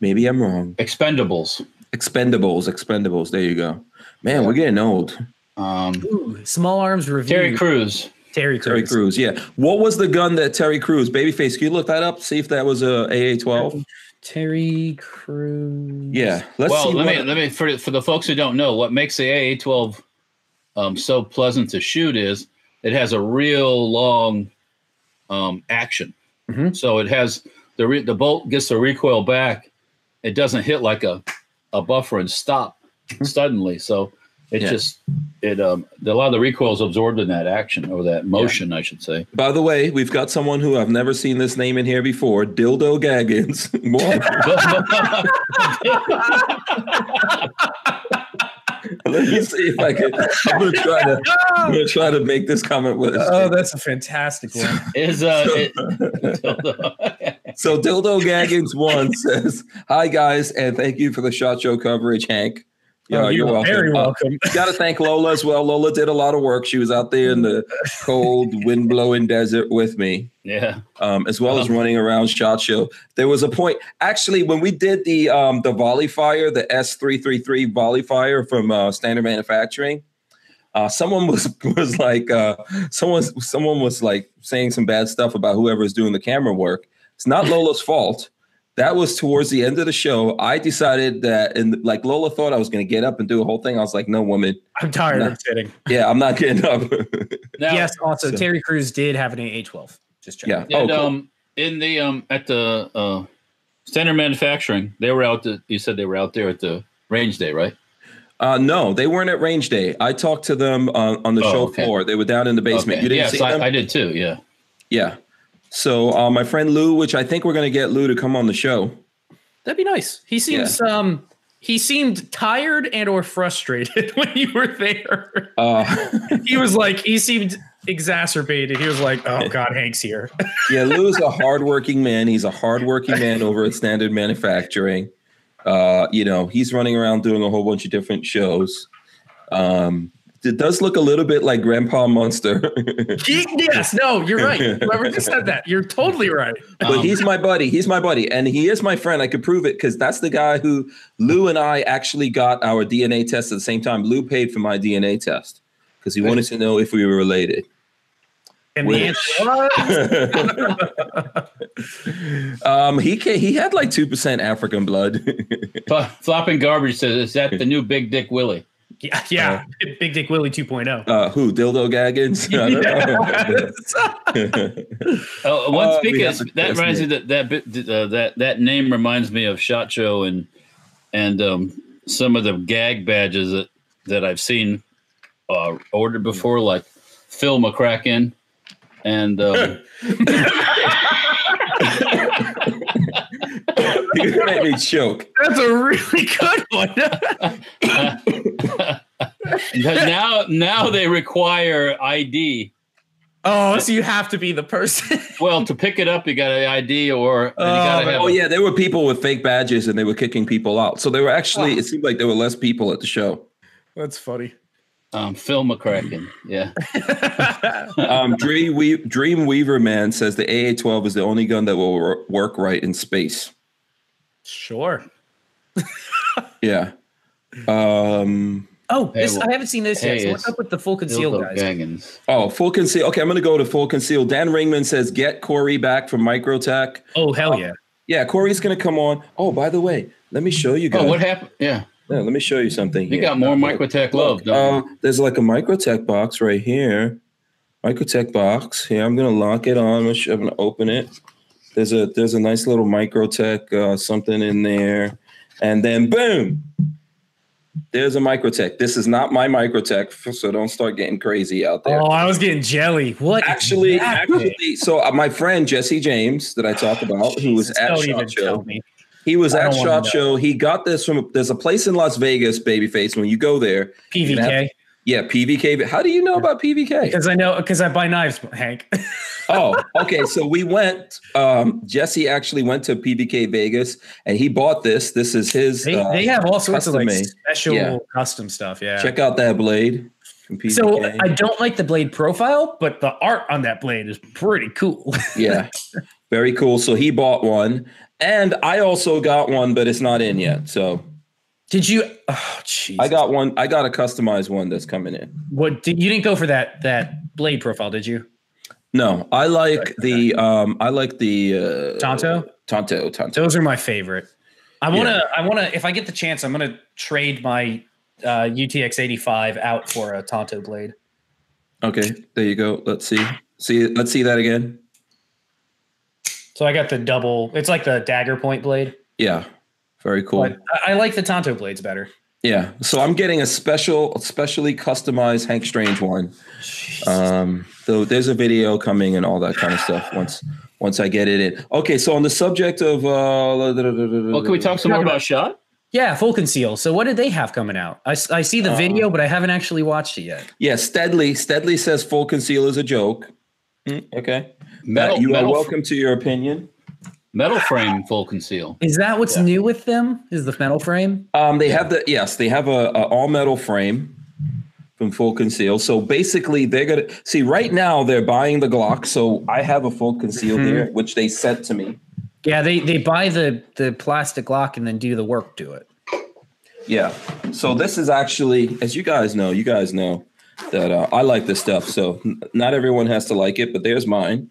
[SPEAKER 1] maybe I'm wrong.
[SPEAKER 3] Expendables.
[SPEAKER 1] Expendables, Expendables. There you go. Man, we're getting old.
[SPEAKER 3] Um,
[SPEAKER 2] Ooh, small arms review.
[SPEAKER 3] Terry Crews.
[SPEAKER 2] Terry
[SPEAKER 1] Hmm. Terry
[SPEAKER 2] Crews.
[SPEAKER 1] Crews. Yeah. What was the gun that Terry Crews? Babyface. Can you look that up? See if that was a AA twelve.
[SPEAKER 2] Terry Crews.
[SPEAKER 1] Yeah. Let's
[SPEAKER 3] well,
[SPEAKER 1] see.
[SPEAKER 3] let me
[SPEAKER 1] what-
[SPEAKER 3] let me for for the folks who don't know what makes the AA12 um, so pleasant to shoot is it has a real long um, action.
[SPEAKER 1] Mm-hmm.
[SPEAKER 2] Mhm.
[SPEAKER 3] So it has the re- the bolt gets the recoil back. It doesn't hit like a a buffer and stop suddenly. So it
[SPEAKER 1] Mm-hmm. Yeah.
[SPEAKER 3] just it um a lot of the recoil is absorbed in that action or that motion, I should say.
[SPEAKER 1] By the way, we've got someone who I've never seen this name in here before. Dildo Gaggins. What? Let me see if I can. I'm gonna try to. I'm
[SPEAKER 2] Oh,
[SPEAKER 1] gonna try to make this comment with.
[SPEAKER 2] that's a fantastic one.
[SPEAKER 3] is uh it,
[SPEAKER 1] so dildo gaggins one says, "Hi guys, and thank you for the shot show coverage, Hank. Yeah,
[SPEAKER 2] Oh,
[SPEAKER 1] you're,
[SPEAKER 2] are
[SPEAKER 1] welcome.
[SPEAKER 2] Very
[SPEAKER 1] Uh,
[SPEAKER 2] welcome.
[SPEAKER 1] got to thank Lola as well. Lola did a lot of work. She was out there in the cold, wind blowing desert with me.
[SPEAKER 3] yeah.
[SPEAKER 1] um, as well as running around shot show. There was a point actually when we did the um, the volley fire, the S three three three volley fire from uh, Standard Manufacturing. Uh, someone was was like uh, someone someone was like saying some bad stuff about whoever's doing the camera work. It's not Lola's fault. That was towards the end of the show. I decided that, and like Lola thought I was going to get up and do a whole thing. I was like, "No, woman,
[SPEAKER 2] I'm tired
[SPEAKER 1] no.
[SPEAKER 2] of sitting.
[SPEAKER 1] yeah, I'm not getting up."
[SPEAKER 3] Now,
[SPEAKER 2] yes. Also,
[SPEAKER 1] so-
[SPEAKER 2] Terry Crews did have an AA-12. Just check.
[SPEAKER 1] yeah. Oh,
[SPEAKER 3] And
[SPEAKER 1] cool.
[SPEAKER 3] um, in the um, at the uh, Standard Manufacturing, they were out. To, you said they were out there at the range day, right?
[SPEAKER 1] Uh, no, they weren't at range day. I talked to them uh, on the
[SPEAKER 3] Oh,
[SPEAKER 1] show
[SPEAKER 3] okay.
[SPEAKER 1] floor. They were down in the basement.
[SPEAKER 3] Okay.
[SPEAKER 1] You didn't
[SPEAKER 3] yes,
[SPEAKER 1] see
[SPEAKER 3] I,
[SPEAKER 1] them?
[SPEAKER 3] I did too. Yeah.
[SPEAKER 1] yeah. So uh, my friend Lou, which I think we're going to get Lou to come on the show.
[SPEAKER 2] That'd be nice. He seems um he seemed tired and or frustrated when you were there.
[SPEAKER 1] Uh,
[SPEAKER 2] He was like he seemed exacerbated. He was like, "Oh God, Hank's here."
[SPEAKER 1] yeah, Lou's a hardworking man. He's a hardworking man over at Standard Manufacturing. Uh, you know, he's running around doing a whole bunch of different shows. Um, it does look a little bit like Grandpa Monster,
[SPEAKER 2] yes, no, you're right. Whoever just said that, you're totally right.
[SPEAKER 1] but
[SPEAKER 3] Um,
[SPEAKER 1] he's my buddy. He's my buddy, and he is my friend. I could prove it because that's the guy who Lou and I actually got our DNA test at the same time. Lou paid for my DNA test because he wanted to know if we were related.
[SPEAKER 2] And the
[SPEAKER 1] Which-
[SPEAKER 2] answer was,
[SPEAKER 1] um, he ca he had like two percent African blood.
[SPEAKER 3] Fl- Flopping garbage says, "Is that the new Big Dick Willie?"
[SPEAKER 2] yeah, yeah, Big Dick Willie oh. 2.0.
[SPEAKER 1] uh, who dildo gaggins? I don't know.
[SPEAKER 3] Oh, one
[SPEAKER 1] Uh,
[SPEAKER 3] speaking
[SPEAKER 1] we
[SPEAKER 3] of-
[SPEAKER 1] have to
[SPEAKER 3] that
[SPEAKER 1] test
[SPEAKER 3] reminds me
[SPEAKER 1] it.
[SPEAKER 3] that that bit, uh, that that name reminds me of Shot Show and and um, some of the gag badges that that I've seen uh, ordered before, like Phil McCracken and um,
[SPEAKER 1] you made me choke.
[SPEAKER 2] That's a really good one.
[SPEAKER 3] now now they require ID.
[SPEAKER 2] oh, so you have to be the person.
[SPEAKER 3] Well, to pick it up, you got an ID or and
[SPEAKER 2] Oh,
[SPEAKER 3] you gotta
[SPEAKER 2] man.
[SPEAKER 3] have.
[SPEAKER 1] Oh yeah, there were people with fake badges and they were kicking people out. So there were actually it seemed like there were less people at the show.
[SPEAKER 2] That's funny.
[SPEAKER 3] Um, Phil McCracken. Yeah.
[SPEAKER 1] Um, Dream, we- Dream Weaver man says the AA12 is the only gun that will wor- work right in space.
[SPEAKER 2] sure.
[SPEAKER 1] Yeah. Um,
[SPEAKER 2] Oh,
[SPEAKER 3] Hey,
[SPEAKER 2] this,
[SPEAKER 3] well,
[SPEAKER 2] I haven't seen this
[SPEAKER 3] hey,
[SPEAKER 2] yet. So what's
[SPEAKER 3] it's-
[SPEAKER 2] up with the full conceal
[SPEAKER 3] Dildo
[SPEAKER 2] guys?
[SPEAKER 3] Gaggins.
[SPEAKER 1] oh, full conceal. Okay, I'm going to go to full conceal. Dan Ringman says get Corey back from Microtech.
[SPEAKER 2] Oh hell yeah!
[SPEAKER 1] Yeah, Corey's going to come on. Oh, by the way, let me show you guys.
[SPEAKER 3] Oh, what happened? Yeah.
[SPEAKER 1] Yeah, let me show you something. here.
[SPEAKER 3] You got more Microtech love. don't you?
[SPEAKER 1] Um, there's like a Microtech box right here. Microtech box. Here, I'm gonna lock it on. I'm gonna sh- I'm gonna open it. There's a there's a nice little Microtech uh, something in there, and then boom, there's a Microtech. This is not my Microtech, f- so don't start getting crazy out there.
[SPEAKER 2] Oh, I was getting jelly. What?
[SPEAKER 1] Actually,
[SPEAKER 2] exactly?
[SPEAKER 1] actually, so uh, my friend Jesse James that I talked about, who was
[SPEAKER 2] Jesus,
[SPEAKER 1] at
[SPEAKER 2] don't
[SPEAKER 1] Shot
[SPEAKER 2] even
[SPEAKER 1] Show,
[SPEAKER 2] tell me.
[SPEAKER 1] he was
[SPEAKER 2] I
[SPEAKER 1] at
[SPEAKER 2] don't wanna
[SPEAKER 1] Shot
[SPEAKER 2] know.
[SPEAKER 1] Show. He got this from there's a place in Las Vegas, Babyface. When you go there,
[SPEAKER 2] PVK
[SPEAKER 1] yeah, PVK. How do you know about PVK?
[SPEAKER 2] because I know because I buy knives, Hank.
[SPEAKER 1] Oh, okay. So we went. Um, Jesse actually went to PVK Vegas and he bought this. This is his.
[SPEAKER 2] They,
[SPEAKER 1] uh,
[SPEAKER 2] they have all sorts of like
[SPEAKER 1] custom made.
[SPEAKER 2] special
[SPEAKER 1] Yeah.
[SPEAKER 2] custom stuff. Yeah.
[SPEAKER 1] Check out that blade. From PVK.
[SPEAKER 2] so I don't like the blade profile, but the art on that blade is pretty cool.
[SPEAKER 1] yeah, very cool. So he bought one, and I also got one, but it's not in yet. So
[SPEAKER 2] did you? Oh, jeez.
[SPEAKER 1] I got one. I got a customized one that's coming in.
[SPEAKER 2] what? Did, you didn't go for that that blade profile, did you?
[SPEAKER 1] No, I like the um I like the uh
[SPEAKER 2] Tonto?
[SPEAKER 1] Tonto, Tonto.
[SPEAKER 2] Those are my favorite. I want to. I want to. If I get the chance, I'm going to trade my uh, UTX 85 out for a Tonto blade.
[SPEAKER 1] Okay, there you go. Let's see. See let's see that again.
[SPEAKER 2] So I got the double. It's like the dagger point blade.
[SPEAKER 1] Yeah. Very cool.
[SPEAKER 2] But I, I like the Tonto blades better.
[SPEAKER 1] Yeah. So I'm getting a special specially customized Hank Strange one. Um though there's a video coming and all that kind of stuff once once I get it in. Okay, so on the subject of uh
[SPEAKER 3] Well, can we talk some more about shot?
[SPEAKER 2] Yeah, full conceal. So what did they have coming out? I, s- I see
[SPEAKER 1] Um,
[SPEAKER 2] the video, but I haven't actually watched it yet.
[SPEAKER 1] Yeah, Steadley Steadley says full conceal is a joke. Mm, okay.
[SPEAKER 3] Metal,
[SPEAKER 1] Uh, you are
[SPEAKER 3] metal,
[SPEAKER 1] welcome to your opinion.
[SPEAKER 3] metal frame full conceal.
[SPEAKER 2] Is that what's new with them? Is the metal frame?
[SPEAKER 1] Um, they have the yes, they have a, a all metal frame from Full Conceal. So basically, they're gonna see right now they're buying the Glock. So I have a Full Conceal here, which they sent to me.
[SPEAKER 2] Yeah, they they buy the the plastic lock and then do the work to it.
[SPEAKER 1] Yeah. So this is actually, as you guys know, you guys know that uh, I like this stuff. So n- not everyone has to like it, but there's mine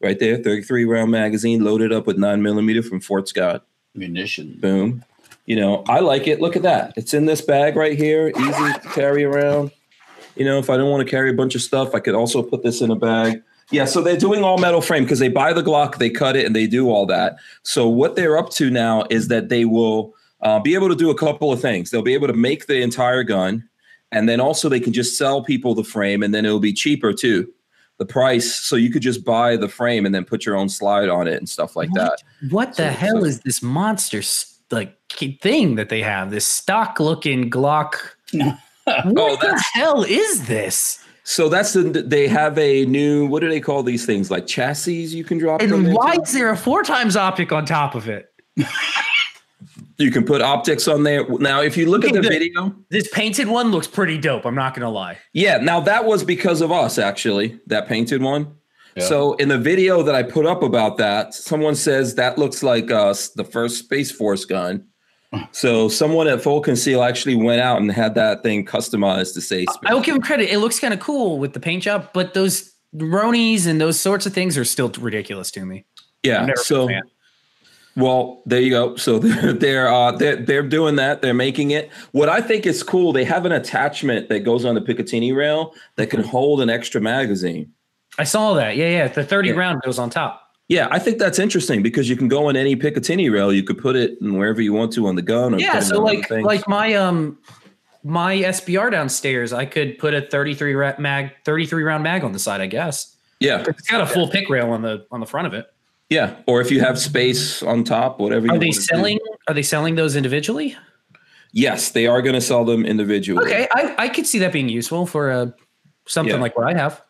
[SPEAKER 1] right there, 33 round magazine loaded up with nine millimeter from Fort Scott.
[SPEAKER 3] Munition.
[SPEAKER 1] Boom. You know, I like it. Look at that. It's in this bag right here, easy to carry around. You know, if I don't want to carry a bunch of stuff, I could also put this in a bag. Yeah, so they're doing all metal frame because they buy the Glock, they cut it, and they do all that. So what they're up to now is that they will uh, be able to do a couple of things. They'll be able to make the entire gun, and then also they can just sell people the frame, and then it'll be cheaper too. The price, so you could just buy the frame and then put your own slide on it and stuff like that.
[SPEAKER 2] What the
[SPEAKER 1] So-
[SPEAKER 2] hell
[SPEAKER 1] so-
[SPEAKER 2] is this monster s- like ki- thing that they have? This stock looking Glock. what the
[SPEAKER 1] Oh, that's-
[SPEAKER 2] hell is this?
[SPEAKER 1] So that's the they have a new what do they call these things like chassis you can drop them
[SPEAKER 2] And
[SPEAKER 1] into?
[SPEAKER 2] why is there a four times optic on top of it?
[SPEAKER 1] You can put optics on there. Now, if you look at the
[SPEAKER 2] Okay, good.
[SPEAKER 1] video,
[SPEAKER 2] This painted one looks pretty dope. I'm not gonna lie.
[SPEAKER 1] yeah, now that was because of us, actually, that painted one.
[SPEAKER 3] Yeah.
[SPEAKER 1] So in the video that I put up about that, someone says that looks like uh, s- the first Space Force gun. So someone at Full Conceal actually went out and had that thing customized to say Space
[SPEAKER 2] I will give him credit. It looks kind of cool with the paint job, but those Ronies and those sorts of things are still ridiculous to me.
[SPEAKER 1] Yeah.
[SPEAKER 2] Never been a
[SPEAKER 1] So,
[SPEAKER 2] fan.
[SPEAKER 1] well, there you go. So they're they're, uh, they're they're doing that. They're making it. What I think is cool, they have an attachment that goes on the Picatinny rail that can hold an extra magazine.
[SPEAKER 2] I saw that. Yeah, yeah. The 30
[SPEAKER 1] Yeah.
[SPEAKER 2] round goes on top.
[SPEAKER 1] Yeah, I think that's interesting because you can go on any Picatinny rail. You could put it in wherever you want to on the gun. Or
[SPEAKER 2] Yeah,
[SPEAKER 1] put it
[SPEAKER 2] so
[SPEAKER 1] on other
[SPEAKER 2] like
[SPEAKER 1] things.
[SPEAKER 2] like my um my SBR downstairs, I could put a 33 ra- mag 33 round mag on the side, I guess.
[SPEAKER 1] yeah,
[SPEAKER 2] It's got a full pick rail on the on the front of it.
[SPEAKER 1] yeah. Or if you have space on top, whatever. you
[SPEAKER 2] Are they
[SPEAKER 1] wanna do.
[SPEAKER 2] selling are they selling those individually?
[SPEAKER 1] Yes, they are going to sell them individually.
[SPEAKER 2] Okay, I, I could see that being useful for uh, something
[SPEAKER 1] Yeah.
[SPEAKER 2] like what I have.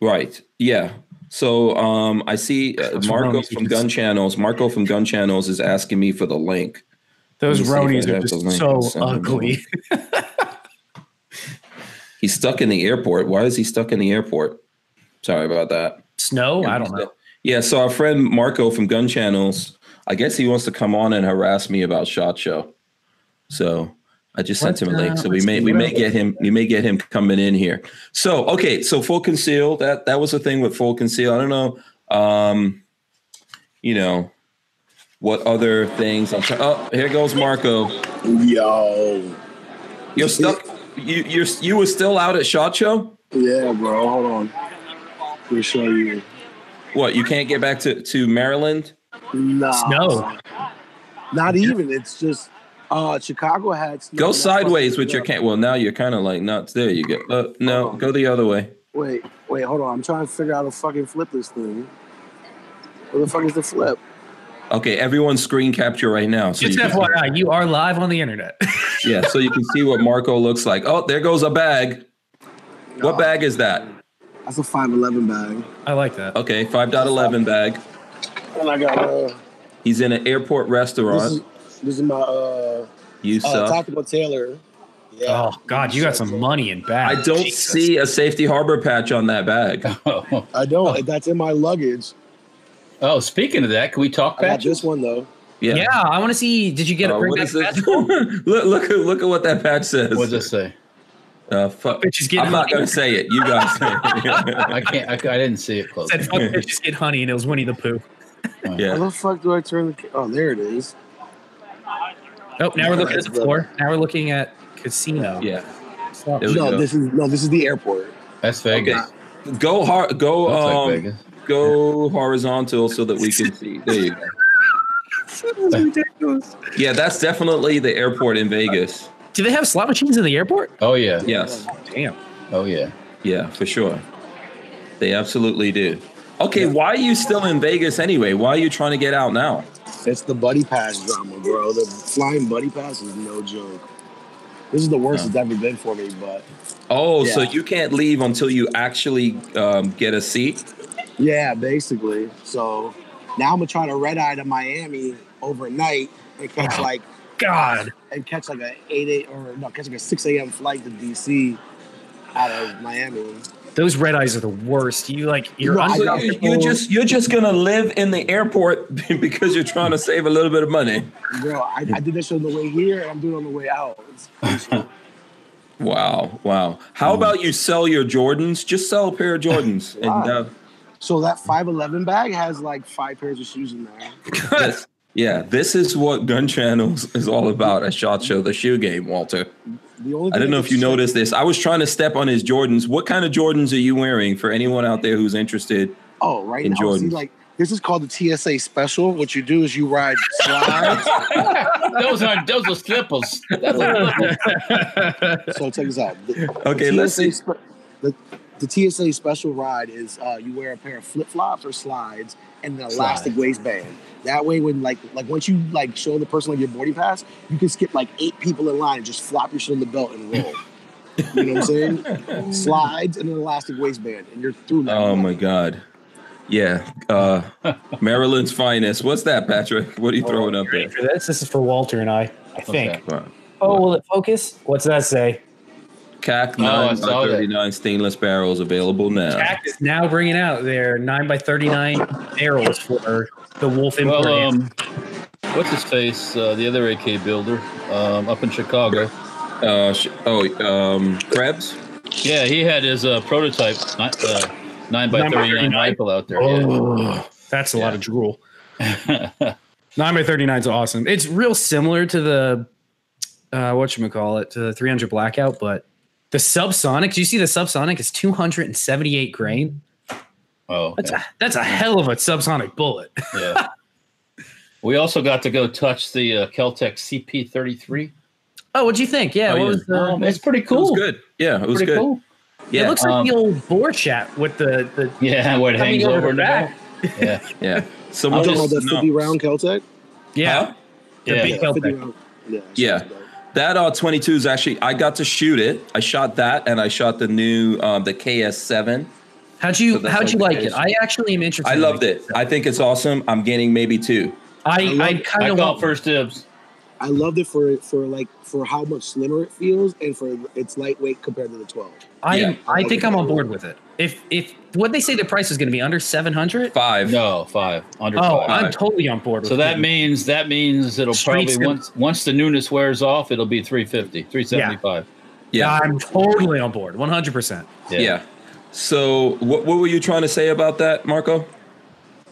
[SPEAKER 1] Right. Yeah. So um, I see uh,
[SPEAKER 2] That's what
[SPEAKER 1] Marco
[SPEAKER 2] Ronnie's
[SPEAKER 1] from Gun Channels. Marco from Gun Channels is asking me for the link.
[SPEAKER 2] Those
[SPEAKER 1] Let me see if I
[SPEAKER 2] Ronies are
[SPEAKER 1] have the
[SPEAKER 2] just
[SPEAKER 1] link.
[SPEAKER 2] so
[SPEAKER 1] Send them
[SPEAKER 2] ugly.
[SPEAKER 1] He's stuck in the airport. Why is he stuck in the airport? Sorry about that.
[SPEAKER 2] Snow? Oh, I don't know.
[SPEAKER 1] Yeah. So our friend Marco from Gun Channels, I guess he wants to come on and harass me about Shot Show. So I just sent
[SPEAKER 2] What,
[SPEAKER 1] him a link.
[SPEAKER 2] uh,
[SPEAKER 1] So we
[SPEAKER 2] let's
[SPEAKER 1] may
[SPEAKER 2] see,
[SPEAKER 1] we
[SPEAKER 2] what
[SPEAKER 1] may
[SPEAKER 2] else?
[SPEAKER 1] get him we may get him coming in here. So okay. So full conceal that that was the thing with full conceal. I don't know. Um, you know what other things? I'm trying. Oh, here goes Marco.
[SPEAKER 4] Yo.
[SPEAKER 1] You're stuck. You you're you were still out at Shot Show.
[SPEAKER 4] Yeah, bro. Hold on. Let me show you.
[SPEAKER 1] What you can't get back to to Maryland?
[SPEAKER 4] Nah.
[SPEAKER 2] Snow.
[SPEAKER 4] Not even. It's just uh Chicago had snow.
[SPEAKER 1] Go
[SPEAKER 4] That's
[SPEAKER 1] sideways
[SPEAKER 4] fucking
[SPEAKER 1] with your
[SPEAKER 4] up.
[SPEAKER 1] can. Well, now you're kind of like nuts. There you go. Uh, no, go the other way.
[SPEAKER 4] Wait, wait, hold on. I'm trying to figure out how to fucking flip this thing. Where the fuck is the flip?
[SPEAKER 1] Okay, everyone screen capture right now. So
[SPEAKER 2] Just
[SPEAKER 1] you can,
[SPEAKER 2] FYI, you are live on the internet.
[SPEAKER 1] yeah, so you can see what Marco looks like. Oh, there goes a bag. What
[SPEAKER 4] Nah,
[SPEAKER 1] bag is that?
[SPEAKER 4] That's a 511 bag.
[SPEAKER 2] I like that.
[SPEAKER 1] Okay, 5.11 bag.
[SPEAKER 4] And I got uh
[SPEAKER 1] He's in an airport
[SPEAKER 4] this is,
[SPEAKER 1] restaurant.
[SPEAKER 4] this is my uh,
[SPEAKER 1] You
[SPEAKER 4] uh
[SPEAKER 1] suck.
[SPEAKER 4] Tactical Taylor. Yeah.
[SPEAKER 2] Oh God, you got some money in
[SPEAKER 1] I
[SPEAKER 2] bag.
[SPEAKER 1] don't
[SPEAKER 2] Jesus.
[SPEAKER 1] see a safety harbor patch on that bag.
[SPEAKER 3] oh,
[SPEAKER 4] I don't. That's in my luggage.
[SPEAKER 3] speaking of that, can we talk
[SPEAKER 4] I got
[SPEAKER 3] patches?
[SPEAKER 4] this one though.
[SPEAKER 1] Yeah.
[SPEAKER 2] Yeah, I want to see. Did you get
[SPEAKER 1] Uh,
[SPEAKER 2] a bring
[SPEAKER 1] what
[SPEAKER 2] back
[SPEAKER 1] is
[SPEAKER 2] the
[SPEAKER 1] this?
[SPEAKER 2] basketball?
[SPEAKER 1] look, look, at- look at what that patch says.
[SPEAKER 3] What does it say?
[SPEAKER 1] Uh, fuck.
[SPEAKER 2] Bitches get
[SPEAKER 1] I'm not
[SPEAKER 2] honey.
[SPEAKER 1] going to say it. You guys say it.
[SPEAKER 3] I can't. I, I didn't see it close.
[SPEAKER 2] Said fuck bitches get honey, and it was Winnie the Pooh.
[SPEAKER 4] How
[SPEAKER 1] yeah.
[SPEAKER 4] the fuck do I turn the? ca- Oh, there it is.
[SPEAKER 2] Oh, now we're looking at the floor. Now we're looking at casino.
[SPEAKER 1] Yeah.
[SPEAKER 2] Stop.
[SPEAKER 1] There we
[SPEAKER 4] no,
[SPEAKER 1] go.
[SPEAKER 4] this is no, this is the airport.
[SPEAKER 3] That's Vegas.
[SPEAKER 4] Okay.
[SPEAKER 1] Go hard. Go.
[SPEAKER 3] Looks like
[SPEAKER 1] Um,
[SPEAKER 3] Vegas.
[SPEAKER 1] go horizontal so that we can see. There you go. Yeah, that's definitely the airport in Vegas.
[SPEAKER 2] Do they have slot machines in the airport?
[SPEAKER 3] Oh yeah.
[SPEAKER 1] Yes.
[SPEAKER 2] Damn.
[SPEAKER 3] Oh yeah.
[SPEAKER 1] Yeah, for sure. They absolutely do. Okay, why are you still in Vegas anyway? Why are you trying to get out now?
[SPEAKER 4] It's the buddy pass drama, bro. The flying buddy pass is no joke. This is the worst
[SPEAKER 1] Huh.
[SPEAKER 4] it's ever been for me, but
[SPEAKER 1] Oh, so
[SPEAKER 4] Yeah.
[SPEAKER 1] you can't leave until you actually um, get a seat?
[SPEAKER 4] yeah, basically. So now I'm gonna try to red eye to Miami overnight and catch like
[SPEAKER 2] God.
[SPEAKER 4] and catch like a eight eight or no, catch like a six a.m. flight to DC out of Miami.
[SPEAKER 2] Those red eyes are the worst. You like you're
[SPEAKER 4] No, I
[SPEAKER 1] So
[SPEAKER 2] under.
[SPEAKER 4] got
[SPEAKER 1] you,
[SPEAKER 4] the
[SPEAKER 1] you
[SPEAKER 4] whole-
[SPEAKER 1] just you're just gonna live in the airport because you're trying to save a little bit of money.
[SPEAKER 4] Bro, I, I did that shit on the way here, and I'm doing it on the way out. It's crazy.
[SPEAKER 1] Wow, wow. How about you sell your Jordans? Just sell a pair of Jordans and
[SPEAKER 4] Why?
[SPEAKER 1] uh,
[SPEAKER 4] so that 511 bag has like five pairs of shoes in there.
[SPEAKER 1] Yes. Yeah, this is what Gun Channels is all about at SHOT Show, the shoe game, Walter.
[SPEAKER 4] The only
[SPEAKER 1] I don't
[SPEAKER 4] thing
[SPEAKER 1] know if you
[SPEAKER 4] check-
[SPEAKER 1] noticed this. I was trying to step on his Jordans. What kind of Jordans are you wearing for anyone out there who's interested?
[SPEAKER 4] Oh, right
[SPEAKER 1] in
[SPEAKER 4] now, see,
[SPEAKER 1] Jordans.
[SPEAKER 4] like this is called the TSA special. What you do is you ride slides.
[SPEAKER 3] Those are those are slippers. That's a-
[SPEAKER 4] so check this out. The, the
[SPEAKER 1] Okay, let's
[SPEAKER 4] TSA
[SPEAKER 1] see.
[SPEAKER 4] spe- the, the TSA special ride is uh, you wear a pair of flip flops or slides and an elastic waistband. That way, when like like once you like show the person like your boarding pass, you can skip like eight people in line and just flop your shit on the belt and roll. you know what I'm saying? Slides and an elastic waistband, and you're through.
[SPEAKER 1] Oh my God. Yeah. Uh, Maryland's finest. What's that, Patrick? What are you throwing up
[SPEAKER 2] Ready
[SPEAKER 3] Oh,
[SPEAKER 1] there?
[SPEAKER 2] for this? This is for Walter and I. I think.
[SPEAKER 3] Okay.
[SPEAKER 1] Wow.
[SPEAKER 2] Oh, will it focus? What's that say?
[SPEAKER 1] CAC
[SPEAKER 3] Oh, I
[SPEAKER 1] 9 by
[SPEAKER 3] saw that.
[SPEAKER 1] 39 stainless barrels available now.
[SPEAKER 2] Tact is Uh, now bringing out their nine by thirty-nine barrels for the Wolf import.
[SPEAKER 3] Well, um, what's his face? Uh, the other AK builder um, up in Chicago.
[SPEAKER 1] Uh, sh- oh, um, Krebs?
[SPEAKER 3] Yeah, he had his uh, prototype ni- uh, nine by
[SPEAKER 2] Nine by
[SPEAKER 3] thirty
[SPEAKER 2] 39.
[SPEAKER 3] nine rifle out there.
[SPEAKER 1] um,
[SPEAKER 2] Oh, that's a lot
[SPEAKER 3] Yeah.
[SPEAKER 2] of drool.
[SPEAKER 3] Yeah.
[SPEAKER 2] Nine by thirty-nine is awesome. It's real similar to the uh, what you call it to the three hundred blackout, but the subsonic. Do you see the subsonic is two hundred and seventy-eight grain?
[SPEAKER 3] oh,
[SPEAKER 2] That's
[SPEAKER 3] yeah.
[SPEAKER 2] a that's a hell of a subsonic bullet.
[SPEAKER 3] yeah. We also got to go touch the uh, Keltec CP thirty three.
[SPEAKER 2] Oh, what'd you think?
[SPEAKER 1] Oh,
[SPEAKER 2] Yeah, what
[SPEAKER 1] yeah.
[SPEAKER 2] was the?
[SPEAKER 3] Um, it's pretty
[SPEAKER 1] It was
[SPEAKER 3] cool.
[SPEAKER 1] good. Yeah, it was
[SPEAKER 3] Pretty
[SPEAKER 1] good.
[SPEAKER 3] cool.
[SPEAKER 2] it
[SPEAKER 1] Yeah,
[SPEAKER 2] looks like
[SPEAKER 3] um,
[SPEAKER 2] the old Borchat with the the
[SPEAKER 3] Yeah, where it
[SPEAKER 2] coming
[SPEAKER 3] hangs over in the back. Yeah,
[SPEAKER 1] yeah.
[SPEAKER 4] I'm
[SPEAKER 1] Someone
[SPEAKER 4] talking
[SPEAKER 1] just,
[SPEAKER 4] about that 50
[SPEAKER 1] no.
[SPEAKER 4] round Caltech.
[SPEAKER 2] yeah
[SPEAKER 1] Huh?
[SPEAKER 2] the
[SPEAKER 3] Yeah.
[SPEAKER 2] big
[SPEAKER 4] Yeah, 50
[SPEAKER 2] Celtic.
[SPEAKER 4] round. Yeah.
[SPEAKER 1] Yeah.
[SPEAKER 4] so-
[SPEAKER 1] That uh, 22 is actually, I got to shoot it. I shot that and I shot the new, um, the KS7.
[SPEAKER 2] How'd you
[SPEAKER 1] So that's
[SPEAKER 2] how'd
[SPEAKER 1] like
[SPEAKER 2] you
[SPEAKER 1] the
[SPEAKER 2] like it?
[SPEAKER 1] case.
[SPEAKER 2] I actually am interested.
[SPEAKER 1] I
[SPEAKER 2] in
[SPEAKER 1] loved it. I think it's awesome. I'm getting maybe two.
[SPEAKER 2] I I
[SPEAKER 4] loved-
[SPEAKER 3] I
[SPEAKER 2] kind of
[SPEAKER 3] call
[SPEAKER 2] want
[SPEAKER 3] first dibs.
[SPEAKER 4] I loved it for for like for how much slimmer it feels and for its lightweight compared to the 12.
[SPEAKER 2] I
[SPEAKER 1] yeah.
[SPEAKER 2] I think I'm on board with it. If if what they say the price was going to be under seven hundred.
[SPEAKER 1] Five.
[SPEAKER 3] No, five under
[SPEAKER 2] Oh,
[SPEAKER 3] five.
[SPEAKER 2] I'm totally on board. With
[SPEAKER 3] So that
[SPEAKER 2] it.
[SPEAKER 3] means that means it'll
[SPEAKER 2] Streets
[SPEAKER 3] probably
[SPEAKER 2] gonna-
[SPEAKER 3] once once the newness wears off, it'll be 350, 375.
[SPEAKER 1] Yeah.
[SPEAKER 2] I'm totally on board. One hundred percent.
[SPEAKER 1] Yeah. So what, what were you trying to say about that, Marco?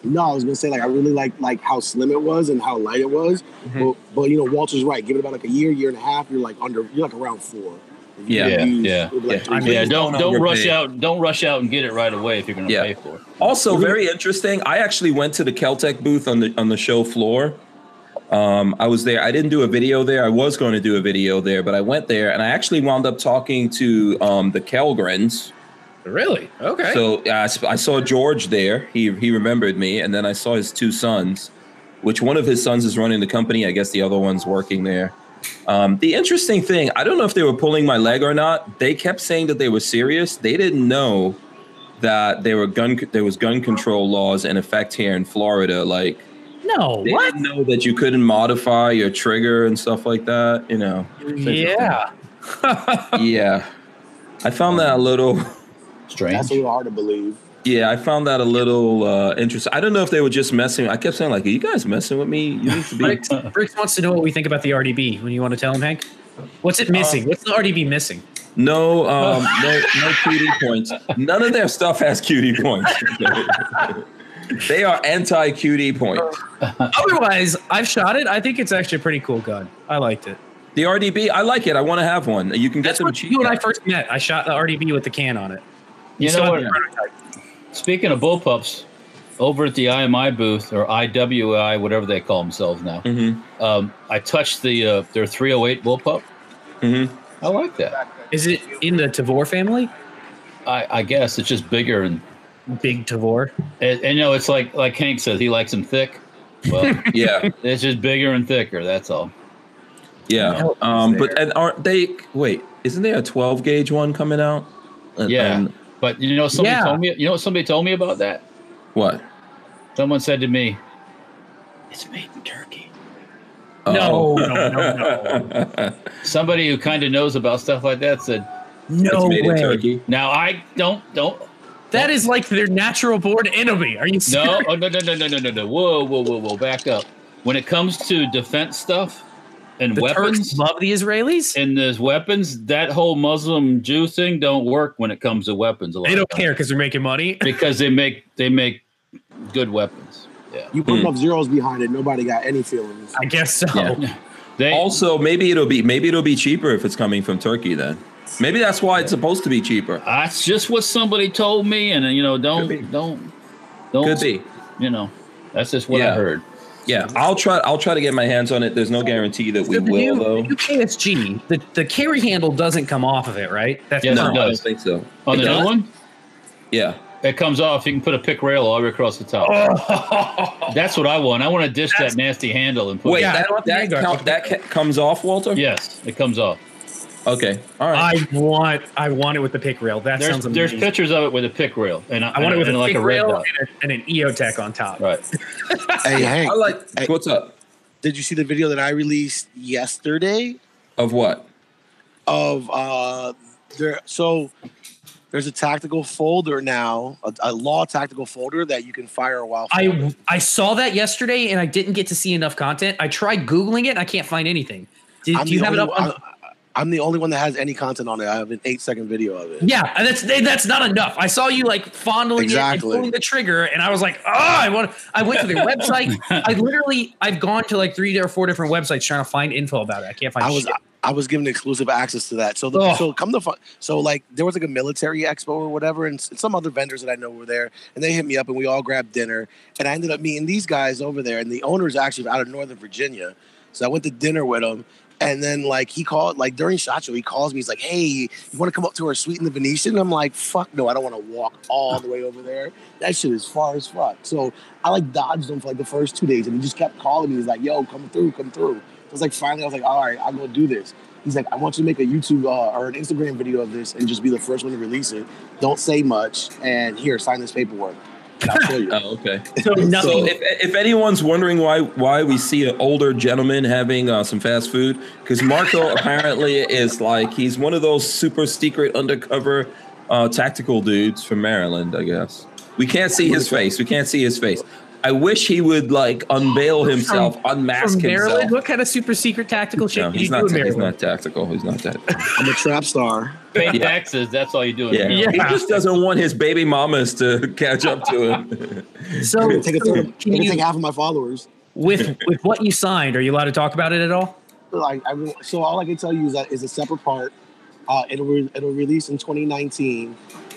[SPEAKER 4] No, I was gonna say like I really like like how slim it was and how light it was.
[SPEAKER 1] Mm-hmm.
[SPEAKER 4] But but you know Walter's right. Give it about like a year, year and a half. You're like under. You're like around four. If you
[SPEAKER 1] Yeah,
[SPEAKER 4] use-
[SPEAKER 3] yeah,
[SPEAKER 4] it'll be, like,
[SPEAKER 1] yeah.
[SPEAKER 4] three
[SPEAKER 1] I mean,
[SPEAKER 3] yeah,
[SPEAKER 4] days.
[SPEAKER 3] don't
[SPEAKER 1] don't
[SPEAKER 3] don't rush
[SPEAKER 1] overpay.
[SPEAKER 3] out. Don't rush out and get it right away if you're going to
[SPEAKER 1] Yeah.
[SPEAKER 3] pay for it.
[SPEAKER 1] Also, very interesting. I actually went to the Caltech booth on the on the show floor. Um, I was there. I didn't do a video there. I was going to do a video there, but I went there and I actually wound up talking to um, the Kelgrens.
[SPEAKER 2] Really? Okay.
[SPEAKER 1] So uh, I, s- I saw George there. He he remembered me, and then I saw his two sons, which one of his sons is running the company. I guess the other one's working there. Um, the interesting thing, I don't know if they were pulling my leg or not. They kept saying that they were serious. They didn't know that there were gun there was gun control laws in effect here in Florida. Like
[SPEAKER 2] no.
[SPEAKER 1] they
[SPEAKER 2] What?
[SPEAKER 1] didn't know that you couldn't modify your trigger and stuff like that. You know.
[SPEAKER 2] Yeah.
[SPEAKER 1] yeah. I found that a little.
[SPEAKER 4] That's a
[SPEAKER 3] Strange.
[SPEAKER 4] little hard to believe.
[SPEAKER 1] Yeah, I found that a little uh, interesting. I don't know if they were just messing. I kept saying like, "Are you guys messing with me? You need to be."
[SPEAKER 2] Briggs, Briggs wants to know what we think about the RDB. When you want to tell him, Hank, what's it missing? what's the RDB missing?
[SPEAKER 1] no, um, no, no cutie points. None of their stuff has cutie points. they are anti cutie points.
[SPEAKER 2] Otherwise, I've shot it. I think it's actually a pretty cool gun. I liked it.
[SPEAKER 1] The RDB, I like it. I want to have one. You can get
[SPEAKER 2] That's
[SPEAKER 1] them
[SPEAKER 2] what
[SPEAKER 1] cheap.
[SPEAKER 2] you and I
[SPEAKER 1] now.
[SPEAKER 2] first met. I shot the RDB with the can on it.
[SPEAKER 3] You
[SPEAKER 2] Still
[SPEAKER 3] know
[SPEAKER 2] have
[SPEAKER 3] what?
[SPEAKER 2] the prototype.
[SPEAKER 3] Speaking of bullpups, over at the IMI booth or IWI, whatever they call themselves now,
[SPEAKER 1] Mhm.
[SPEAKER 3] um, I touched the uh, their 308 bullpup.
[SPEAKER 1] Mhm.
[SPEAKER 3] I like that.
[SPEAKER 2] Is it in the Tavor family?
[SPEAKER 3] I, I guess it's just bigger and,
[SPEAKER 2] Big Tavor.
[SPEAKER 3] and and you know it's like like Hank says he likes them thick. Well,
[SPEAKER 1] Yeah,
[SPEAKER 3] it's just bigger and thicker. That's all.
[SPEAKER 1] yeah.
[SPEAKER 2] No,
[SPEAKER 1] Um,
[SPEAKER 2] it's
[SPEAKER 1] but
[SPEAKER 2] there.
[SPEAKER 1] and aren't they? Wait, isn't there a twelve gauge one coming out? And-
[SPEAKER 3] Yeah.
[SPEAKER 1] and
[SPEAKER 3] But you know, somebody
[SPEAKER 2] Yeah.
[SPEAKER 3] told me. You know, what somebody told me about that.
[SPEAKER 1] what?
[SPEAKER 3] Someone said to me, "It's made in Turkey."
[SPEAKER 2] No, no, no,
[SPEAKER 1] no.
[SPEAKER 3] Somebody who kind of knows about stuff like that said,
[SPEAKER 2] No
[SPEAKER 1] it's made in
[SPEAKER 2] way.
[SPEAKER 1] Turkey.
[SPEAKER 3] "Now I don't don't
[SPEAKER 2] That is like their natural born enemy. Are you serious?
[SPEAKER 3] no oh, no no no no no no no whoa whoa whoa whoa back up." When it comes to defense stuff and
[SPEAKER 2] The
[SPEAKER 3] weapons
[SPEAKER 2] Turks love the Israelis.
[SPEAKER 3] and those weapons, that whole Muslim Jew thing don't work when it comes to weapons. A lot
[SPEAKER 2] They
[SPEAKER 3] of
[SPEAKER 2] don't
[SPEAKER 3] times.
[SPEAKER 2] care because they're making money.
[SPEAKER 3] because they make they make good weapons. Yeah,
[SPEAKER 4] You put
[SPEAKER 1] Hmm.
[SPEAKER 4] enough zeros behind it, nobody got any feelings.
[SPEAKER 2] I guess so.
[SPEAKER 1] Yeah.
[SPEAKER 3] they
[SPEAKER 1] Also, maybe it'll be maybe it'll be cheaper if it's coming from Turkey. Then maybe that's why it's supposed to be cheaper.
[SPEAKER 3] That's just what somebody told me, and you know,
[SPEAKER 1] Could be.
[SPEAKER 3] don't don't don't.
[SPEAKER 1] Could be.
[SPEAKER 3] You know, that's just what
[SPEAKER 1] Yeah.
[SPEAKER 3] I heard.
[SPEAKER 1] Yeah, I'll try. I'll try to get my hands on it. There's no guarantee that we
[SPEAKER 2] So the
[SPEAKER 1] will,
[SPEAKER 2] new,
[SPEAKER 1] though.
[SPEAKER 2] the new KSG, the, the carry handle doesn't come off of it, right? That's
[SPEAKER 3] Yes, it
[SPEAKER 1] No, I
[SPEAKER 2] permanent.
[SPEAKER 1] don't
[SPEAKER 3] does.
[SPEAKER 1] think so.
[SPEAKER 3] On
[SPEAKER 1] It
[SPEAKER 3] the
[SPEAKER 1] does?
[SPEAKER 3] new one,
[SPEAKER 1] Yeah,
[SPEAKER 3] it comes off. You can put a pick rail all the way across the top.
[SPEAKER 2] Oh,
[SPEAKER 3] That's what I want. I want to dish
[SPEAKER 2] That's-
[SPEAKER 3] that nasty handle and put.
[SPEAKER 1] wait,
[SPEAKER 3] it,
[SPEAKER 2] Yeah, I
[SPEAKER 1] that
[SPEAKER 2] don't want the
[SPEAKER 1] that,
[SPEAKER 2] Vanguard.
[SPEAKER 1] count, that ca- comes off, Walter.
[SPEAKER 3] yes, it comes off.
[SPEAKER 1] Okay. All right.
[SPEAKER 2] I want I want it with the pick rail. That
[SPEAKER 3] There's
[SPEAKER 2] sounds
[SPEAKER 3] there's
[SPEAKER 2] amazing.
[SPEAKER 3] pictures of it with a pick rail, and
[SPEAKER 2] I want it with
[SPEAKER 3] and
[SPEAKER 2] a
[SPEAKER 3] like
[SPEAKER 2] pick
[SPEAKER 3] a red
[SPEAKER 2] rail
[SPEAKER 3] dot.
[SPEAKER 2] and, a, and an EOTech on top.
[SPEAKER 3] Right.
[SPEAKER 4] Hey,
[SPEAKER 1] I
[SPEAKER 4] hey,
[SPEAKER 1] like.
[SPEAKER 4] Hey.
[SPEAKER 1] What's up?
[SPEAKER 4] did you see the video that I released yesterday
[SPEAKER 1] Of what?
[SPEAKER 4] of uh there so there's a tactical folder now, a, a law tactical folder that you can fire while
[SPEAKER 2] I I saw that yesterday and I didn't get to see enough content. I tried googling it. I can't find anything. Did,
[SPEAKER 4] I'm
[SPEAKER 2] do you
[SPEAKER 4] the
[SPEAKER 2] have it up?
[SPEAKER 4] only-
[SPEAKER 2] on-
[SPEAKER 4] I- I'm the only one that has any content on it. I have an eight second video of it.
[SPEAKER 2] yeah, and that's that's not enough. I saw you like fondling it
[SPEAKER 4] Exactly.
[SPEAKER 2] and pulling the trigger, and I was like, oh, I want. I went to their website. I literally I've gone to like three or four different websites trying to find info about it. I can't find.
[SPEAKER 4] I was
[SPEAKER 2] shit.
[SPEAKER 4] I was given exclusive access to that. So the,
[SPEAKER 2] Ugh.
[SPEAKER 4] so come to fun. So like there was like a military expo or whatever, and s- some other vendors that I know were there, and they hit me up, and we all grabbed dinner, and I ended up meeting these guys over there, and the owner's actually out of Northern Virginia, so I went to dinner with him. And then, like, he called, like, during Shot Show, he calls me. He's like, Hey, you want to come up to our suite in the Venetian? I'm like, Fuck no, I don't want to walk all the way over there. That shit is far as fuck. So I, like, dodged him for like the first two days, and he just kept calling me. He's like, Yo, come through, come through. I was like, finally, I was like, all right, I'm gonna do this. He's like, I want you to make a YouTube uh, or an Instagram video of this and just be the first one to release it. Don't say much, and here, sign this paperwork. And I'll show you.
[SPEAKER 1] Oh, okay.
[SPEAKER 2] so nothing.
[SPEAKER 1] So, if, if anyone's wondering why why we see an older gentleman having uh, some fast food, because Marco apparently is like he's one of those super secret undercover uh, tactical dudes from Maryland, I guess. We can't see his face. We can't see his face. I wish he would like unveil himself, unmask
[SPEAKER 2] from Maryland,
[SPEAKER 1] himself.
[SPEAKER 2] what kind of super secret tactical shit
[SPEAKER 1] No,
[SPEAKER 2] did
[SPEAKER 1] he's
[SPEAKER 2] you do
[SPEAKER 1] not.
[SPEAKER 2] in
[SPEAKER 1] He's
[SPEAKER 2] Maryland?
[SPEAKER 1] not tactical. He's not that.
[SPEAKER 4] I'm a trap star.
[SPEAKER 3] Pay
[SPEAKER 1] Yeah.
[SPEAKER 3] taxes. That's all you do. in
[SPEAKER 1] Yeah.
[SPEAKER 3] Maryland.
[SPEAKER 1] he just doesn't want his baby mamas to catch up to him.
[SPEAKER 2] So,
[SPEAKER 4] I'm gonna take, a
[SPEAKER 2] so
[SPEAKER 4] third, I'm
[SPEAKER 2] can
[SPEAKER 4] gonna
[SPEAKER 2] you-
[SPEAKER 4] take half of my followers.
[SPEAKER 2] with with what you signed, are you allowed to talk about it at all?
[SPEAKER 4] Like, I, will- so all I can tell you is that it's a separate part. Uh, it'll re- it'll release in 2019,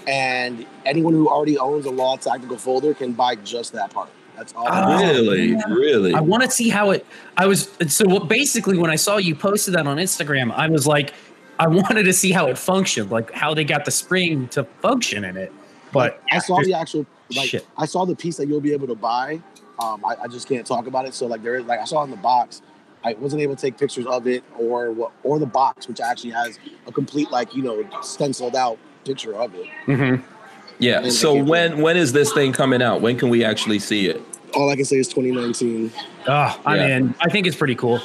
[SPEAKER 4] and anyone who already owns a Law Tactical folder can buy just that part. That's all.
[SPEAKER 1] Ah.
[SPEAKER 2] Oh.
[SPEAKER 1] really, really.
[SPEAKER 2] I want to see how it. I was so what basically when I saw you posted that on Instagram, I was like, I wanted to see how it functioned, like how they got the spring to function in it. But
[SPEAKER 4] I saw the actual like
[SPEAKER 2] Shit.
[SPEAKER 4] I saw the piece that you'll be able to buy. Um, I, I just can't talk about it. So like there is like I saw in the box. I wasn't able to take pictures of it or what or the box, which actually has a complete like you know stenciled out picture of it.
[SPEAKER 1] Yeah.
[SPEAKER 4] And
[SPEAKER 1] So
[SPEAKER 4] if you-
[SPEAKER 1] when when is this thing coming out? When can we actually see it?
[SPEAKER 4] All I can say is 2019.
[SPEAKER 2] oh, I'm
[SPEAKER 1] Yeah.
[SPEAKER 2] in. I think it's pretty cool.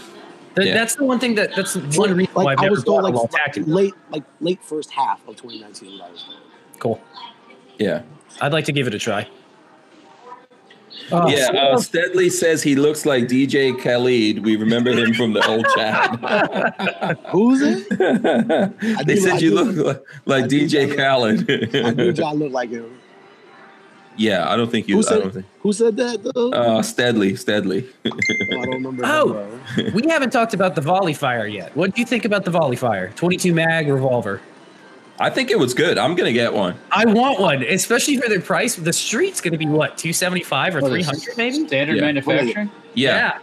[SPEAKER 2] That,
[SPEAKER 1] Yeah.
[SPEAKER 2] That's the one thing that that's one reason why
[SPEAKER 4] Like
[SPEAKER 2] I've
[SPEAKER 4] I
[SPEAKER 2] never
[SPEAKER 4] was told
[SPEAKER 2] bought a law
[SPEAKER 4] like
[SPEAKER 2] tactical.
[SPEAKER 4] late like late first half of 2019. I was told.
[SPEAKER 2] Cool.
[SPEAKER 1] Yeah.
[SPEAKER 2] I'd like to give it a try. Oh,
[SPEAKER 1] yeah.
[SPEAKER 2] so-
[SPEAKER 1] Uh, Stedley says he looks like DJ Khalid. We remember him from the old chat.
[SPEAKER 4] Who's it?
[SPEAKER 1] they
[SPEAKER 4] do-
[SPEAKER 1] said
[SPEAKER 4] I
[SPEAKER 1] you
[SPEAKER 4] do-
[SPEAKER 1] look like, like
[SPEAKER 4] I do
[SPEAKER 1] DJ
[SPEAKER 4] like- I knew
[SPEAKER 1] Khalid.
[SPEAKER 4] y'all looked like him.
[SPEAKER 1] yeah. I don't think you.
[SPEAKER 4] Who
[SPEAKER 1] I
[SPEAKER 4] said,
[SPEAKER 1] don't think.
[SPEAKER 4] who said that though?
[SPEAKER 1] Uh, Stedley. Stedley.
[SPEAKER 4] Oh, I don't remember. him,
[SPEAKER 2] Oh.
[SPEAKER 4] bro.
[SPEAKER 2] we haven't talked about the volley fire yet. What do you think about the volley fire? 22 mag revolver.
[SPEAKER 1] I think it was good. I'm gonna get one.
[SPEAKER 2] I want one, especially for their price. The street's going to be what, 275 or
[SPEAKER 3] What is
[SPEAKER 2] 300 maybe?
[SPEAKER 3] Standard
[SPEAKER 1] Yeah.
[SPEAKER 3] manufacturing.
[SPEAKER 1] Yeah.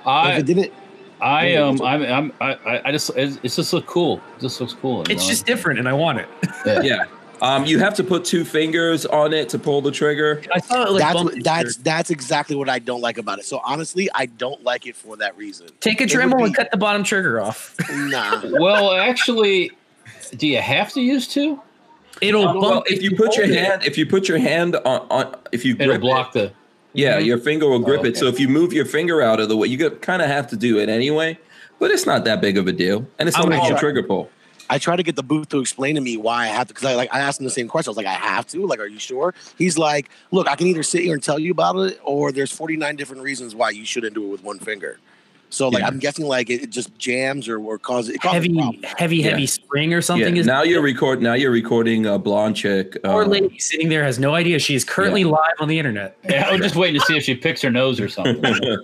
[SPEAKER 4] If
[SPEAKER 3] I
[SPEAKER 4] it didn't,
[SPEAKER 3] I
[SPEAKER 4] Yeah,
[SPEAKER 3] am.
[SPEAKER 4] that's
[SPEAKER 3] I'm. I'm. I. I- I just. It, it just looks cool. It just looks cool. you
[SPEAKER 2] It's
[SPEAKER 3] know?
[SPEAKER 2] just different and I want it.
[SPEAKER 1] Yeah. Um, you have to put two fingers on it to pull the trigger.
[SPEAKER 2] I saw it like
[SPEAKER 4] that's
[SPEAKER 2] bump
[SPEAKER 4] what, that's that's exactly what I don't like about it. So honestly, I don't like it for that reason.
[SPEAKER 2] Take a
[SPEAKER 4] it would
[SPEAKER 2] Dremel and
[SPEAKER 4] be-
[SPEAKER 2] cut the bottom trigger off.
[SPEAKER 4] Nah,
[SPEAKER 3] Well, actually, do you have to use two?
[SPEAKER 2] It'll bump
[SPEAKER 1] Well, if you put your
[SPEAKER 2] hold it.
[SPEAKER 1] hand, if you put your hand on, on if you
[SPEAKER 3] It'll
[SPEAKER 1] grip it,
[SPEAKER 3] block the.
[SPEAKER 1] Yeah,
[SPEAKER 2] Mm-hmm.
[SPEAKER 1] your finger will
[SPEAKER 2] Oh,
[SPEAKER 1] grip it.
[SPEAKER 3] okay.
[SPEAKER 1] So if you move your finger out of the way, you kind of have to do it anyway. But it's not that big of a deal, and it's a
[SPEAKER 2] I'm gonna
[SPEAKER 1] long
[SPEAKER 2] try.
[SPEAKER 1] trigger pull.
[SPEAKER 4] I tried to get the booth to explain to me why I have to because I like I asked him the same question. I was like, I have to. Like, are you sure? He's like, look, I can either sit here and tell you about it, or there's 49 different reasons why you shouldn't do it with one finger. So like,
[SPEAKER 1] Yeah.
[SPEAKER 4] I'm guessing like it, it just jams or, or causes it causes
[SPEAKER 2] heavy,
[SPEAKER 4] problems.
[SPEAKER 2] heavy, heavy
[SPEAKER 1] Yeah.
[SPEAKER 2] spring or
[SPEAKER 1] Yeah,
[SPEAKER 2] something is
[SPEAKER 1] now you're record. Now you're recording a blonde chick. Uh,
[SPEAKER 2] poor lady sitting there has no idea she is currently live on the internet.
[SPEAKER 3] Yeah, I'm just waiting to see if she picks her nose or something. or,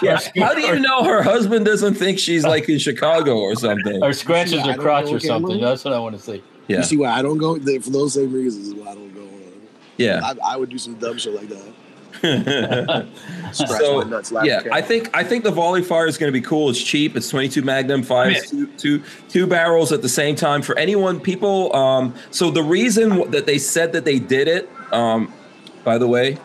[SPEAKER 1] Yeah,
[SPEAKER 3] or,
[SPEAKER 1] How do you know her husband doesn't think she's like in Chicago or something?
[SPEAKER 3] or scratches
[SPEAKER 4] I
[SPEAKER 3] her
[SPEAKER 4] don't
[SPEAKER 3] crotch
[SPEAKER 4] know,
[SPEAKER 3] or something?
[SPEAKER 4] Cameron.
[SPEAKER 3] That's what I want to see.
[SPEAKER 4] You
[SPEAKER 1] Yeah,
[SPEAKER 4] see why I don't go the- for those same reasons is why I don't go. on.
[SPEAKER 1] yeah.
[SPEAKER 4] I, I would do some dumb shit like that. Scratch my
[SPEAKER 1] so
[SPEAKER 4] nuts. laugh
[SPEAKER 1] yeah,
[SPEAKER 4] at Cameron.
[SPEAKER 1] I think I think the volley fire is going to be cool. It's cheap. It's 22 Magnum fires, two, two, two barrels at the same time for anyone. People. Um, so the reason that they said that they did it, um, by the way,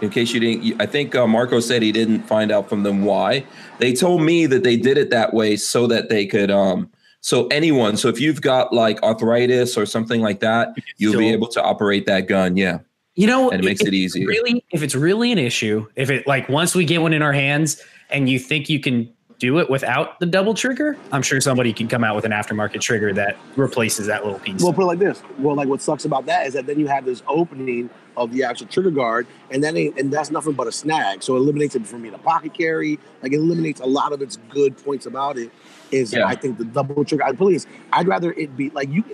[SPEAKER 1] in case you didn't, you- I think uh, Marco said he didn't find out from them why. They told me that they did it that way so that they could um, So anyone, so if you've got like arthritis or something like that, you'll be
[SPEAKER 2] Still-
[SPEAKER 1] able to operate that gun. Yeah,
[SPEAKER 2] You know,
[SPEAKER 1] and it makes
[SPEAKER 2] if
[SPEAKER 1] it easier.
[SPEAKER 2] Really, if it's really an issue, if it like once we get one in our hands and you think you can do it without the double trigger, I'm sure somebody can come out with an aftermarket trigger that replaces that little piece.
[SPEAKER 4] Well, put it like this. Well, like what sucks about that is that then you have this opening of the actual trigger guard, and that ain't, and that's nothing but a snag. So it eliminates it from being a pocket carry. Like it eliminates a lot of its good points about it. Is
[SPEAKER 1] Yeah.
[SPEAKER 4] I think the double trigger. I believe it's- I'd rather it be like you.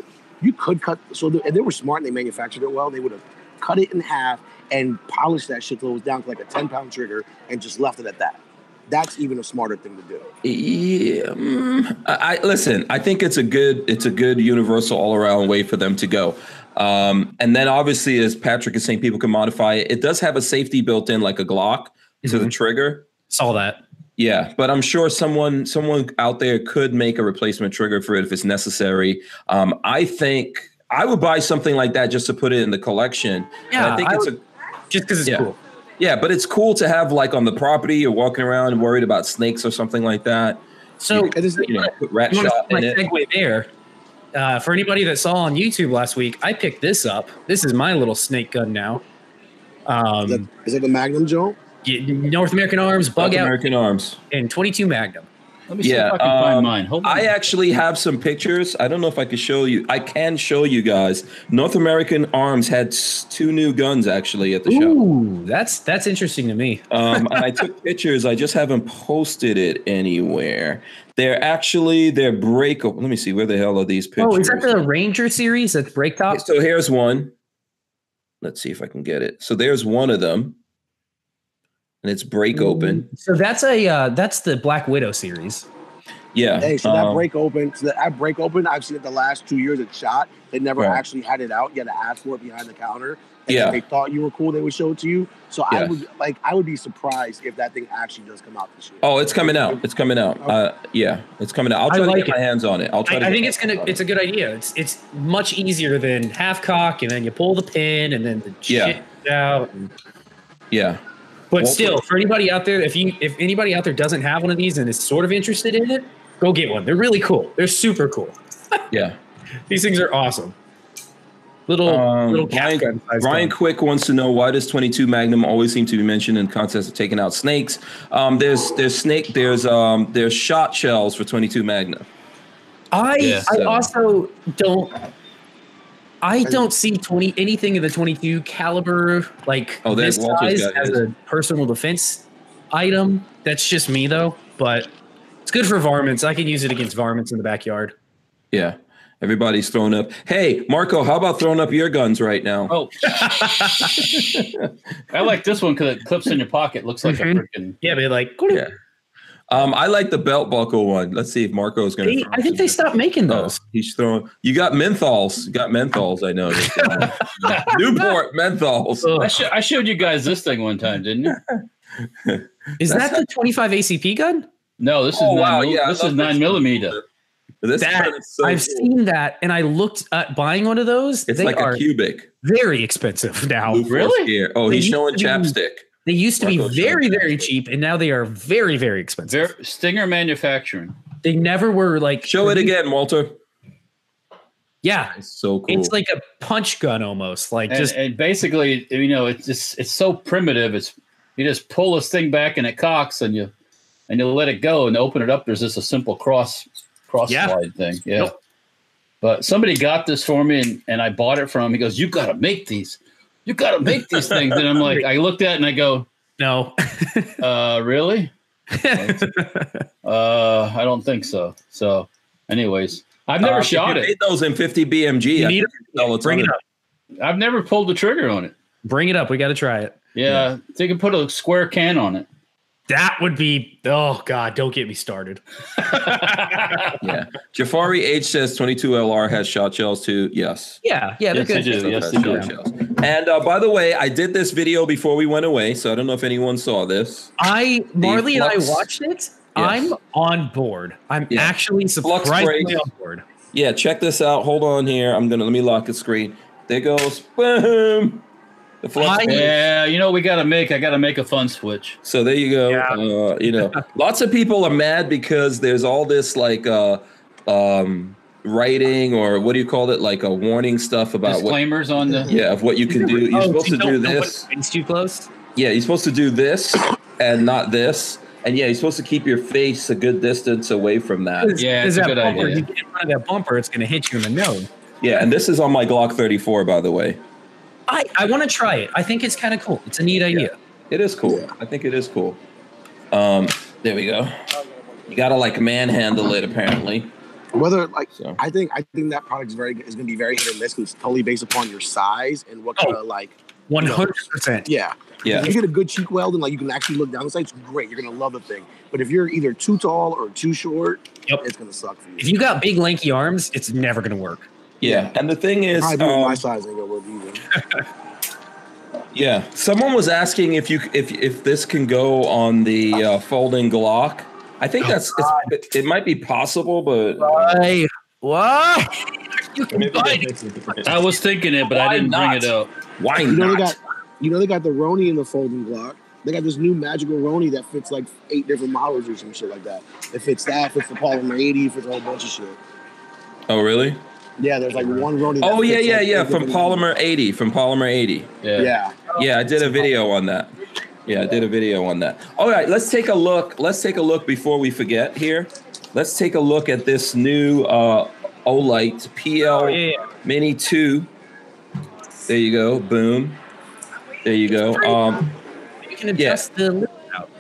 [SPEAKER 4] You could cut. So the, and they were smart and they manufactured it well. They would have cut it in half and polished that shit till it was down to like a ten pound trigger and just left it at that. That's even a smarter thing to do.
[SPEAKER 1] Yeah, mm, I, I listen. I think it's a good it's a good universal all around way for them to go. Um, and then obviously, as Patrick is saying, people can modify it. It does have a safety built in, like a Glock, to
[SPEAKER 2] Mm-hmm.
[SPEAKER 1] the trigger.
[SPEAKER 2] Saw that.
[SPEAKER 1] Yeah, but I'm sure someone someone out there could make a replacement trigger for it if it's necessary. Um, I think I would buy something like that just to put it in the collection. And
[SPEAKER 2] Yeah,
[SPEAKER 1] I think
[SPEAKER 2] I
[SPEAKER 1] it's
[SPEAKER 2] would-
[SPEAKER 1] a
[SPEAKER 2] Just because it's
[SPEAKER 1] Yeah.
[SPEAKER 2] cool.
[SPEAKER 1] yeah, but it's cool to have like on the property. You're walking around worried about snakes or something like that.
[SPEAKER 2] So
[SPEAKER 4] And this-
[SPEAKER 1] You know, put rat
[SPEAKER 2] you want
[SPEAKER 1] shot
[SPEAKER 2] to
[SPEAKER 1] in
[SPEAKER 2] my
[SPEAKER 1] it.
[SPEAKER 2] segue there. Uh, for anybody that saw on YouTube last week, I picked this up. This is my little snake gun now.
[SPEAKER 4] Is that,
[SPEAKER 2] Um,
[SPEAKER 4] is that the Magnum, Joe?
[SPEAKER 2] y- North American Arms, Bug
[SPEAKER 1] South
[SPEAKER 2] Out,
[SPEAKER 1] American Arms.
[SPEAKER 2] and 22 Magnum.
[SPEAKER 3] Let me see
[SPEAKER 1] Yeah,
[SPEAKER 3] if I can find
[SPEAKER 1] um,
[SPEAKER 3] mine. Hold on.
[SPEAKER 1] I actually have some pictures. I don't know if I could show you. I can show you guys. North American Arms had s- two new guns actually at the show.
[SPEAKER 2] Ooh, that's that's interesting to me.
[SPEAKER 1] Um, and I took pictures. I just haven't posted it anywhere. They're actually they're break. Let me see. Where the hell are these pictures?
[SPEAKER 2] Oh, is that the Ranger series? That's Break Top.
[SPEAKER 1] Okay, so here's one. Let's see if I can get it. So there's one of them, and it's break open.
[SPEAKER 2] So that's a uh, that's the Black Widow series.
[SPEAKER 1] Yeah.
[SPEAKER 4] Hey, so that
[SPEAKER 1] um,
[SPEAKER 4] break open, so that, that break open, I've seen it the last two years at Shot. They never
[SPEAKER 1] Right.
[SPEAKER 4] actually had it out. You had to ask for it behind the counter. And
[SPEAKER 1] Yeah.
[SPEAKER 4] if they thought you were cool, they would show it to you. So I
[SPEAKER 1] Yeah.
[SPEAKER 4] would like, I would be surprised if that thing actually does come out this year.
[SPEAKER 1] Oh, it's coming out. It's coming out. Uh, yeah, it's coming out. I'll
[SPEAKER 2] I
[SPEAKER 1] try to
[SPEAKER 2] like
[SPEAKER 1] get my hands on it. I'll try.
[SPEAKER 2] I,
[SPEAKER 1] to
[SPEAKER 2] I
[SPEAKER 1] get
[SPEAKER 2] think
[SPEAKER 1] my
[SPEAKER 2] it's
[SPEAKER 1] hands
[SPEAKER 2] gonna
[SPEAKER 1] on
[SPEAKER 2] it's a good idea. It's it's much easier than half cock, and then you pull the pin, and then the
[SPEAKER 1] Yeah.
[SPEAKER 2] shit comes out.
[SPEAKER 1] yeah.
[SPEAKER 2] But
[SPEAKER 1] Well,
[SPEAKER 2] still, for anybody out there, if you if anybody out there doesn't have one of these and is sort of interested in it, go get one. They're really cool. They're super cool.
[SPEAKER 1] Yeah.
[SPEAKER 2] These things are awesome. Little
[SPEAKER 1] Um,
[SPEAKER 2] little
[SPEAKER 1] Brian,
[SPEAKER 2] Brian,
[SPEAKER 1] Brian Quick wants to know why does 22 Magnum always seem to be mentioned in contests of taking out snakes? Um, there's there's snake there's um there's shot shells for 22 Magnum.
[SPEAKER 2] I
[SPEAKER 3] Yeah,
[SPEAKER 2] I
[SPEAKER 1] so-
[SPEAKER 2] also don't I don't see twenty anything in the twenty two caliber like
[SPEAKER 1] Oh, there's
[SPEAKER 2] this
[SPEAKER 1] Walter's
[SPEAKER 2] size
[SPEAKER 1] got
[SPEAKER 2] as
[SPEAKER 1] his.
[SPEAKER 2] a personal defense item. That's just me though, but it's good for varmints. I can use it against varmints in the backyard.
[SPEAKER 1] Yeah. Everybody's thrown up. Hey, Marco, how about throwing up your guns right now?
[SPEAKER 3] oh. I like this one because it clips in your pocket. Looks like
[SPEAKER 2] Mhm.
[SPEAKER 3] a freaking.
[SPEAKER 2] Yeah, but like
[SPEAKER 1] Yeah. Um, I like the belt buckle one. Let's see if Marco's gonna.
[SPEAKER 2] they,
[SPEAKER 1] throw
[SPEAKER 2] I think they
[SPEAKER 1] something.
[SPEAKER 2] stopped making
[SPEAKER 1] Oh,
[SPEAKER 2] those.
[SPEAKER 1] he's throwing. You got menthols. You got menthols. I know. Newport menthols.
[SPEAKER 2] Ugh.
[SPEAKER 3] I, sho- I showed you guys this thing one time, didn't you?
[SPEAKER 2] Is
[SPEAKER 1] that's
[SPEAKER 2] that the twenty five ACP gun?
[SPEAKER 3] No, this is
[SPEAKER 1] Oh,
[SPEAKER 3] nine
[SPEAKER 1] wow,
[SPEAKER 3] mil-
[SPEAKER 1] yeah, I
[SPEAKER 3] this
[SPEAKER 1] love
[SPEAKER 3] is
[SPEAKER 1] this
[SPEAKER 3] nine
[SPEAKER 1] one.
[SPEAKER 3] millimeter.
[SPEAKER 1] This
[SPEAKER 2] That-
[SPEAKER 1] gun is so
[SPEAKER 2] I've
[SPEAKER 1] cool.
[SPEAKER 2] seen that, and I looked at buying one of those.
[SPEAKER 1] It's
[SPEAKER 2] they
[SPEAKER 1] like
[SPEAKER 2] are
[SPEAKER 1] a cubic.
[SPEAKER 2] very expensive now.
[SPEAKER 1] Blue Force
[SPEAKER 3] really?
[SPEAKER 1] gear. Oh,
[SPEAKER 2] They
[SPEAKER 1] he's
[SPEAKER 2] used
[SPEAKER 1] showing
[SPEAKER 2] to be-
[SPEAKER 1] chapstick.
[SPEAKER 2] They used to be
[SPEAKER 1] Marco showed
[SPEAKER 2] very,
[SPEAKER 1] that.
[SPEAKER 2] very cheap, and now they are very, very expensive.
[SPEAKER 3] Ver- Stinger Manufacturing.
[SPEAKER 2] they never were like
[SPEAKER 1] Show it again, Walter.
[SPEAKER 2] Yeah,
[SPEAKER 1] It's so cool.
[SPEAKER 2] it's like a punch gun almost. Like
[SPEAKER 3] And,
[SPEAKER 2] just
[SPEAKER 3] and basically, you know, it's just it's so primitive. It's you just pull this thing back and it cocks, and you and you let it go and open it up. There's just a simple cross cross
[SPEAKER 2] Yeah.
[SPEAKER 3] slide thing. Yeah.
[SPEAKER 2] Nope.
[SPEAKER 3] But somebody got this for me and, and I bought it from him. He goes, You gotta make these. You gotta make these things. And I'm like, I looked at it and I go,
[SPEAKER 2] no.
[SPEAKER 3] uh, really? Uh, I don't think so. So, anyways, I've never
[SPEAKER 1] Uh, if
[SPEAKER 3] shot
[SPEAKER 1] you
[SPEAKER 3] it.
[SPEAKER 1] Made those in 50 BMG.
[SPEAKER 2] You
[SPEAKER 1] I
[SPEAKER 2] need
[SPEAKER 1] think you sell a
[SPEAKER 2] Bring
[SPEAKER 1] ton
[SPEAKER 2] it
[SPEAKER 1] of-
[SPEAKER 2] up.
[SPEAKER 3] I've never pulled the trigger on it.
[SPEAKER 2] Bring it up. We got to try it.
[SPEAKER 3] Yeah, they can put a square can on it.
[SPEAKER 2] That would be oh god. Don't get me started.
[SPEAKER 1] Yeah. Jafari H says 22LR has shot shells too. Yes.
[SPEAKER 2] Yeah, yeah, they're
[SPEAKER 3] Yes, they
[SPEAKER 2] good.
[SPEAKER 3] do. Yes,
[SPEAKER 1] Has
[SPEAKER 3] they do.
[SPEAKER 1] shot shells. And uh, by the way, I did this video before we went away, so I don't know if anyone saw this.
[SPEAKER 2] I Marley and I
[SPEAKER 1] flux-
[SPEAKER 2] watched it. I'm on board. I'm
[SPEAKER 1] Yeah.
[SPEAKER 2] actually
[SPEAKER 1] Flux
[SPEAKER 2] surprisingly
[SPEAKER 1] break.
[SPEAKER 2] on board.
[SPEAKER 1] Yeah, check this out. Hold on here. I'm gonna let me lock the screen. There goes boom. The flux.
[SPEAKER 2] I-
[SPEAKER 1] break.
[SPEAKER 3] Yeah, you know what we gotta make. I gotta make a fun switch.
[SPEAKER 1] So there you go.
[SPEAKER 2] Yeah.
[SPEAKER 1] Uh, you know, lots of people are mad because there's all this like uh, um, writing or what do you call it? Like a warning stuff about what,
[SPEAKER 3] Disclaimers on the.
[SPEAKER 1] yeah, of what you can do.
[SPEAKER 2] Oh,
[SPEAKER 1] You're supposed to do this.
[SPEAKER 2] It's too close.
[SPEAKER 1] Yeah, you're supposed to do this and not this. And yeah, you're supposed to keep your face a good distance away from that.
[SPEAKER 3] Yeah, it's a
[SPEAKER 2] that
[SPEAKER 3] good
[SPEAKER 2] bumper,
[SPEAKER 3] idea.
[SPEAKER 2] You get in front of that bumper, it's going to hit you in the nose.
[SPEAKER 1] Yeah, and this is on my Glock 34, by the way.
[SPEAKER 2] I, I want to try it. I think it's kind of cool. It's a neat idea.
[SPEAKER 1] It is cool. I think it is cool. Um, there we go. You gotta like manhandle it apparently.
[SPEAKER 4] Whether like
[SPEAKER 1] So
[SPEAKER 4] I think I think that product is very is going to be very hit or miss. 'cause It's totally based upon your size and what
[SPEAKER 2] Oh.
[SPEAKER 4] kind of like
[SPEAKER 2] One hundred percent.
[SPEAKER 4] yeah.
[SPEAKER 1] yeah,
[SPEAKER 4] If you get a good cheek weld and like you can actually look down the sights, great. You're gonna love the thing. But if you're either too tall or too short,
[SPEAKER 2] Yep.
[SPEAKER 4] it's gonna suck for you.
[SPEAKER 2] If you got big lanky arms, it's never going to work.
[SPEAKER 1] yeah. And the thing is,
[SPEAKER 4] Probably people
[SPEAKER 1] um,
[SPEAKER 4] my size ain't gonna work either.
[SPEAKER 1] yeah. Someone was asking if you if if this can go on the uh, folding Glock. I think that's
[SPEAKER 4] Oh,
[SPEAKER 1] it's, it, it might be possible, but
[SPEAKER 2] Why? Why? You can buy it.
[SPEAKER 3] I was thinking it, but I
[SPEAKER 1] Why
[SPEAKER 3] didn't
[SPEAKER 1] not?
[SPEAKER 3] bring it up.
[SPEAKER 1] why
[SPEAKER 4] You know
[SPEAKER 1] not?
[SPEAKER 4] they got you know they got the Roni in the folding block. They got this new magical Roni that fits like eight different models or some shit like that. It fits that, fits the Polymer 80, fits a whole bunch of shit.
[SPEAKER 1] Oh really?
[SPEAKER 4] Yeah, there's like one Roni. that
[SPEAKER 1] Oh yeah,
[SPEAKER 4] fits,
[SPEAKER 1] yeah,
[SPEAKER 4] like,
[SPEAKER 1] yeah.
[SPEAKER 4] eight
[SPEAKER 1] From
[SPEAKER 4] different
[SPEAKER 1] Polymer 80. From Polymer 80.
[SPEAKER 3] Yeah.
[SPEAKER 4] models. Yeah.
[SPEAKER 1] Yeah, I did a video on that. Yeah, I did a video on that. All right, let's take a look. Let's take a look before we forget here. Let's take a look at this new uh, Olight PL
[SPEAKER 2] Oh, yeah, yeah.
[SPEAKER 1] Mini 2. There you go. Boom. There you go. Um,
[SPEAKER 2] You can adjust the lip out.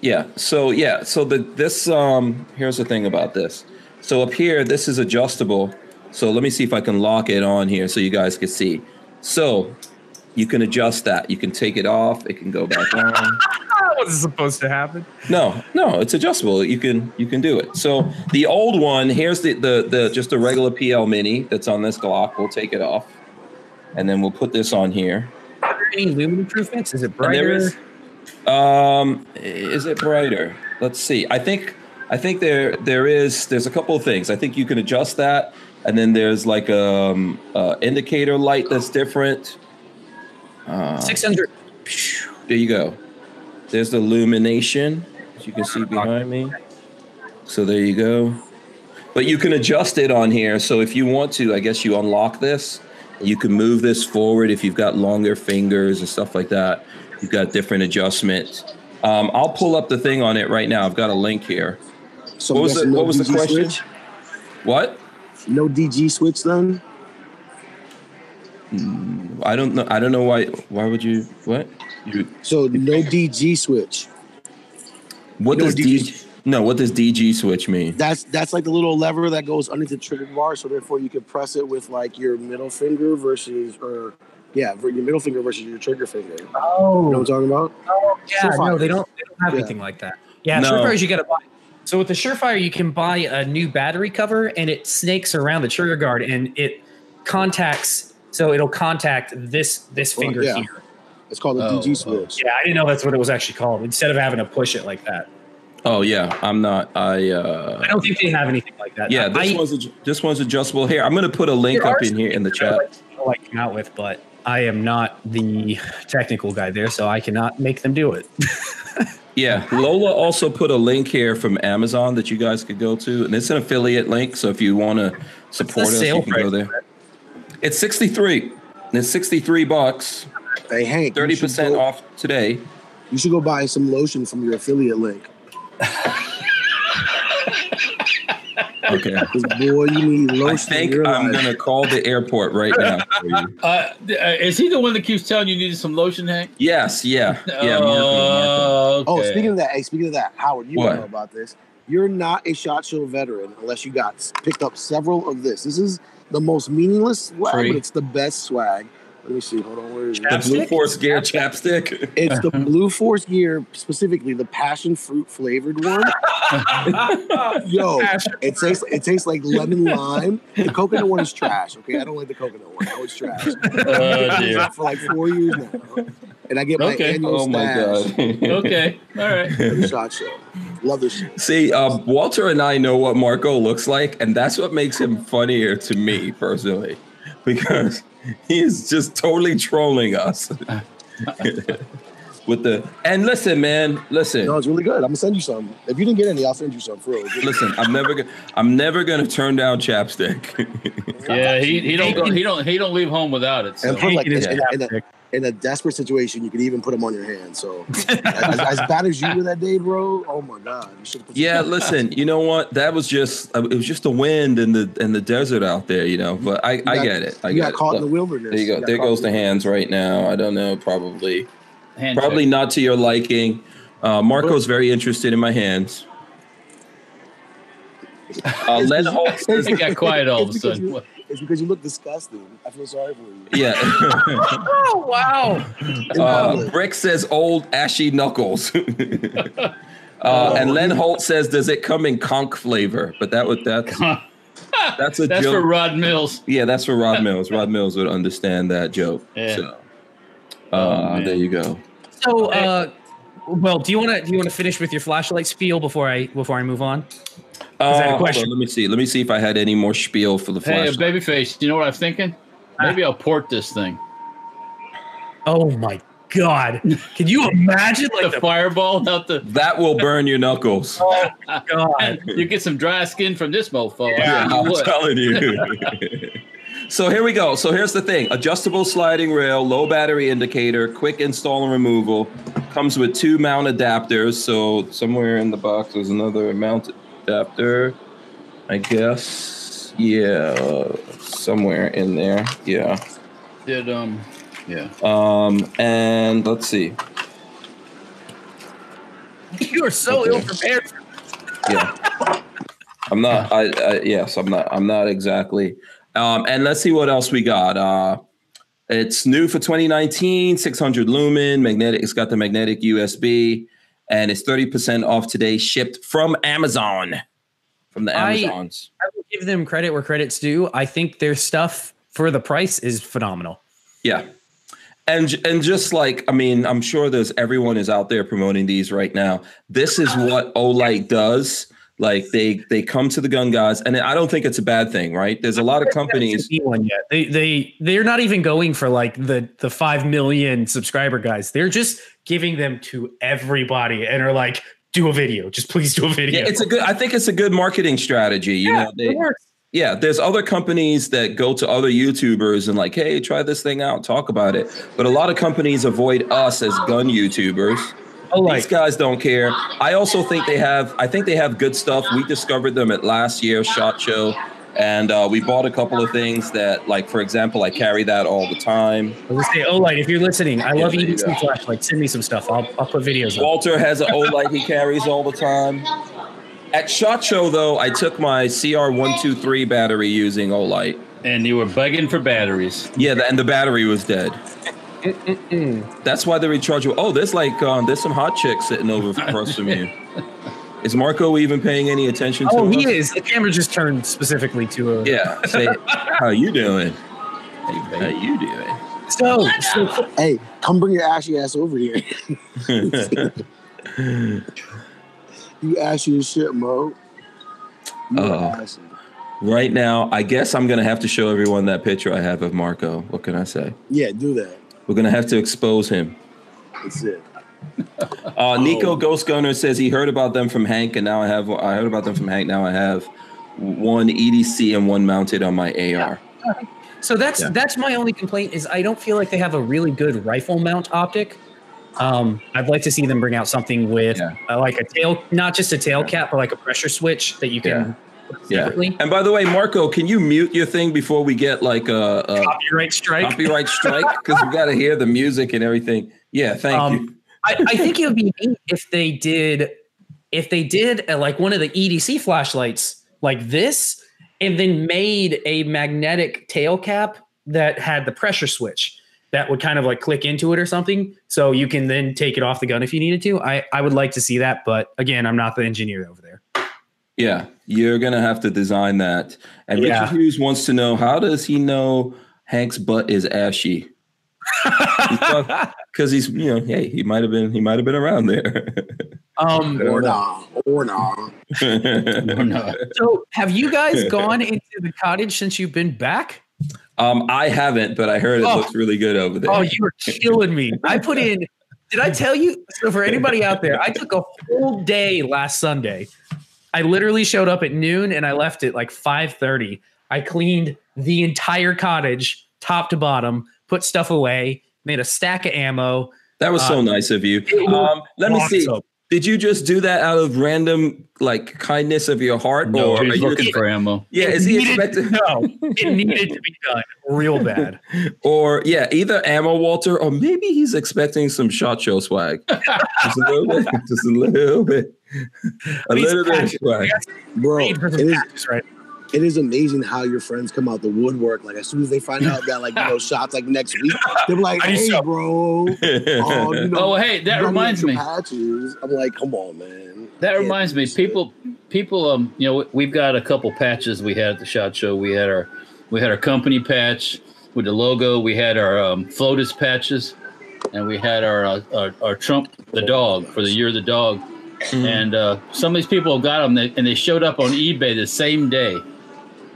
[SPEAKER 1] yeah. So yeah. So the this um here's the thing about this. So up here, this is adjustable. So let me see if I can lock it on here so you guys can see. So you can adjust that. You can take it off. It can go back on.
[SPEAKER 2] That wasn't supposed to happen.
[SPEAKER 1] No, no, it's adjustable. You can you can do it. So the old one here's the the, the just the regular PL Mini that's on this Glock. We'll take it off, and then we'll put this on here.
[SPEAKER 2] Are there any lumen improvements? Is it
[SPEAKER 1] And there
[SPEAKER 2] brighter?
[SPEAKER 1] is, um, is it brighter? Let's see. I think I think there there is there's a couple of things. I think you can adjust that, and then there's like um uh, indicator light that's different. Uh,
[SPEAKER 2] Six hundred.
[SPEAKER 1] there you go. There's the illumination, as you can see behind me. So there you go. But you can adjust it on here. So if you want to, I guess you unlock this. You can move this forward if you've got longer fingers and stuff like that. You've got different adjustments. Um, I'll pull up the thing on it right now. I've got a link here.
[SPEAKER 4] So
[SPEAKER 1] What
[SPEAKER 4] I'm
[SPEAKER 1] was the,
[SPEAKER 4] guessing no
[SPEAKER 1] what was the
[SPEAKER 4] DG
[SPEAKER 1] question?
[SPEAKER 4] Switch?
[SPEAKER 1] What?
[SPEAKER 4] No DG switch then?
[SPEAKER 1] I don't know. I don't know why. Why would you? What? You,
[SPEAKER 4] So no DG switch.
[SPEAKER 1] what
[SPEAKER 4] You know
[SPEAKER 1] does
[SPEAKER 4] what DG
[SPEAKER 1] DG? No. What does DG switch mean?
[SPEAKER 4] That's that's like the little lever that goes underneath the trigger bar. So therefore, you can press it with like your middle finger versus, or yeah, your middle finger versus your trigger finger. You know what I'm
[SPEAKER 2] Oh,
[SPEAKER 4] talking about?
[SPEAKER 2] yeah. No,
[SPEAKER 4] Surefire.
[SPEAKER 2] they don't. They don't have
[SPEAKER 4] Yeah.
[SPEAKER 2] anything like that. Yeah,
[SPEAKER 1] No.
[SPEAKER 2] surefires you got to buy. So with the surefire, you can buy a new battery cover, and it snakes around the trigger guard, and it contacts. So it'll contact this this
[SPEAKER 4] Well,
[SPEAKER 2] finger
[SPEAKER 4] yeah.
[SPEAKER 2] here.
[SPEAKER 4] It's called
[SPEAKER 3] Oh,
[SPEAKER 4] a
[SPEAKER 3] oh.
[SPEAKER 4] DG switch.
[SPEAKER 2] Yeah, I didn't know that's what it was actually called. Instead of having to push it like that,
[SPEAKER 1] Oh yeah. I'm not. I. uh
[SPEAKER 2] I don't think they have anything like that.
[SPEAKER 1] Yeah, this
[SPEAKER 2] I,
[SPEAKER 1] one's adj- this one's adjustable here. I'm gonna put a link
[SPEAKER 2] There
[SPEAKER 1] up
[SPEAKER 2] are
[SPEAKER 1] in here in the chat.
[SPEAKER 2] I like came out with, but I am not the technical guy there, so I cannot make them do it.
[SPEAKER 1] Yeah, Lola also put a link here from Amazon that you guys could go to, and it's an affiliate link. So if you want to support us,
[SPEAKER 2] sale
[SPEAKER 1] you can go
[SPEAKER 2] price?
[SPEAKER 1] there. It's 63. It's 63 bucks,
[SPEAKER 4] Hey Hank, you should
[SPEAKER 1] 30%
[SPEAKER 4] go-
[SPEAKER 1] off today.
[SPEAKER 4] You should go buy some lotion from your affiliate link.
[SPEAKER 1] Okay.
[SPEAKER 4] 'Cause, boy, you need lotion.
[SPEAKER 1] I
[SPEAKER 4] in
[SPEAKER 1] think
[SPEAKER 4] your
[SPEAKER 1] I'm
[SPEAKER 4] life.
[SPEAKER 1] gonna call the airport right now. for you.
[SPEAKER 3] Uh, th- uh, is he the one that keeps telling you needed some lotion, Hank?
[SPEAKER 1] Yes, yeah, yeah. Marco, Marco.
[SPEAKER 3] Oh,
[SPEAKER 4] Oh,
[SPEAKER 3] okay.
[SPEAKER 4] speaking of that, hey, speaking of that, Howard, you
[SPEAKER 1] What?
[SPEAKER 4] know about this. You're not a shot show veteran unless you got s- picked up several of this. This is the most meaningless swag,
[SPEAKER 3] Free.
[SPEAKER 4] but it's the best swag. Let me see. Hold on, where is it?
[SPEAKER 1] The
[SPEAKER 2] Chapstick?
[SPEAKER 1] Blue Force Gear chapstick.
[SPEAKER 4] It's the Blue Force gear, specifically the passion fruit flavored one. Yo, it tastes it tastes like lemon lime. The coconut one is trash. Okay, I don't like the coconut one. That was trash.
[SPEAKER 3] Oh, dear.
[SPEAKER 4] for like four years now, and I get my
[SPEAKER 3] Okay.
[SPEAKER 4] annual
[SPEAKER 1] Oh my
[SPEAKER 4] stash
[SPEAKER 1] god.
[SPEAKER 3] okay. All right.
[SPEAKER 4] from the shot show. Love this shit.
[SPEAKER 1] See, uh, Walter and I know what Marco looks like, and that's what makes him funnier to me personally, because he is just totally trolling us. with the and listen, man, listen,
[SPEAKER 4] No, it's really good. I'm gonna send you some. If you didn't get any, I'll send you some for real.
[SPEAKER 1] listen. I'm never gonna I'm never gonna turn down chapstick.
[SPEAKER 3] Yeah, he, he don't go, he don't he don't leave home without it. So.
[SPEAKER 4] And put like
[SPEAKER 2] Taking
[SPEAKER 4] in,
[SPEAKER 2] his
[SPEAKER 4] in, in, a,
[SPEAKER 2] chapstick.
[SPEAKER 4] in a desperate situation, you could even put them on your hand. So as, as bad as you were that day, bro. Oh my god, you should.
[SPEAKER 1] yeah, listen, you know what? That was just uh, it was just the wind and the and the desert out there, you know. But I I get it. I
[SPEAKER 4] you
[SPEAKER 1] get
[SPEAKER 4] got
[SPEAKER 1] it.
[SPEAKER 4] caught in the
[SPEAKER 1] Look,
[SPEAKER 4] wilderness.
[SPEAKER 1] there you go.
[SPEAKER 4] got
[SPEAKER 1] There
[SPEAKER 4] caught
[SPEAKER 1] goes
[SPEAKER 4] in
[SPEAKER 1] the hands right now. I don't know. Probably
[SPEAKER 3] Hand
[SPEAKER 1] probably
[SPEAKER 3] check.
[SPEAKER 1] not to your liking. Uh, Marco's very interested in my hands. Uh, Len Holtz is
[SPEAKER 3] It got quiet all of a
[SPEAKER 4] It's because
[SPEAKER 3] sudden.
[SPEAKER 4] you- It's because you look disgusting. I feel sorry for you.
[SPEAKER 1] yeah.
[SPEAKER 2] Oh wow!
[SPEAKER 4] In
[SPEAKER 1] Uh,
[SPEAKER 4] public.
[SPEAKER 1] Brick says old ashy knuckles. Uh, and Len Holt says, "Does it come in conch flavor?" But that would that's that's a
[SPEAKER 3] That's
[SPEAKER 1] joke.
[SPEAKER 3] for Rod Mills.
[SPEAKER 1] Yeah, that's for Rod Mills. Rod Mills would understand that joke.
[SPEAKER 3] Yeah.
[SPEAKER 1] So,
[SPEAKER 3] Oh,
[SPEAKER 1] uh,
[SPEAKER 3] man.
[SPEAKER 1] there you go.
[SPEAKER 2] So, uh, well, do you want to do you want to finish with your flashlight spiel before I before I move on?
[SPEAKER 1] Uh,
[SPEAKER 2] that a
[SPEAKER 1] hold
[SPEAKER 2] question?
[SPEAKER 1] on, let me see. Let me see if I had any more spiel for the
[SPEAKER 3] Hey,
[SPEAKER 1] flash.
[SPEAKER 3] babyface, you know what I'm thinking? Maybe I'll port this thing.
[SPEAKER 2] Oh my god! Can you imagine
[SPEAKER 3] The
[SPEAKER 2] like the
[SPEAKER 3] fireball out the.
[SPEAKER 1] that will burn your
[SPEAKER 3] Oh,
[SPEAKER 1] knuckles.
[SPEAKER 2] god?
[SPEAKER 3] You get some dry skin from this mofo.
[SPEAKER 2] Yeah,
[SPEAKER 3] Yeah, you
[SPEAKER 1] I'm
[SPEAKER 3] would.
[SPEAKER 1] telling you. so here we go. So here's the thing: adjustable sliding rail, low battery indicator, quick install and removal. Comes with two mount adapters. So somewhere in the box there's another mount adapter. I guess. Yeah, uh, somewhere in there. Yeah.
[SPEAKER 3] Did um, yeah.
[SPEAKER 1] Um, and let's see.
[SPEAKER 2] You are so
[SPEAKER 1] Okay.
[SPEAKER 2] ill prepared.
[SPEAKER 1] Yeah, I'm not. I, I yes, I'm not. I'm not exactly. Um, and let's see what else we got. Uh, it's new for 2019. 600 lumen magnetic. It's got the magnetic USB, and it's 30 percent off today, shipped from Amazon. From the
[SPEAKER 2] I-
[SPEAKER 1] Amazons.
[SPEAKER 2] I will give them credit where credit's due. I think their stuff for the price is phenomenal.
[SPEAKER 1] Yeah. And j- and just like I mean, I'm sure there's everyone is out there promoting these right now. This is what Olight does. Like they they come to the gun guys, and I don't think it's a bad thing, right? There's a lot of companies.
[SPEAKER 2] Haven't seen one yet. They they they're not even going for like the the five million subscriber guys. They're just giving them to everybody and are like, do a video. Just please do a video.
[SPEAKER 1] Yeah, it's a good. I think it's a good marketing strategy. You know, they,
[SPEAKER 2] it works.
[SPEAKER 1] yeah. There's other companies that go to other YouTubers and like, hey, try this thing out, talk about it. But a lot of companies avoid us as gun YouTubers.
[SPEAKER 2] Oh,
[SPEAKER 1] These
[SPEAKER 2] like
[SPEAKER 1] guys don't care. I also think they have. I think they have good stuff. We discovered them at last year's shot show, and uh, we bought a couple of things that, like for example, I carry that all the time.
[SPEAKER 2] I was gonna say, oh, like if you're listening, I love E
[SPEAKER 1] there
[SPEAKER 2] eating
[SPEAKER 1] you
[SPEAKER 2] some
[SPEAKER 1] go.
[SPEAKER 2] flash. Like send me some stuff. I'll I'll put videos. up.
[SPEAKER 1] Walter has an old light he carries all the time. At Shot Show, though, I took my CR123 battery using Olight.
[SPEAKER 3] And you were begging for batteries.
[SPEAKER 1] Yeah, the, and the battery was dead. That's why the rechargeable. Oh, there's like um, there's some hot chick sitting over across from you. Is Marco even paying any attention to?
[SPEAKER 2] Oh, he
[SPEAKER 1] us?
[SPEAKER 2] is. The camera just turned specifically to a.
[SPEAKER 1] Yeah. Say, how you doing?
[SPEAKER 3] Hey,
[SPEAKER 1] How
[SPEAKER 3] baby.
[SPEAKER 1] you doing?
[SPEAKER 2] So, so
[SPEAKER 4] Hey, come bring your ashy ass over here. you ashy as shit, Mo. You are
[SPEAKER 1] Uh,
[SPEAKER 4] ashy.
[SPEAKER 1] Right now, I guess I'm gonna have to show everyone that picture I have of Marco. What can I say?
[SPEAKER 4] Yeah, do that.
[SPEAKER 1] We're gonna have to expose him.
[SPEAKER 4] That's it.
[SPEAKER 1] Uh, Nico Ghost Gunner says he heard about them from Hank, and now I have. I heard about them from Hank. Now I have one EDC and one mounted on my AR.
[SPEAKER 2] so that's
[SPEAKER 1] Yeah.
[SPEAKER 2] that's my only complaint is I don't feel like they have a really good rifle mount optic. Um, I'd like to see them bring out something with
[SPEAKER 1] Yeah.
[SPEAKER 2] uh, like a tail, not just a tail cap, but like a pressure switch that you can put
[SPEAKER 1] Yeah.
[SPEAKER 2] separately.
[SPEAKER 1] And by the way, Marco, can you mute your thing before we get like a, a
[SPEAKER 2] Copyright strike.
[SPEAKER 1] copyright strike? Because we got to hear the music and everything. Yeah, thank
[SPEAKER 2] Um,
[SPEAKER 1] you.
[SPEAKER 2] I, I think it would be neat if they did if they did uh, like one of the EDC flashlights like this and then made a magnetic tail cap that had the pressure switch that would kind of like click into it or something so you can then take it off the gun if you needed to. I I would like to see that, but again, I'm not the engineer over there.
[SPEAKER 1] Yeah, you're gonna have to design that. And
[SPEAKER 2] Yeah.
[SPEAKER 1] Richard Hughes wants to know how does he know Hank's butt is ashy? Because he's you know, hey, he might have been he might have been around there.
[SPEAKER 2] um
[SPEAKER 4] Or nah. Or nah.
[SPEAKER 3] Or not.
[SPEAKER 2] so have you guys gone into the cottage since you've been back?
[SPEAKER 1] um, I haven't, but I heard it
[SPEAKER 2] Oh.
[SPEAKER 1] looks really good over there.
[SPEAKER 2] Oh, you are killing me. I put in Did I tell you? So for anybody out there, I took a whole day last Sunday. I literally showed up at noon and I left at like 5:30. I cleaned the entire cottage top to bottom, put stuff away, made a stack of ammo.
[SPEAKER 1] That was so
[SPEAKER 2] Um,
[SPEAKER 1] nice of you.
[SPEAKER 2] it was
[SPEAKER 1] Um, let me see.
[SPEAKER 2] awesome.
[SPEAKER 1] Did you just do that out of random like kindness of your heart,
[SPEAKER 3] No,
[SPEAKER 1] or are
[SPEAKER 3] he's
[SPEAKER 1] you
[SPEAKER 3] looking for ammo.
[SPEAKER 1] yeah? Is he
[SPEAKER 2] Needed-
[SPEAKER 1] expecting
[SPEAKER 2] No, it needed to be done real bad.
[SPEAKER 1] or yeah, either ammo Walter, or maybe he's expecting some shot show swag. just a little bit, just a little bit, a
[SPEAKER 2] He's
[SPEAKER 1] little bit of
[SPEAKER 2] passionate.
[SPEAKER 1] swag.
[SPEAKER 4] Bro,
[SPEAKER 2] Paid for
[SPEAKER 4] it
[SPEAKER 2] some
[SPEAKER 4] is
[SPEAKER 2] patches, right?
[SPEAKER 4] it is amazing how your friends come out the woodwork. Like as soon as they find out that like you know shots like next week, they're like,
[SPEAKER 2] Are you
[SPEAKER 4] hey,
[SPEAKER 2] so-
[SPEAKER 4] bro. Oh, you know,
[SPEAKER 3] Oh, hey, that
[SPEAKER 4] you got
[SPEAKER 3] reminds
[SPEAKER 4] some
[SPEAKER 3] me.
[SPEAKER 4] Patches. I'm like, come on, man.
[SPEAKER 3] That
[SPEAKER 4] Yeah,
[SPEAKER 3] reminds me,
[SPEAKER 4] dude,
[SPEAKER 3] people, people, um, you know, we've got a couple patches we had at the shot show. We had our, we had our company patch with the logo. We had our um, FLOTUS patches, and we had our, uh, our our Trump the dog for the year of the dog.
[SPEAKER 1] Mm-hmm.
[SPEAKER 3] And uh, some of these people got them, they, and they showed up on eBay the same day.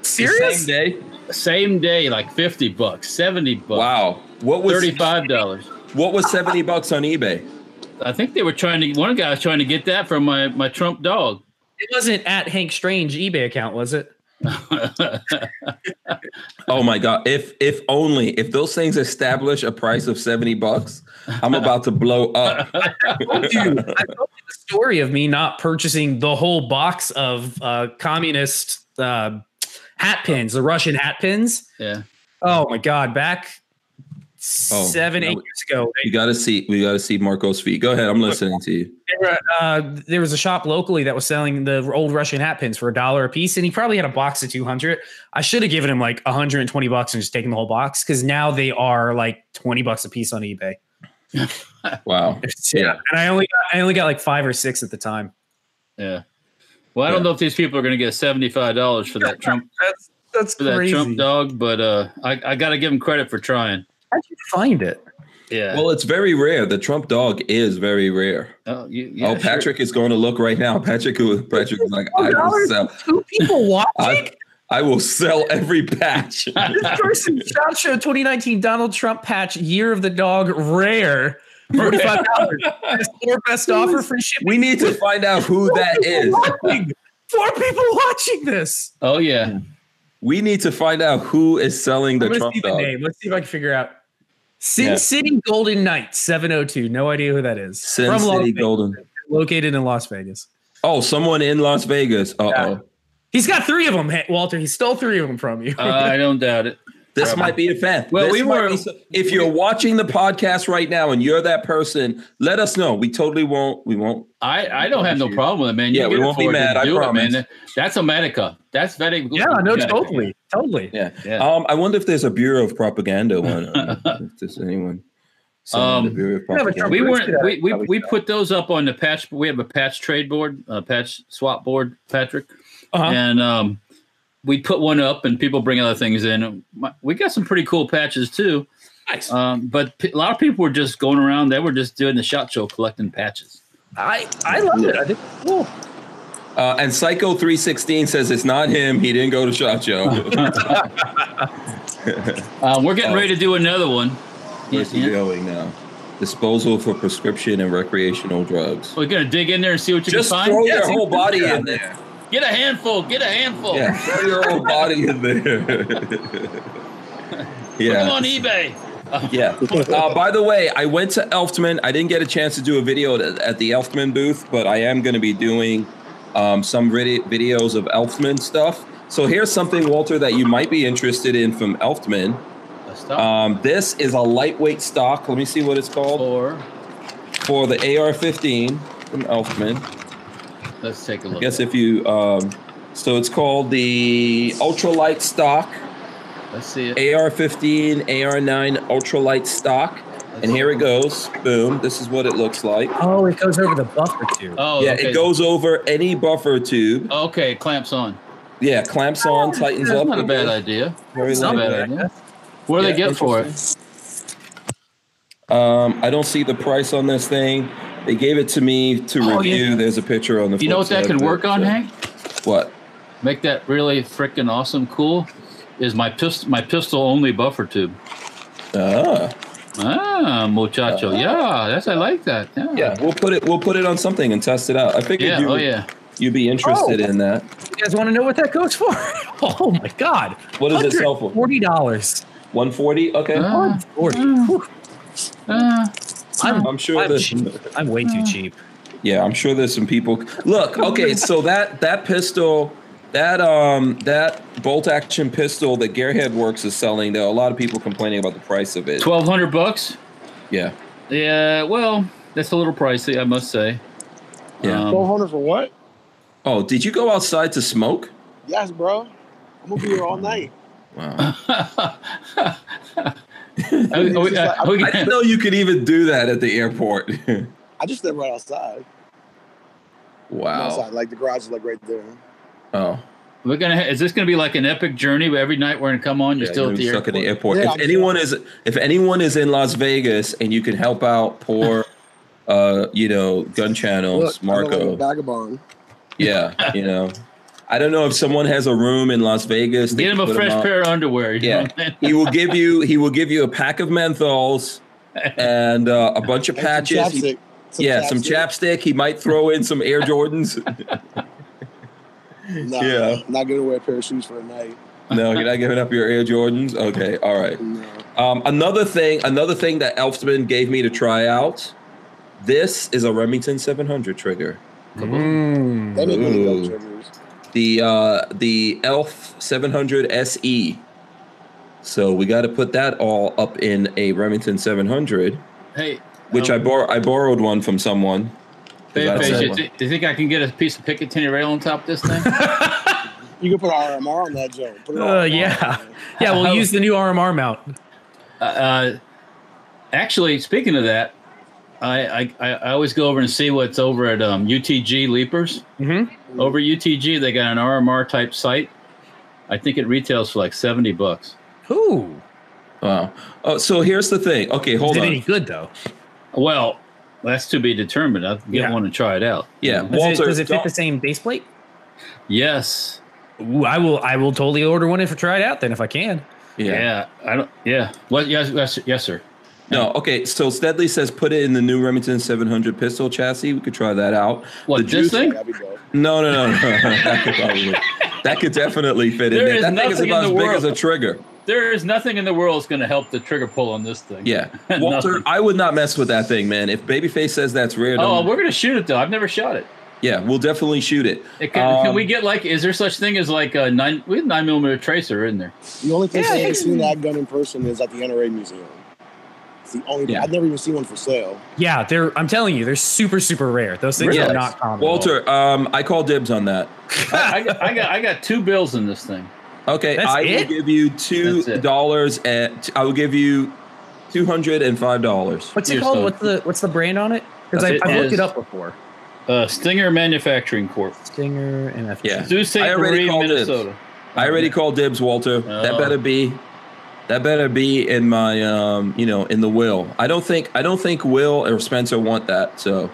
[SPEAKER 2] Serious?
[SPEAKER 1] Same day.
[SPEAKER 3] Same day, like fifty bucks, seventy bucks,
[SPEAKER 1] Wow. What was
[SPEAKER 3] thirty-five dollars.
[SPEAKER 1] what was seventy bucks on eBay?
[SPEAKER 3] I think they were trying to. One guy was trying to get that from my my Trump dog.
[SPEAKER 2] It wasn't at Hank Strange eBay account, was it?
[SPEAKER 1] Oh my god! If if only if those things establish a price of seventy bucks, I'm about to blow up.
[SPEAKER 2] told you, I told you the story of me not purchasing the whole box of uh, communist uh, hat pins, the Russian hat pins.
[SPEAKER 3] yeah.
[SPEAKER 2] Oh my God, back
[SPEAKER 1] Oh,
[SPEAKER 2] seven,
[SPEAKER 1] that
[SPEAKER 2] eight
[SPEAKER 1] was-
[SPEAKER 2] years ago,
[SPEAKER 1] We gotta see. We gotta see Marco's feet. Go ahead. I'm listening to you.
[SPEAKER 2] there, were, uh, there was a shop locally that was selling the old Russian hat pins for a dollar a piece, and he probably had a box of 200. I should have given him like 120 bucks and just taken the whole box because now they are like 20 bucks a piece on eBay.
[SPEAKER 1] Wow. Yeah.
[SPEAKER 2] And I only got, I only got like five or six at the time.
[SPEAKER 3] Yeah. Well, I don't know if these people are going to get seventy-five dollars for that Trump
[SPEAKER 2] That's that's
[SPEAKER 3] for that
[SPEAKER 2] crazy.
[SPEAKER 3] Trump dog, but uh, I, I got to give them credit for trying.
[SPEAKER 2] How'd you find it?
[SPEAKER 3] Yeah.
[SPEAKER 1] Well, it's very rare. The Trump dog is very rare.
[SPEAKER 3] oh, you, yeah,
[SPEAKER 1] oh,
[SPEAKER 3] sure.
[SPEAKER 1] Patrick is going to look right now. Patrick, who- Patrick is like, I will
[SPEAKER 2] $12?
[SPEAKER 1] sell.
[SPEAKER 2] Two people watching.
[SPEAKER 1] I, I will sell every patch.
[SPEAKER 2] this person shot show 2019 Donald Trump patch year of the dog rare. Forty-five dollars. Store best offer free shipping.
[SPEAKER 1] we need to find out who that is.
[SPEAKER 2] watching. Four people watching this.
[SPEAKER 3] Oh yeah.
[SPEAKER 1] We need to find out who is selling the
[SPEAKER 2] I'm gonna
[SPEAKER 1] Trump
[SPEAKER 2] see the
[SPEAKER 1] dog.
[SPEAKER 2] name. Let's see if I can figure out. Sin
[SPEAKER 1] Yeah.
[SPEAKER 2] City Golden Knights 702. No idea who that is.
[SPEAKER 1] Sin
[SPEAKER 2] From Las
[SPEAKER 1] City
[SPEAKER 2] Vegas,
[SPEAKER 1] Golden.
[SPEAKER 2] located in Las Vegas.
[SPEAKER 1] Oh, someone in Las Vegas. Uh
[SPEAKER 2] Yeah.
[SPEAKER 1] oh.
[SPEAKER 2] He's got three of them, hey, Walter. He stole three of them from you.
[SPEAKER 1] Uh,
[SPEAKER 3] I don't doubt it.
[SPEAKER 1] This
[SPEAKER 3] Probably.
[SPEAKER 1] might be the fact.
[SPEAKER 3] Well,
[SPEAKER 1] This
[SPEAKER 3] we
[SPEAKER 1] might
[SPEAKER 3] were-
[SPEAKER 1] be so- if you're watching the podcast right now and you're that person, let us know. We totally won't. We won't.
[SPEAKER 3] I, I don't have no problem with it, man. You
[SPEAKER 1] Yeah, we
[SPEAKER 3] get it
[SPEAKER 1] won't be
[SPEAKER 3] for it,
[SPEAKER 1] mad,
[SPEAKER 3] just
[SPEAKER 1] I
[SPEAKER 3] do it,
[SPEAKER 1] promise.
[SPEAKER 3] That's America. That's very good.
[SPEAKER 2] yeah, no, totally. Totally.
[SPEAKER 1] Yeah.
[SPEAKER 3] Yeah.
[SPEAKER 1] Um, I wonder if there's a Bureau of Propaganda one. um, if there's anyone. selling the
[SPEAKER 3] Um,
[SPEAKER 1] Bureau of
[SPEAKER 2] Yeah, but
[SPEAKER 1] Propaganda.
[SPEAKER 3] we
[SPEAKER 2] Let's
[SPEAKER 3] weren't.
[SPEAKER 2] do that.
[SPEAKER 3] We, we,
[SPEAKER 2] Probably
[SPEAKER 3] we
[SPEAKER 2] should.
[SPEAKER 3] put those up on the patch. We have a patch trade board, a patch swap board, Patrick.
[SPEAKER 2] Uh-huh.
[SPEAKER 3] and um, we put one up, and people bring other things in. My- We got some pretty cool patches too,
[SPEAKER 2] Nice.
[SPEAKER 3] um, but p- a lot of people were just going around. They were just doing the shot show, collecting patches.
[SPEAKER 2] I I love it. I think oh, it's cool.
[SPEAKER 1] Uh, and Psycho three sixteen says it's not him. He didn't go to Shot Show.
[SPEAKER 3] Uh, we're getting
[SPEAKER 1] Oh.
[SPEAKER 3] ready to do another one.
[SPEAKER 1] Where's he going now? Disposal for prescription and recreational drugs.
[SPEAKER 3] We're gonna dig in there and see what you
[SPEAKER 1] Just
[SPEAKER 3] can find.
[SPEAKER 1] throw
[SPEAKER 3] Yeah,
[SPEAKER 1] your
[SPEAKER 3] see
[SPEAKER 1] whole
[SPEAKER 3] what
[SPEAKER 1] body
[SPEAKER 3] you can
[SPEAKER 1] in
[SPEAKER 3] find.
[SPEAKER 1] there.
[SPEAKER 3] Get a handful. Get a handful.
[SPEAKER 1] Yeah, throw your whole body in there.
[SPEAKER 3] Put them on
[SPEAKER 1] yeah,
[SPEAKER 3] eBay.
[SPEAKER 1] yeah. Uh, by the way, I went to Elftman. I didn't get a chance to do a video at, at the Elftman booth, but I am going to be doing um, some vid- videos of Elftman stuff. So here's something, Walter, that you might be interested in from Elftman.
[SPEAKER 3] Let's stop.
[SPEAKER 1] Um, this is a lightweight stock. Let me see what it's called
[SPEAKER 3] or
[SPEAKER 1] for the AR-15 from Elfman.
[SPEAKER 3] let's take a
[SPEAKER 1] I
[SPEAKER 3] look.
[SPEAKER 1] guess if you, um, so it's called the ultralight stock
[SPEAKER 3] let's see it.
[SPEAKER 1] AR-15 AR-9 ultralight stock. And here it goes. Boom. This is what it looks like.
[SPEAKER 2] Oh, it goes over the buffer too.
[SPEAKER 3] Oh,
[SPEAKER 1] yeah,
[SPEAKER 3] okay.
[SPEAKER 1] it goes over any buffer tube.
[SPEAKER 3] Okay, it clamps on.
[SPEAKER 1] Yeah, clamps on, tightens
[SPEAKER 3] That's
[SPEAKER 1] up.
[SPEAKER 3] not a bad idea.
[SPEAKER 1] Very
[SPEAKER 3] Not a
[SPEAKER 1] lightweight.
[SPEAKER 3] bad idea. What do they
[SPEAKER 1] Yeah,
[SPEAKER 3] get for it?
[SPEAKER 1] Um, I don't see the price on this thing. They gave it to me to
[SPEAKER 3] Oh,
[SPEAKER 1] review.
[SPEAKER 3] yeah.
[SPEAKER 1] There's a picture on the.
[SPEAKER 3] You know
[SPEAKER 1] front
[SPEAKER 3] what that
[SPEAKER 1] side
[SPEAKER 3] could
[SPEAKER 1] of it,
[SPEAKER 3] work on,
[SPEAKER 1] so-
[SPEAKER 3] Hank?
[SPEAKER 1] What?
[SPEAKER 3] Make that really freaking awesome cool. Is my pistol my pistol only buffer tube?
[SPEAKER 1] Ah,
[SPEAKER 3] Ah, muchacho. yeah, that's I like that. Yeah.
[SPEAKER 1] Yeah, we'll put it. We'll put it on something and test it out. I figured
[SPEAKER 3] Yeah,
[SPEAKER 1] you
[SPEAKER 3] Oh
[SPEAKER 1] would,
[SPEAKER 3] yeah.
[SPEAKER 1] you'd be interested
[SPEAKER 2] Oh.
[SPEAKER 1] in that.
[SPEAKER 2] You guys want to know what that goes for? oh my god!
[SPEAKER 1] What does it sell for?
[SPEAKER 2] Forty dollars.
[SPEAKER 1] One forty. Okay,
[SPEAKER 3] Ah,
[SPEAKER 2] Forty.
[SPEAKER 3] ah,
[SPEAKER 2] Whew.
[SPEAKER 3] ah.
[SPEAKER 2] I'm,
[SPEAKER 1] I'm sure
[SPEAKER 2] I'm
[SPEAKER 1] that-
[SPEAKER 2] cheap. I'm way too cheap.
[SPEAKER 1] Yeah, I'm sure there's some people. Look, okay, so that that pistol, that um, that bolt action pistol that Gearhead Works is selling, though, a lot of people complaining about the price of it.
[SPEAKER 3] Twelve hundred bucks.
[SPEAKER 1] Yeah,
[SPEAKER 3] Yeah. Well, that's a little pricey, I must say. Um,
[SPEAKER 1] yeah.
[SPEAKER 4] Twelve hundred for what?
[SPEAKER 1] oh, did you go outside to smoke?
[SPEAKER 4] Yes, bro. I'm gonna be here all night.
[SPEAKER 1] Wow,
[SPEAKER 3] Are we- are we- are we
[SPEAKER 1] I
[SPEAKER 3] gonna-
[SPEAKER 1] didn't know you could even do that at the airport.
[SPEAKER 4] I just live right outside.
[SPEAKER 1] wow.
[SPEAKER 4] Outside, like the garage is like right there.
[SPEAKER 1] Oh,
[SPEAKER 3] We're gonna. ha- Is this gonna be like an epic journey? Where every night we're gonna come on. You're
[SPEAKER 1] yeah,
[SPEAKER 3] still at
[SPEAKER 1] you're
[SPEAKER 3] the
[SPEAKER 1] stuck
[SPEAKER 3] airport.
[SPEAKER 1] at the airport.
[SPEAKER 4] Yeah,
[SPEAKER 1] if
[SPEAKER 4] I'm sure.
[SPEAKER 1] anyone is, if anyone is in Las Vegas and you can help out poor, uh, you know, gun channels,
[SPEAKER 4] I look like
[SPEAKER 1] Marco.
[SPEAKER 4] a vagabond.
[SPEAKER 1] Yeah, you know, I don't know if someone has a room in Las Vegas. they
[SPEAKER 3] Get him
[SPEAKER 1] can
[SPEAKER 3] a
[SPEAKER 1] put
[SPEAKER 3] fresh
[SPEAKER 1] on-
[SPEAKER 3] pair of underwear. You
[SPEAKER 1] Yeah.
[SPEAKER 3] Know what I mean?
[SPEAKER 1] He will give you. He will give you a pack of menthols and uh, a bunch of
[SPEAKER 4] And some
[SPEAKER 1] patches. He-
[SPEAKER 4] chapstick.
[SPEAKER 1] yeah, some chapstick. He might throw in some Air Jordans.
[SPEAKER 4] Nah,
[SPEAKER 1] Yeah.
[SPEAKER 4] Not gonna wear a pair of shoes for a night.
[SPEAKER 1] no, you're not giving up your Air Jordans. Okay, all right.
[SPEAKER 4] No.
[SPEAKER 1] Um, another thing, another thing that Elfman gave me to try out. This is a Remington 700 trigger.
[SPEAKER 2] Mm.
[SPEAKER 4] They make really
[SPEAKER 1] Ooh.
[SPEAKER 4] good triggers.
[SPEAKER 1] the uh the elf 700 se E. so we got to put that all up in a remington 700
[SPEAKER 3] Hey, um,
[SPEAKER 1] which
[SPEAKER 3] Oh.
[SPEAKER 1] i bor- i borrowed one from someone
[SPEAKER 3] Babe,
[SPEAKER 1] That's
[SPEAKER 3] Babe,
[SPEAKER 1] it.
[SPEAKER 3] you, thi- you think I can get a piece of Picatinny rail on top of this thing?
[SPEAKER 4] You can put RMR on that joke. Put it
[SPEAKER 2] Uh,
[SPEAKER 4] on RMR.
[SPEAKER 2] yeah. Yeah, we'll
[SPEAKER 3] How-
[SPEAKER 2] use the new RMR mount.
[SPEAKER 3] uh, actually, speaking of that, I, I- I I always go over and see what's over at um, UTG Leapers.
[SPEAKER 2] hmm
[SPEAKER 1] Mm-hmm.
[SPEAKER 3] Over at UTG, they got an RMR type site. I think it retails for like seventy bucks.
[SPEAKER 2] Ooh,
[SPEAKER 1] wow oh so here's the thing okay hold
[SPEAKER 2] is it
[SPEAKER 1] on
[SPEAKER 2] any good though?
[SPEAKER 3] Well, that's to be determined. I'll get
[SPEAKER 2] Yeah.
[SPEAKER 3] one and try it out.
[SPEAKER 1] yeah
[SPEAKER 2] Does,
[SPEAKER 1] walter
[SPEAKER 2] it, does it fit
[SPEAKER 1] don't-
[SPEAKER 2] the same base plate?
[SPEAKER 3] Yes.
[SPEAKER 2] Ooh, I will. I will totally order one if I try it out. Then if I can.
[SPEAKER 1] yeah.
[SPEAKER 3] Yeah. I don't. Yeah. What? Yes. Yes. Yes, sir.
[SPEAKER 1] no okay so steadley says put it in the new remington 700 pistol chassis we could try that out
[SPEAKER 3] What,
[SPEAKER 1] The
[SPEAKER 3] this
[SPEAKER 1] juice-
[SPEAKER 3] thing?
[SPEAKER 4] That'd be dope.
[SPEAKER 1] no no no, no. that, could probably, that could definitely fit in
[SPEAKER 3] There
[SPEAKER 1] there
[SPEAKER 3] is
[SPEAKER 1] that thing is
[SPEAKER 3] nothing in
[SPEAKER 1] about as
[SPEAKER 3] the
[SPEAKER 1] big as
[SPEAKER 3] world.
[SPEAKER 1] a trigger
[SPEAKER 3] There is nothing in the world that's going to help the trigger pull on this thing.
[SPEAKER 1] yeah walter
[SPEAKER 3] Nothing.
[SPEAKER 1] i would not mess with that thing man if babyface says that's rare
[SPEAKER 3] Oh,
[SPEAKER 1] don't-
[SPEAKER 3] we're going to shoot it though. I've never shot it.
[SPEAKER 1] Yeah, we'll definitely shoot it.
[SPEAKER 3] It can, can
[SPEAKER 1] Um,
[SPEAKER 3] we get like? Is there such thing as like a nine? We have nine millimeter tracer, isn't there?
[SPEAKER 4] The only place
[SPEAKER 2] Yeah,
[SPEAKER 4] I
[SPEAKER 2] I
[SPEAKER 4] ever
[SPEAKER 2] think-
[SPEAKER 4] seen that gun in person is at the NRA museum. It's the only.
[SPEAKER 1] Yeah.
[SPEAKER 4] I've never even seen one for sale.
[SPEAKER 2] Yeah, they're. I'm telling you, they're super super rare. Those things
[SPEAKER 1] Really?
[SPEAKER 2] are not common. at all.
[SPEAKER 1] Walter, um, I call dibs on that.
[SPEAKER 3] I, I, got- I got I got two bills in this thing.
[SPEAKER 1] Oh, Okay,
[SPEAKER 2] That's
[SPEAKER 1] I will
[SPEAKER 2] it?
[SPEAKER 1] give you two
[SPEAKER 3] That's it.
[SPEAKER 1] dollars at. I will give you two hundred and five dollars.
[SPEAKER 2] what's it
[SPEAKER 3] You're
[SPEAKER 2] called?
[SPEAKER 3] so-
[SPEAKER 2] What's the what's the brand on it? Because
[SPEAKER 1] That's
[SPEAKER 2] I've
[SPEAKER 1] it.
[SPEAKER 2] I've looked
[SPEAKER 3] Is-
[SPEAKER 2] it up before.
[SPEAKER 3] Uh, Stinger Manufacturing Corp.
[SPEAKER 2] Stinger MFG.
[SPEAKER 1] Yeah.
[SPEAKER 3] Sault Ste.
[SPEAKER 1] I already
[SPEAKER 3] Marie,
[SPEAKER 1] called dibs.
[SPEAKER 3] Minnesota.
[SPEAKER 1] I already called dibs, Walter. That
[SPEAKER 3] Oh.
[SPEAKER 1] better be. That better be in my, um, you know, in the will. I don't think I don't think Will or Spencer want that. So,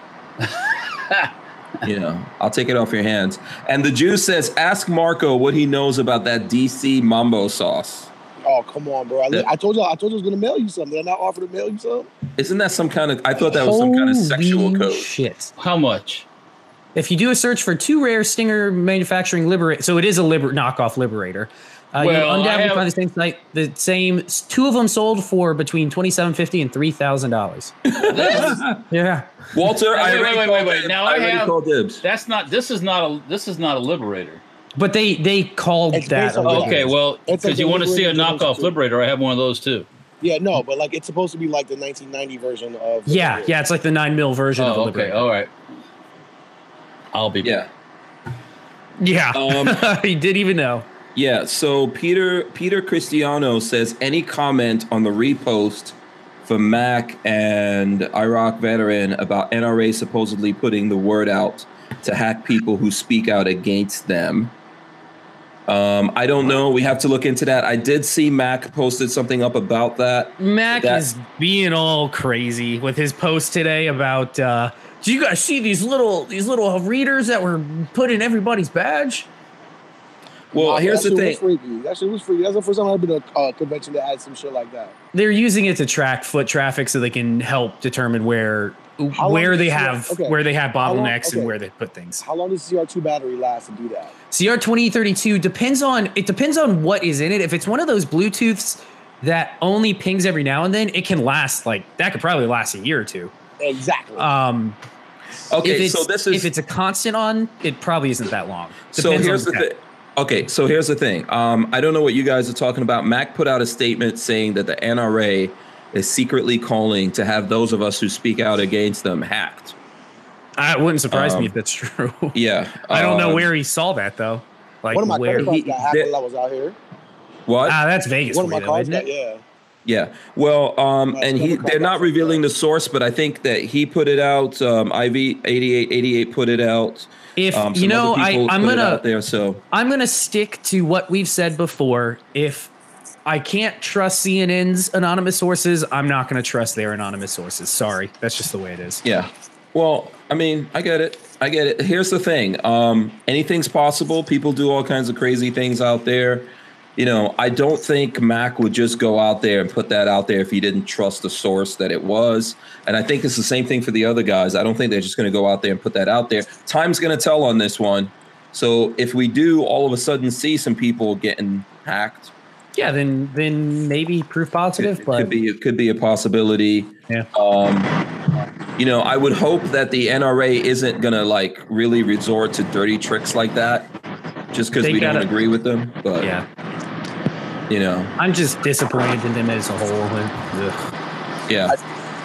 [SPEAKER 1] you know, I'll take it off your hands. And the Jew says, ask Marco what he knows about that DC Mambo sauce.
[SPEAKER 4] Oh come on, bro! I,
[SPEAKER 1] Yeah.
[SPEAKER 4] I told you, I told you I was gonna mail you something. Did I not offer to mail you something?
[SPEAKER 1] Isn't that some kind of? I thought that was some kind of sexual
[SPEAKER 2] Holy
[SPEAKER 1] code.
[SPEAKER 2] Shit!
[SPEAKER 3] How much?
[SPEAKER 2] If you do a search for two rare Stinger manufacturing liberate, so it is a liber- knockoff Liberator. Uh,
[SPEAKER 3] Well, I
[SPEAKER 2] you undoubtedly
[SPEAKER 3] have-
[SPEAKER 2] find the same site. The same two of them sold for between twenty seven fifty and three thousand dollars. yeah.
[SPEAKER 1] Walter, I
[SPEAKER 3] Wait,
[SPEAKER 1] already
[SPEAKER 3] wait, wait,
[SPEAKER 1] called
[SPEAKER 3] wait.
[SPEAKER 1] dibs.
[SPEAKER 3] Now
[SPEAKER 1] I
[SPEAKER 3] I
[SPEAKER 1] already
[SPEAKER 3] have-
[SPEAKER 1] called dibs.
[SPEAKER 3] That's not. This is not a. This is not a liberator.
[SPEAKER 2] But they they called
[SPEAKER 4] It's
[SPEAKER 2] that.
[SPEAKER 4] based on
[SPEAKER 2] a
[SPEAKER 4] the-
[SPEAKER 2] liberator.
[SPEAKER 3] Okay, well,
[SPEAKER 4] Oh, It's a
[SPEAKER 3] because you want to see a
[SPEAKER 4] Liberator
[SPEAKER 3] knockoff
[SPEAKER 4] too.
[SPEAKER 3] liberator, I have one of those too.
[SPEAKER 4] Yeah, no, but like it's supposed to be like the 1990 version of.
[SPEAKER 2] Yeah, yeah, it's like the nine mil version of a
[SPEAKER 3] Oh, okay,
[SPEAKER 2] liberator.
[SPEAKER 3] all right. I'll be.
[SPEAKER 1] Yeah,
[SPEAKER 3] Oh.
[SPEAKER 2] Yeah,
[SPEAKER 1] Um,
[SPEAKER 2] he did even know.
[SPEAKER 1] yeah. So Peter Peter Cristiano says any comment on the repost for Mac and Iraq veteran about NRA supposedly putting the word out to hack people who speak out against them. Um, I don't know. We have to look into that. I did see Mac posted something up about that.
[SPEAKER 2] Mac
[SPEAKER 1] That-
[SPEAKER 2] is being all crazy with his post today about. Uh, do you guys see these little these little readers that were put in everybody's badge?
[SPEAKER 1] Well,
[SPEAKER 4] Nah,
[SPEAKER 1] here's
[SPEAKER 4] that
[SPEAKER 1] the
[SPEAKER 4] shit
[SPEAKER 1] thing.
[SPEAKER 4] Was freaky. That shit was freaky. That's the first time I've been to a uh, convention that had some shit like that.
[SPEAKER 2] They're using it to track foot traffic so they can help determine where
[SPEAKER 4] How long
[SPEAKER 2] where
[SPEAKER 4] does
[SPEAKER 2] they
[SPEAKER 4] it-
[SPEAKER 2] have
[SPEAKER 4] okay.
[SPEAKER 2] where they have
[SPEAKER 4] long-
[SPEAKER 2] bottlenecks
[SPEAKER 4] okay.
[SPEAKER 2] and where they put things.
[SPEAKER 4] How long does CR2 battery last to do that?
[SPEAKER 2] CR twenty thirty two depends on it depends on what is in it. If it's one of those Bluetooths that only pings every now and then, it can last like that could probably last a year or two.
[SPEAKER 4] Exactly.
[SPEAKER 2] Um, if
[SPEAKER 1] Okay,
[SPEAKER 2] it's,
[SPEAKER 1] so this
[SPEAKER 2] if
[SPEAKER 1] is
[SPEAKER 2] it's a constant on, it probably isn't that long.
[SPEAKER 1] so
[SPEAKER 2] Depends
[SPEAKER 1] here's the
[SPEAKER 2] on
[SPEAKER 1] thing. Okay, so here's the thing. Um, I don't know what you guys are talking about. Mac put out a statement saying that the NRA is secretly calling to have those of us who speak out against them hacked.
[SPEAKER 2] I it wouldn't surprise
[SPEAKER 1] Um,
[SPEAKER 2] me if that's true.
[SPEAKER 1] Yeah,
[SPEAKER 2] I don't know
[SPEAKER 1] um,
[SPEAKER 2] where he saw that though. Like
[SPEAKER 4] one of my
[SPEAKER 2] where?
[SPEAKER 4] credit cards
[SPEAKER 1] he-
[SPEAKER 4] got hacked
[SPEAKER 1] that-
[SPEAKER 4] while I was out here.
[SPEAKER 1] What?
[SPEAKER 2] Ah, that's Vegas.
[SPEAKER 4] One of
[SPEAKER 2] for you,
[SPEAKER 4] my
[SPEAKER 2] though,
[SPEAKER 4] cards
[SPEAKER 2] isn't
[SPEAKER 4] got
[SPEAKER 2] it?
[SPEAKER 4] yeah.
[SPEAKER 1] Yeah. Well, um,
[SPEAKER 4] No,
[SPEAKER 1] and he,
[SPEAKER 4] Democrat
[SPEAKER 1] they're not
[SPEAKER 4] Democrat.
[SPEAKER 1] revealing the source, but I think that he put it out. Um, IV eighty eight eighty eight put it out.
[SPEAKER 2] If
[SPEAKER 1] Um,
[SPEAKER 2] you
[SPEAKER 1] some
[SPEAKER 2] know,
[SPEAKER 1] other
[SPEAKER 2] I
[SPEAKER 1] people
[SPEAKER 2] I'm
[SPEAKER 1] put it
[SPEAKER 2] gonna
[SPEAKER 1] out there. So
[SPEAKER 2] I'm going to stick to what we've said before. If I can't trust CNN's anonymous sources, I'm not going to trust their anonymous sources. Sorry. That's just the way it is.
[SPEAKER 1] yeah. Well, I mean, I get it. I get it. Here's the thing. Um, anything's possible. People do all kinds of crazy things out there. You know, I don't think Mac would just go out there and put that out there if he didn't trust the source that it was. And I think it's the same thing for the other guys. I don't think they're just going to go out there and put that out there. Time's going to tell on this one. So if we do all of a sudden see some people getting hacked,
[SPEAKER 2] Yeah, then then maybe proof
[SPEAKER 1] it,
[SPEAKER 2] positive,
[SPEAKER 1] it
[SPEAKER 2] but
[SPEAKER 1] could be it could be a possibility.
[SPEAKER 2] Yeah.
[SPEAKER 1] Um, you know, I would hope that the NRA isn't gonna like really resort to dirty tricks like that, just because
[SPEAKER 2] They
[SPEAKER 1] we
[SPEAKER 2] gotta-
[SPEAKER 1] don't agree with them. But
[SPEAKER 2] yeah,
[SPEAKER 1] you know,
[SPEAKER 2] I'm just disappointed in them as a whole. And, ugh.
[SPEAKER 1] yeah,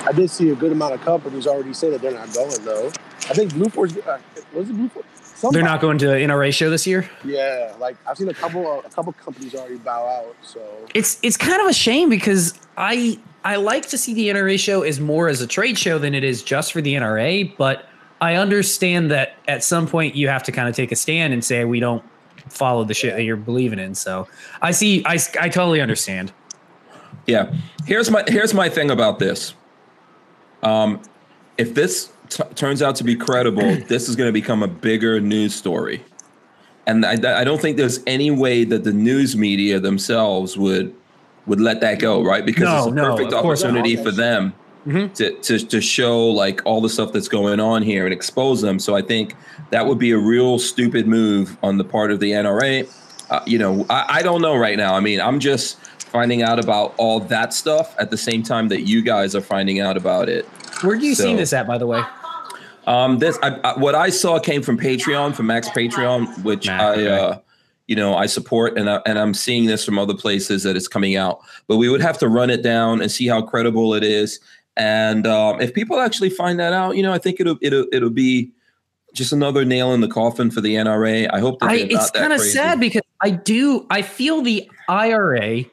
[SPEAKER 4] I did see a good amount of companies already say that they're not going though. I think Blue Force uh, was it Blue Force?
[SPEAKER 2] They're
[SPEAKER 4] Somebody-
[SPEAKER 2] not going to NRA show this year.
[SPEAKER 4] Yeah, like I've seen a couple uh, a couple companies already bow out. So
[SPEAKER 2] It's it's kind of a shame because I I like to see the NRA show as more as a trade show than it is just for the NRA, but I understand that at some point you have to kind of take a stand and say we don't follow the shit that you're believing in. So I see I s- I totally understand.
[SPEAKER 1] yeah. Here's my here's my thing about this. Um, if this t- turns out to be credible, this is gonna become a bigger news story. And I, I don't think there's any way that the news media themselves would would let that go, right? Because
[SPEAKER 2] No,
[SPEAKER 1] it's a
[SPEAKER 2] no,
[SPEAKER 1] perfect
[SPEAKER 2] of course not.
[SPEAKER 1] opportunity for them.
[SPEAKER 2] Mhm.
[SPEAKER 1] to, to, to show like all the stuff that's going on here and expose them. So I think that would be a real stupid move on the part of the NRA. Uh, you know, I, I don't know right now. I mean, I'm just finding out about all that stuff at the same time that you guys are finding out about it.
[SPEAKER 2] Where do you see
[SPEAKER 1] So-
[SPEAKER 2] this at, by the way?
[SPEAKER 1] Um, this I, I, what I saw came from Patreon, from Max Patreon, which
[SPEAKER 2] Mac,
[SPEAKER 1] I,
[SPEAKER 2] okay.
[SPEAKER 1] uh, you know, I support, and I, and I'm seeing this from other places that it's coming out. But we would have to run it down and see how credible it is, and um, if people actually find that out, you know, I think it'll it'll it'll be just another nail in the coffin for the NRA. I hope that
[SPEAKER 2] I,
[SPEAKER 1] they're not
[SPEAKER 2] it's
[SPEAKER 1] that
[SPEAKER 2] kind of
[SPEAKER 1] crazy.
[SPEAKER 2] sad because I do I feel the IRA,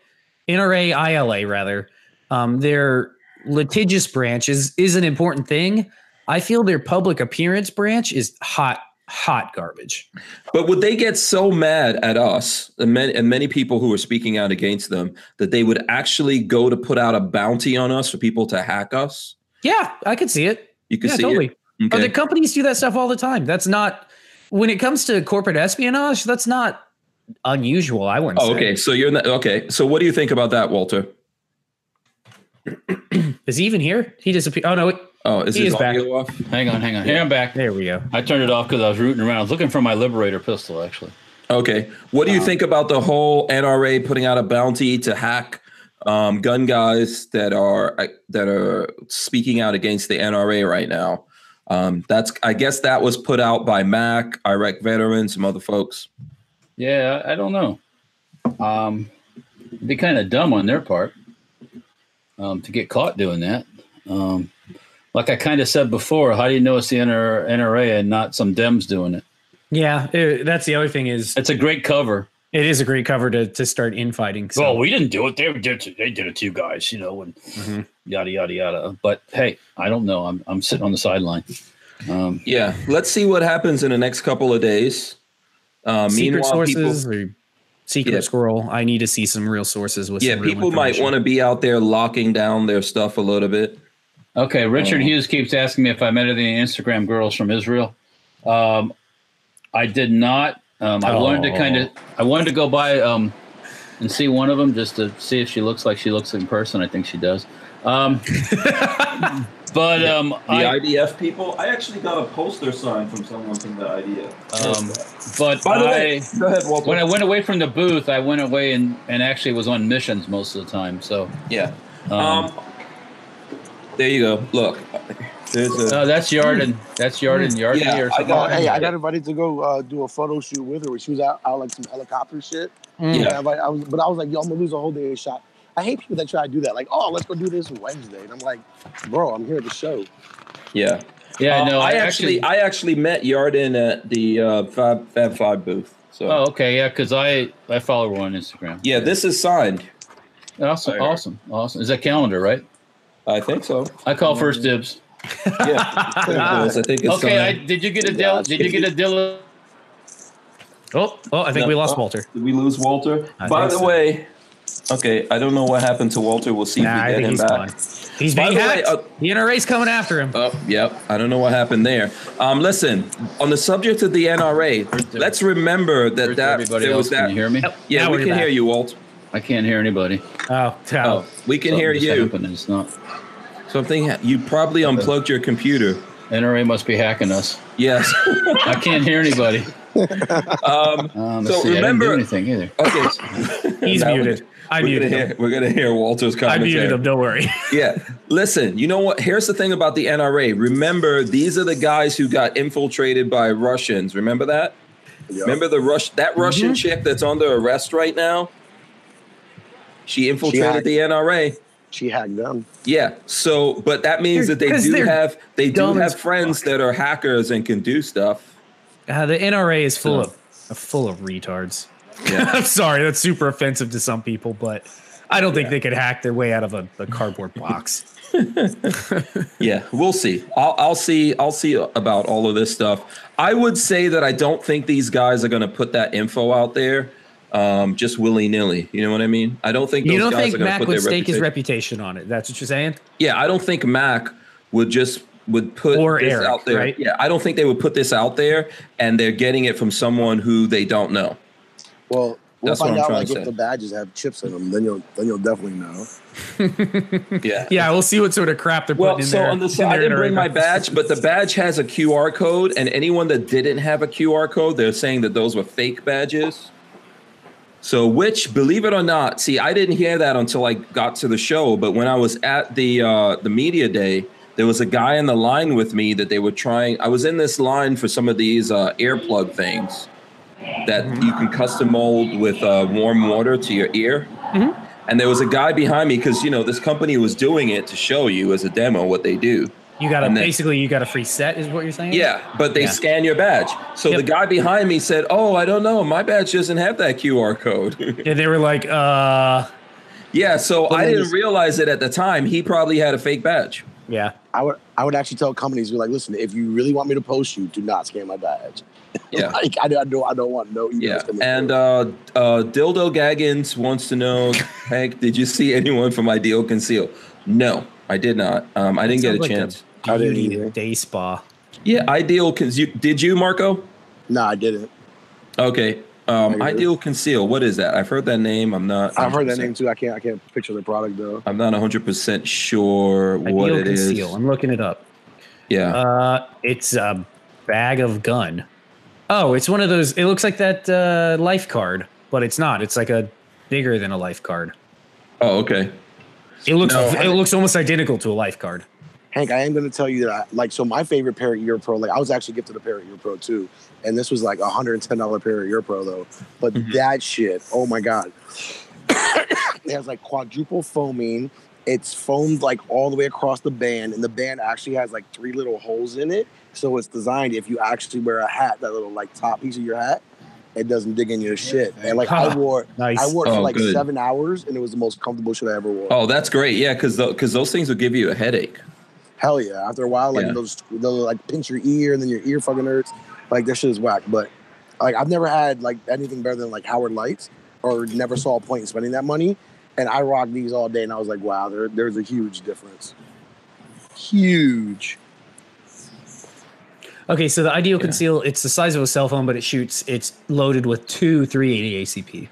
[SPEAKER 2] NRA, ILA rather, um, their litigious branch is is an important thing. I feel their public appearance branch is hot hot garbage.
[SPEAKER 1] But would they get so mad at us and many, and many people who are speaking out against them that they would actually go to put out a bounty on us for people to hack us?
[SPEAKER 2] Yeah, I could see it.
[SPEAKER 1] You can
[SPEAKER 2] Yeah,
[SPEAKER 1] see
[SPEAKER 2] totally.
[SPEAKER 1] it. Okay.
[SPEAKER 2] Other companies do that stuff all the time. That's not when it comes to corporate espionage. That's not unusual. I wouldn't.
[SPEAKER 1] Oh,
[SPEAKER 2] say.
[SPEAKER 1] okay. So you're not, okay. So what do you think about that, Walter?
[SPEAKER 2] Is he even here? He disappeared. Oh no! Wait.
[SPEAKER 1] Oh, is
[SPEAKER 2] He
[SPEAKER 1] his
[SPEAKER 2] is back.
[SPEAKER 1] audio off?
[SPEAKER 3] Hang on, hang on. Here I'm back.
[SPEAKER 2] There we go.
[SPEAKER 3] I turned it off because I was rooting around. I was looking for my Liberator pistol, actually.
[SPEAKER 1] Okay. What do
[SPEAKER 2] Uh,
[SPEAKER 1] you think about the whole NRA putting out a bounty to hack um, gun guys that are uh, that are speaking out against the NRA right now? Um, that's I guess that was put out by Mac, Iraq veterans, some other folks.
[SPEAKER 3] Yeah, I I don't know. Um, it'd be kind of dumb on their part um, to get caught doing that. Um, like I kind of said before, how do you know it's the NR- NRA and not some Dems doing it?
[SPEAKER 2] Yeah, it- that's the other thing is
[SPEAKER 3] It's a great cover.
[SPEAKER 2] it is a great cover to to start infighting. So.
[SPEAKER 3] Well, we didn't do it. They did. it- They did it to you guys, you know, and
[SPEAKER 2] Mhm.
[SPEAKER 3] yada yada yada. But hey, I don't know. I'm I'm sitting on the sideline. Um,
[SPEAKER 1] Yeah. Let's see what happens in the next couple of days. Uh, meanwhile,
[SPEAKER 2] secret
[SPEAKER 1] people,
[SPEAKER 2] sources or secret
[SPEAKER 1] Yeah.
[SPEAKER 2] squirrel. I need to see some real sources with
[SPEAKER 1] yeah,
[SPEAKER 2] some real
[SPEAKER 1] people might
[SPEAKER 2] information.
[SPEAKER 1] want to be out there locking down their stuff a little bit.
[SPEAKER 3] okay, Richard
[SPEAKER 1] Oh.
[SPEAKER 3] Hughes keeps asking me if Um, I met any Instagram girls from Israel. Um, I did not. Um, I wanted to
[SPEAKER 2] Oh.
[SPEAKER 3] kind of, I wanted to go by um, and see one of them just to see if she looks like she looks in person. I think she does. Um, but um,
[SPEAKER 1] The
[SPEAKER 3] I,
[SPEAKER 1] IDF people. I actually got a poster signed from someone from the IDF.
[SPEAKER 3] um, but
[SPEAKER 1] By the
[SPEAKER 3] I,
[SPEAKER 1] way, go ahead, Walter.
[SPEAKER 3] when I went away from the booth, I went away and, and actually was on missions most of the time. So
[SPEAKER 1] yeah.
[SPEAKER 3] um,
[SPEAKER 1] Um, there you go. Look, there's a.
[SPEAKER 3] no, that's Yarden. That's Yarden. Yarden
[SPEAKER 1] Hmm. Yeah,
[SPEAKER 3] or
[SPEAKER 1] I
[SPEAKER 3] something.
[SPEAKER 2] Oh,
[SPEAKER 1] got-
[SPEAKER 4] Uh, hey, I got invited to go uh, do a photo shoot with her. where She was out, out like some helicopter shit.
[SPEAKER 1] Yeah.
[SPEAKER 4] And I, was- I was, but I was like, yo, I'm gonna lose a whole day of shot. I hate people that try to do that. Like, oh, let's go do this Wednesday, and I'm like, bro, I'm here at the show.
[SPEAKER 1] yeah.
[SPEAKER 3] yeah,
[SPEAKER 1] Um,
[SPEAKER 3] no,
[SPEAKER 1] I, actually, I actually met Yarden at the uh, Fab Fab Five booth. So
[SPEAKER 3] Oh, okay, yeah, because I I follow her on Instagram.
[SPEAKER 1] yeah, this is signed.
[SPEAKER 3] awesome,
[SPEAKER 1] I heard.
[SPEAKER 3] awesome, awesome. Is that calendar right?
[SPEAKER 1] I think so.
[SPEAKER 3] I call first dibs.
[SPEAKER 1] Yeah, I think
[SPEAKER 2] Ah,
[SPEAKER 1] it was. I think it's
[SPEAKER 3] okay, I,
[SPEAKER 1] signed.
[SPEAKER 3] did you get a
[SPEAKER 1] Yeah,
[SPEAKER 3] deal? Did you get a deal?
[SPEAKER 2] Oh, oh, I think
[SPEAKER 1] No.
[SPEAKER 2] we lost Walter.
[SPEAKER 1] Did we lose Walter?
[SPEAKER 2] I
[SPEAKER 1] By
[SPEAKER 2] think
[SPEAKER 1] the
[SPEAKER 2] so.
[SPEAKER 1] way, okay, I don't know what happened to Walter. We'll see if we
[SPEAKER 2] Nah, I
[SPEAKER 1] get
[SPEAKER 2] think
[SPEAKER 1] him
[SPEAKER 2] he's
[SPEAKER 1] back.
[SPEAKER 2] gone. He's
[SPEAKER 1] By
[SPEAKER 2] being
[SPEAKER 1] the way,
[SPEAKER 2] hacked.
[SPEAKER 1] uh,
[SPEAKER 2] he and a race coming after him.
[SPEAKER 1] Oh, yep. I don't know what happened there. Um, listen, on the subject of the NRA, let's remember that
[SPEAKER 3] Where's
[SPEAKER 1] that
[SPEAKER 3] everybody
[SPEAKER 1] there was
[SPEAKER 3] else? Can
[SPEAKER 1] that.
[SPEAKER 3] you hear me?
[SPEAKER 2] Yep.
[SPEAKER 1] Yeah,
[SPEAKER 2] Now
[SPEAKER 1] we
[SPEAKER 2] we're
[SPEAKER 1] can
[SPEAKER 2] back.
[SPEAKER 1] hear you, Walt.
[SPEAKER 3] I can't hear anybody.
[SPEAKER 2] Oh,
[SPEAKER 1] Oh,
[SPEAKER 2] oh.
[SPEAKER 1] we can hear
[SPEAKER 3] Something just
[SPEAKER 1] you.
[SPEAKER 3] happened. It's not
[SPEAKER 1] Something ha- you probably unplugged your computer.
[SPEAKER 3] NRA must be hacking us.
[SPEAKER 1] Yes.
[SPEAKER 3] I can't hear anybody.
[SPEAKER 1] um,
[SPEAKER 3] Um,
[SPEAKER 1] So
[SPEAKER 3] let's see,
[SPEAKER 1] remember- Oh.
[SPEAKER 3] I didn't do anything either.
[SPEAKER 1] okay.
[SPEAKER 2] he's
[SPEAKER 1] Now we're-
[SPEAKER 2] muted. I
[SPEAKER 1] we're gonna
[SPEAKER 2] muted him.
[SPEAKER 1] hear, we're gonna hear Walter's
[SPEAKER 2] I
[SPEAKER 1] commentary.
[SPEAKER 2] muted him. Don't worry.
[SPEAKER 1] Yeah. Listen, you know what? Here's the thing about the NRA. Remember, these are the guys who got infiltrated by Russians. Remember that? Remember the Rush
[SPEAKER 2] Mm-hmm.
[SPEAKER 1] that Russian chick that's under arrest right now? She infiltrated
[SPEAKER 4] hacked-
[SPEAKER 1] the NRA.
[SPEAKER 4] She hacked them.
[SPEAKER 1] Yeah. So, but that means
[SPEAKER 2] They're-
[SPEAKER 1] that they
[SPEAKER 2] 'cause
[SPEAKER 1] do
[SPEAKER 2] they're
[SPEAKER 1] have they do
[SPEAKER 2] dumb as
[SPEAKER 1] have friends that are hackers and can do stuff.
[SPEAKER 2] Uh, the NRA is full
[SPEAKER 3] So-
[SPEAKER 2] of of full of retards.
[SPEAKER 1] Yeah.
[SPEAKER 2] I'm sorry, that's super offensive to some people, but I don't think they could hack their way out of a, a cardboard box.
[SPEAKER 1] Yeah, we'll see. I'll, I'll see. I'll see about all of this stuff. I would say that I don't think these guys are going to put that info out there um, just willy nilly. You know what I mean? I don't think those
[SPEAKER 2] you don't
[SPEAKER 1] guys
[SPEAKER 2] think
[SPEAKER 1] are going
[SPEAKER 2] Mac
[SPEAKER 1] to put their
[SPEAKER 2] would stake his
[SPEAKER 1] reputation- Uh,
[SPEAKER 2] reputation on it? That's what you're saying?
[SPEAKER 1] yeah, I don't think Mac would just would put
[SPEAKER 2] Or
[SPEAKER 1] this
[SPEAKER 2] Eric,
[SPEAKER 1] out there.
[SPEAKER 2] right?
[SPEAKER 1] Yeah, I don't think they would put this out there, and they're getting it from someone who they don't know.
[SPEAKER 4] Well, we'll
[SPEAKER 1] That's what
[SPEAKER 4] find
[SPEAKER 1] I'm
[SPEAKER 4] out
[SPEAKER 1] trying
[SPEAKER 4] like
[SPEAKER 1] to
[SPEAKER 4] if
[SPEAKER 1] say.
[SPEAKER 4] the badges have chips in them. Then you'll then you'll definitely know.
[SPEAKER 1] Yeah.
[SPEAKER 2] Yeah, we'll see what sort of crap they're
[SPEAKER 1] Well,
[SPEAKER 2] putting in
[SPEAKER 1] so
[SPEAKER 2] there.
[SPEAKER 1] on the side, I didn't bring my badge, but the badge has a QR code, and anyone that didn't have a QR code, they're saying that those were fake badges. So, which, believe it or not, see, I didn't hear that until I got to the show. But when I was at the uh, the media day, there was a guy in the line with me that they were trying. I was in this line for some of these uh, earplug things that
[SPEAKER 2] Mm-hmm.
[SPEAKER 1] you can custom mold with uh, warm water to your ear. And there was a guy behind me because you know this company was doing it to show you as a demo what they do.
[SPEAKER 2] You got a
[SPEAKER 1] and then-
[SPEAKER 2] basically you got a free set, is what you're saying?
[SPEAKER 1] Yeah, but they
[SPEAKER 2] Yeah.
[SPEAKER 1] scan your badge. So
[SPEAKER 2] Yep.
[SPEAKER 1] the guy behind me said, "Oh, I don't know, my badge doesn't have that QR code."
[SPEAKER 2] Yeah, they were like, uh,
[SPEAKER 1] yeah, so
[SPEAKER 4] But
[SPEAKER 1] I
[SPEAKER 4] then
[SPEAKER 1] didn't
[SPEAKER 4] this-
[SPEAKER 1] realize it at the time. He probably had a fake badge.
[SPEAKER 2] yeah.
[SPEAKER 4] I would I would actually tell companies be like, listen, if you really want me to post you, do not scan my badge.
[SPEAKER 1] Yeah.
[SPEAKER 4] like I, don't- I don't I don't want no emails
[SPEAKER 1] Yeah,
[SPEAKER 4] coming
[SPEAKER 1] and
[SPEAKER 4] through.
[SPEAKER 1] uh, uh, Dildo Gaggins wants to know, Hank, did you see anyone from Ideal Conceal? No, I did not. Um, I didn't get a
[SPEAKER 2] Sounds like
[SPEAKER 1] chance.
[SPEAKER 4] I didn't
[SPEAKER 2] beauty
[SPEAKER 4] either.
[SPEAKER 2] day spa.
[SPEAKER 1] yeah, Ideal Conceal. Did you, Marco?
[SPEAKER 4] no, I didn't.
[SPEAKER 1] Okay. Um,
[SPEAKER 4] I agree.
[SPEAKER 1] Ideal Conceal. What is that? I've heard that name. I'm not.
[SPEAKER 4] I've heard that
[SPEAKER 1] 100%
[SPEAKER 4] name too. I can't I can't picture the product though.
[SPEAKER 1] I'm not 100 percent sure what
[SPEAKER 2] Ideal
[SPEAKER 1] it is.
[SPEAKER 2] conceal. I'm looking it up.
[SPEAKER 1] Yeah.
[SPEAKER 2] Uh, it's a bag of gun. Oh, it's one of those. It looks like that uh, life card, but it's not. It's like a bigger than a life card.
[SPEAKER 1] oh, okay.
[SPEAKER 2] It looks.
[SPEAKER 1] No, I-
[SPEAKER 2] it looks almost identical to a life card.
[SPEAKER 4] Hank, I am going to tell you that I, like so my favorite pair of Ear Pro, like I was actually gifted a pair of Ear Pro too, and this was like a hundred and ten dollar pair of Ear Pro though. But
[SPEAKER 1] Mm-hmm.
[SPEAKER 4] that shit, oh my god, it has like quadruple foaming. It's foamed like all the way across the band, and the band actually has like three little holes in it. So it's designed if you actually wear a hat, that little like top piece of your hat, it doesn't dig in your shit. And like I
[SPEAKER 2] Huh.
[SPEAKER 4] wore,
[SPEAKER 2] Nice.
[SPEAKER 4] I wore it for
[SPEAKER 1] Oh,
[SPEAKER 4] like
[SPEAKER 1] good.
[SPEAKER 4] seven hours, and it was the most comfortable shit I ever wore.
[SPEAKER 1] Oh, that's great. Yeah, because because those things will give you a headache.
[SPEAKER 4] Hell yeah! After a while, like
[SPEAKER 1] Yeah.
[SPEAKER 4] they'll, just, they'll like pinch your ear and then your ear fucking hurts. Like that shit is whack. But like I've never had like anything better than like Howard Lights, or never saw a point in spending that money. And I rocked these all day, and I was like, wow, there, there's a huge difference. Huge.
[SPEAKER 2] Uh, Okay, so the ideal conceal, it's the size of a cell phone, but it shoots. It's loaded with two 380 ACP,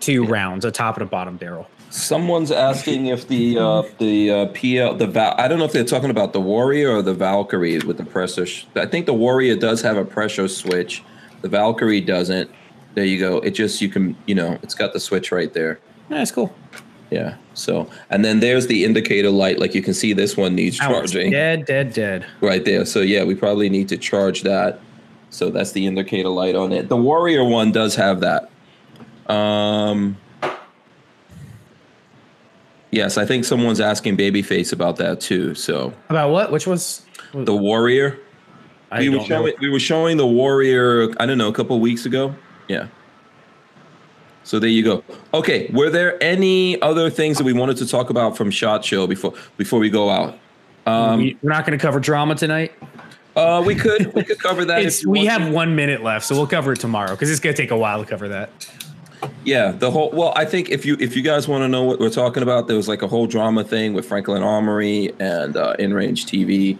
[SPEAKER 2] two rounds, a top and a bottom barrel.
[SPEAKER 1] Someone's asking if the uh, the uh, PL the Val I don't know if they're talking about the Warrior or the Valkyrie with the pressure. sh- I think the Warrior does have a pressure switch. The Valkyrie doesn't. There you go. It just you can you know it's got the switch right there.
[SPEAKER 2] Yeah, that's cool.
[SPEAKER 1] Yeah. So and then there's the indicator light. Like you can see, this one needs
[SPEAKER 2] Ow, it's
[SPEAKER 1] charging
[SPEAKER 2] Dead, dead, dead.
[SPEAKER 1] right there. So yeah, we probably need to charge that. So that's the indicator light on it. The Warrior one does have that. Um, yes, I think someone's asking Babyface about that too. So
[SPEAKER 2] About what? Which was?
[SPEAKER 1] the Warrior,
[SPEAKER 2] I
[SPEAKER 1] we were
[SPEAKER 2] don't know.
[SPEAKER 1] showing we were showing the Warrior. I don't know, a couple weeks ago. Yeah. So there you go. Okay, were there any other things that we wanted to talk about from Shot Show before before we go out? Um,
[SPEAKER 2] We- We're not going to cover drama tonight.
[SPEAKER 1] uh, we could we could cover that. if
[SPEAKER 2] It's,
[SPEAKER 1] you
[SPEAKER 2] we
[SPEAKER 1] want to.
[SPEAKER 2] have one minute left, so we'll cover it tomorrow because it's going to take a while to cover that.
[SPEAKER 1] Yeah, the whole well, I think if you if you guys want to know what we're talking about, there was like a whole drama thing with Franklin Armory and uh, In Range TV.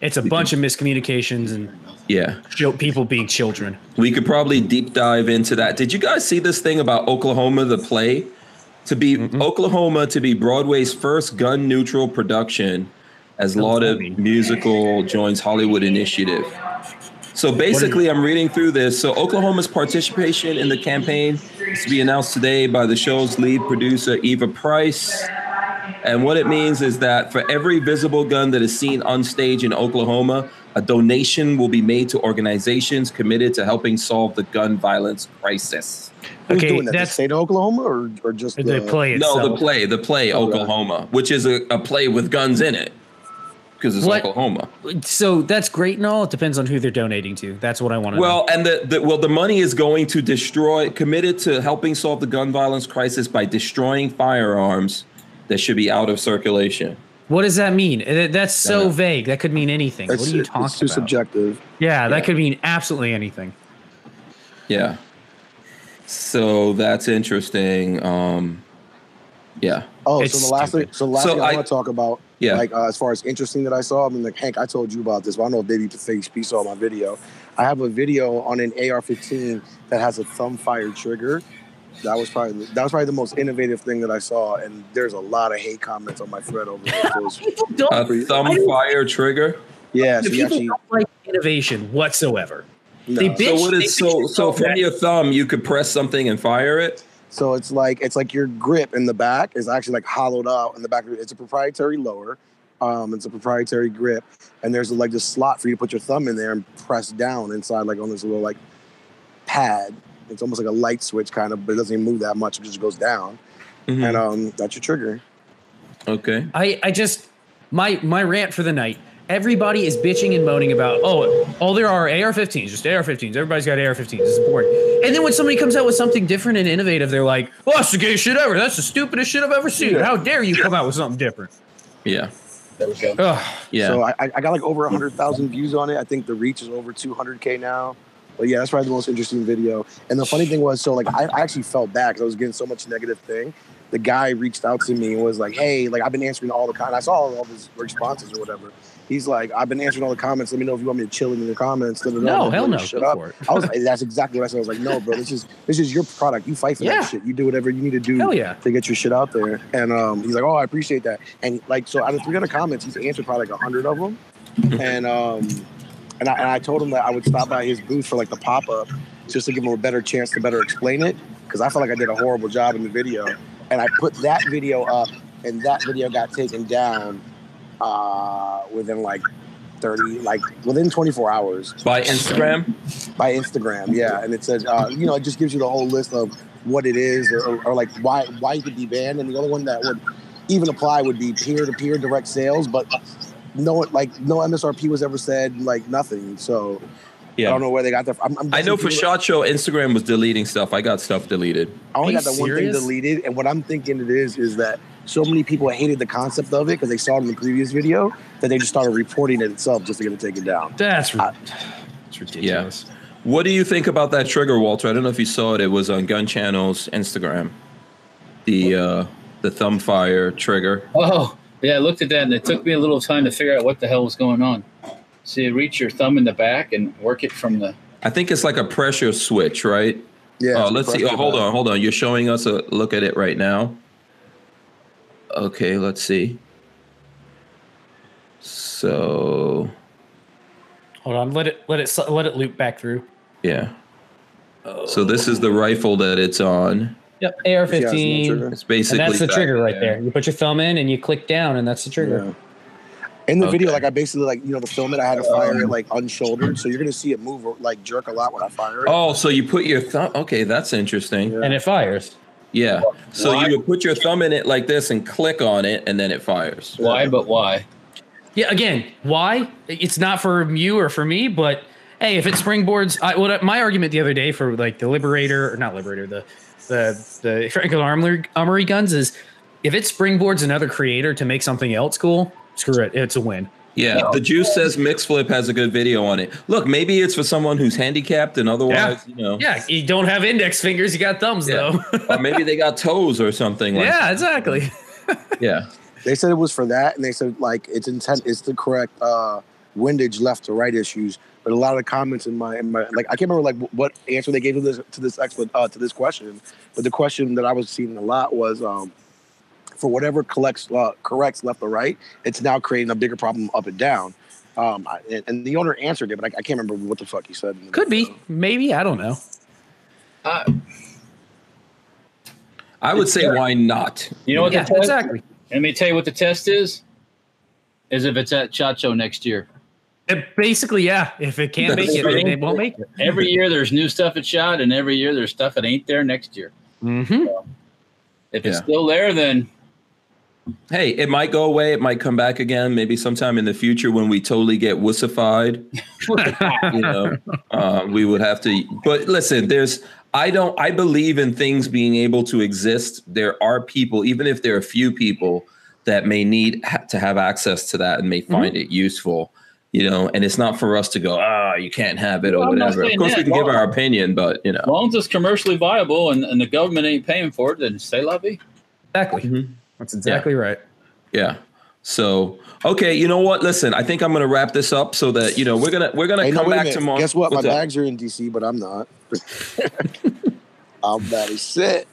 [SPEAKER 2] It's a bunch of miscommunications and
[SPEAKER 1] Yeah,
[SPEAKER 2] chil- people being children.
[SPEAKER 1] we could probably deep dive into that. Did you guys see this thing about Oklahoma the play to be Oklahoma to be Broadway's first gun neutral production as Lauda
[SPEAKER 2] funny.
[SPEAKER 1] Musical joins Hollywood Initiative? So basically, I'm reading through this. So Oklahoma's participation in the campaign is to be announced today by the show's lead producer Eva Price. And what it means is that for every visible gun that is seen on stage in Oklahoma, a donation will be made to organizations committed to helping solve the gun violence crisis.
[SPEAKER 4] Who's
[SPEAKER 2] Okay,
[SPEAKER 4] doing that? The
[SPEAKER 2] that's-
[SPEAKER 4] state of Oklahoma or, or just
[SPEAKER 2] They
[SPEAKER 4] the-
[SPEAKER 2] play itself.
[SPEAKER 1] No, the play, the play Oklahoma, which is a, a play with guns in it because it's
[SPEAKER 2] What?
[SPEAKER 1] Oklahoma.
[SPEAKER 2] So that's great and all. It depends on who they're donating to. That's what I want to know.
[SPEAKER 1] Well, and the, the well, the money is going to destroy. Committed to helping solve the gun violence crisis by destroying firearms that should be out of circulation.
[SPEAKER 2] What does that mean? Uh, That's so
[SPEAKER 1] Yeah.
[SPEAKER 2] vague. That could mean anything.
[SPEAKER 4] It's,
[SPEAKER 2] what are you
[SPEAKER 4] it's
[SPEAKER 2] talking
[SPEAKER 4] too
[SPEAKER 2] about?
[SPEAKER 4] subjective.
[SPEAKER 2] Yeah, that
[SPEAKER 1] Yeah.
[SPEAKER 2] could mean absolutely anything.
[SPEAKER 1] Yeah. So that's interesting. Um, yeah.
[SPEAKER 4] Oh,
[SPEAKER 2] It's
[SPEAKER 4] so the last thing,
[SPEAKER 2] stupid.
[SPEAKER 4] so the last
[SPEAKER 1] So
[SPEAKER 4] thing I,
[SPEAKER 1] I-
[SPEAKER 4] want to talk about,
[SPEAKER 1] Yeah.
[SPEAKER 4] like uh, as far as interesting that I saw, I mean, like Hank, I told you about this, but I don't know if Baby Face P saw my video. I have a video on an AR-15 that has a thumb fire trigger. That was probably that was probably the most innovative thing that I saw, and there's a lot of hate comments on my thread over it. So it's-
[SPEAKER 2] People don't.
[SPEAKER 1] a
[SPEAKER 4] Pretty-
[SPEAKER 1] thumb
[SPEAKER 2] I don't-
[SPEAKER 1] fire trigger.
[SPEAKER 4] yeah, so
[SPEAKER 2] the
[SPEAKER 4] you
[SPEAKER 2] people
[SPEAKER 4] actually,
[SPEAKER 2] don't like innovation whatsoever.
[SPEAKER 4] no.
[SPEAKER 2] They bitch.
[SPEAKER 1] So what
[SPEAKER 2] they
[SPEAKER 1] is
[SPEAKER 2] bitch
[SPEAKER 1] so so
[SPEAKER 2] about
[SPEAKER 1] from
[SPEAKER 2] that.
[SPEAKER 1] your thumb you could press something and fire it?
[SPEAKER 4] So it's like it's like your grip in the back is actually like hollowed out in the back. of your- It's a proprietary lower. Um, it's a proprietary grip, and there's like this slot for you to put your thumb in there and press down inside, like on this little like pad. It's almost like a light switch kind of, but it doesn't even move that much. It just goes down, and um, that's your trigger.
[SPEAKER 1] Okay.
[SPEAKER 2] I, I just my my rant for the night. Everybody is bitching and moaning about oh all there are AR-15s, just AR-15s. Everybody's got AR-15s. It's boring. And then when somebody comes out with something different and innovative, they're like, "Oh, that's the gayest shit ever. That's the stupidest shit I've ever seen. How dare you come out with something different?"
[SPEAKER 1] Yeah.
[SPEAKER 3] There we go.
[SPEAKER 2] Ugh.
[SPEAKER 1] Yeah.
[SPEAKER 4] So I, I I got like over hundred thousand views on it. I think the reach is over two hundred k now. But yeah, that's probably the most interesting video. And the funny thing was, so like I, I actually felt bad because I was getting so much negative thing. The guy reached out to me and was like, "Hey, like I've been answering all the comments. I saw all of his responses or whatever." He's like, "I've been answering all the comments. Let me know if you want me to chill in the comments." Da, da, da. I'm
[SPEAKER 2] No,
[SPEAKER 4] like,
[SPEAKER 2] hell
[SPEAKER 4] "Bro,
[SPEAKER 2] no.
[SPEAKER 4] Shut
[SPEAKER 2] Go
[SPEAKER 4] up.
[SPEAKER 2] for it.
[SPEAKER 4] I was like, "That's exactly what I said." I was like, "No, bro. This is this is your product. You fight for
[SPEAKER 2] Yeah.
[SPEAKER 4] that shit. You do whatever you need to do."
[SPEAKER 2] Hell yeah.
[SPEAKER 4] to get your shit out there. And um, he's like, "Oh, I appreciate that." And like, so out of 300 comments, he's answered probably like 100 of them. And um, and I, and I told him that I would stop by his booth for like the pop up, just to give him a better chance to better explain it, because I felt like I did a horrible job in the video. And I put that video up, and that video got taken down uh, within like 30, like within 24 hours
[SPEAKER 1] By Instagram.
[SPEAKER 4] by Instagram. Yeah, and it says, uh, you know, it just gives you the whole list of what it is or, or, or like why why you could be banned. And the only one that would even apply would be peer to peer direct sales, but no, like no MSRP was ever said, like nothing. So I
[SPEAKER 1] Yeah.
[SPEAKER 4] don't know where they got that. From. I'm, I'm
[SPEAKER 1] I know
[SPEAKER 4] guessing
[SPEAKER 1] for
[SPEAKER 4] people-
[SPEAKER 1] Shot Show Instagram was deleting stuff. I got stuff deleted.
[SPEAKER 4] I only
[SPEAKER 2] Are
[SPEAKER 4] got
[SPEAKER 2] you
[SPEAKER 4] that one thing
[SPEAKER 2] serious?
[SPEAKER 4] deleted, and what I'm thinking it is is that so many people hated the concept of it because they saw it in the previous video that they just started reporting it itself just to get it taken down.
[SPEAKER 2] That's ri-
[SPEAKER 4] I-
[SPEAKER 2] it's ridiculous.
[SPEAKER 1] What do you think about that trigger, Walter? I don't know if you saw it. It was on Gun Channel's Instagram. The uh the thumb fire trigger.
[SPEAKER 3] Oh, yeah, I looked at that and it took me a little time to figure out what the hell was going on. So you reach your thumb in the back and work it from the.
[SPEAKER 1] I think it's like a pressure switch, right?
[SPEAKER 4] Yeah.
[SPEAKER 1] Oh, let's see. Oh, hold on, hold on. You're showing us a look at it right now. Okay, let's see. So,
[SPEAKER 2] Hold on, let it let it sl- let it loop back through.
[SPEAKER 1] yeah. So this is the rifle that it's on.
[SPEAKER 2] Yep, AR-15.
[SPEAKER 4] trigger.
[SPEAKER 1] It's basically
[SPEAKER 2] and that's the
[SPEAKER 1] back
[SPEAKER 2] trigger right
[SPEAKER 3] there.
[SPEAKER 2] there. You put your thumb in and you click down, and that's the trigger.
[SPEAKER 4] Yeah. In the video,
[SPEAKER 1] Okay. Um,
[SPEAKER 4] like I basically like you know to film it, I had to fire it like unshouldered, so you're gonna see it move or, like jerk a lot when I fire it.
[SPEAKER 1] Oh, so you put your thumb. Okay, that's interesting.
[SPEAKER 4] Yeah.
[SPEAKER 1] Yeah.
[SPEAKER 2] And it fires.
[SPEAKER 1] So you would put your thumb in it like this and click on it, and then it fires.
[SPEAKER 3] Why, but why?
[SPEAKER 2] Yeah, again, why? It's not for you or for me, but hey, if it springboards, I, what I- my argument the other day for like the Liberator or not Liberator, the the the Franklin Armory, Armory guns is if it springboards another creator to make something else cool, screw it, it's a win.
[SPEAKER 1] Yeah, the juice says Mix Flip has a good video on it. Look, maybe it's for someone who's handicapped and otherwise, you know,
[SPEAKER 2] Yeah, you don't have index fingers, you got thumbs
[SPEAKER 1] Yeah.
[SPEAKER 2] though.
[SPEAKER 1] or maybe they got toes or something. Like,
[SPEAKER 2] yeah, exactly.
[SPEAKER 1] yeah.
[SPEAKER 4] They said it was for that, and they said like its intent is the correct uh, windage left to right issues. But a lot of the comments in my, in my like I can't remember like wh- what answer they gave to this to this expert uh, to this question, but the question that I was seeing a lot was um, for whatever collects uh, corrects left or right, it's now creating a bigger problem up and down. Um, I- and, and the owner answered it, but I, I can't remember what the fuck he said.
[SPEAKER 2] Could be, maybe, I don't know.
[SPEAKER 3] Uh,
[SPEAKER 1] I would say why not?
[SPEAKER 3] you know what?
[SPEAKER 2] Yeah,
[SPEAKER 3] the test,
[SPEAKER 2] exactly.
[SPEAKER 3] Let me tell you what the test is. Is if it's at Chacho next year.
[SPEAKER 2] It- basically, yeah. If it can't make it, then it won't make it.
[SPEAKER 3] Every year there's new stuff at shot, and every year there's stuff that ain't there next year.
[SPEAKER 2] Mm-hmm.
[SPEAKER 3] If it's
[SPEAKER 1] Yeah.
[SPEAKER 3] still there, then
[SPEAKER 1] Hey, it might go away. It might come back again. Maybe sometime in the future when we totally get wussified, you know, uh, we would have to. But listen, there's. I don't. I believe in things being able to exist. There are people, even if there are few people, that may need ha- to have access to that and may
[SPEAKER 3] Mm-hmm.
[SPEAKER 1] find it useful. You know, and it's not for us to go. Ah, you can't have it or
[SPEAKER 3] I'm not
[SPEAKER 1] whatever. Of
[SPEAKER 3] saying
[SPEAKER 1] course,
[SPEAKER 3] that.
[SPEAKER 1] we can give our opinion, but you
[SPEAKER 3] as
[SPEAKER 1] know,
[SPEAKER 3] long as it's commercially viable and, and the government ain't paying for it, then say la vie.
[SPEAKER 2] Exactly.
[SPEAKER 1] Mhm.
[SPEAKER 2] That's exactly right.
[SPEAKER 1] yeah. So okay, you know what? Listen, I think I'm gonna wrap this up so that you know we're gonna we're gonna
[SPEAKER 4] Hey, no,
[SPEAKER 1] come
[SPEAKER 4] wait a
[SPEAKER 1] back
[SPEAKER 4] minute.
[SPEAKER 1] tomorrow.
[SPEAKER 4] Guess what?
[SPEAKER 1] What's
[SPEAKER 4] my
[SPEAKER 1] up?
[SPEAKER 4] bags are in DC, but I'm not. I'm mad as shit.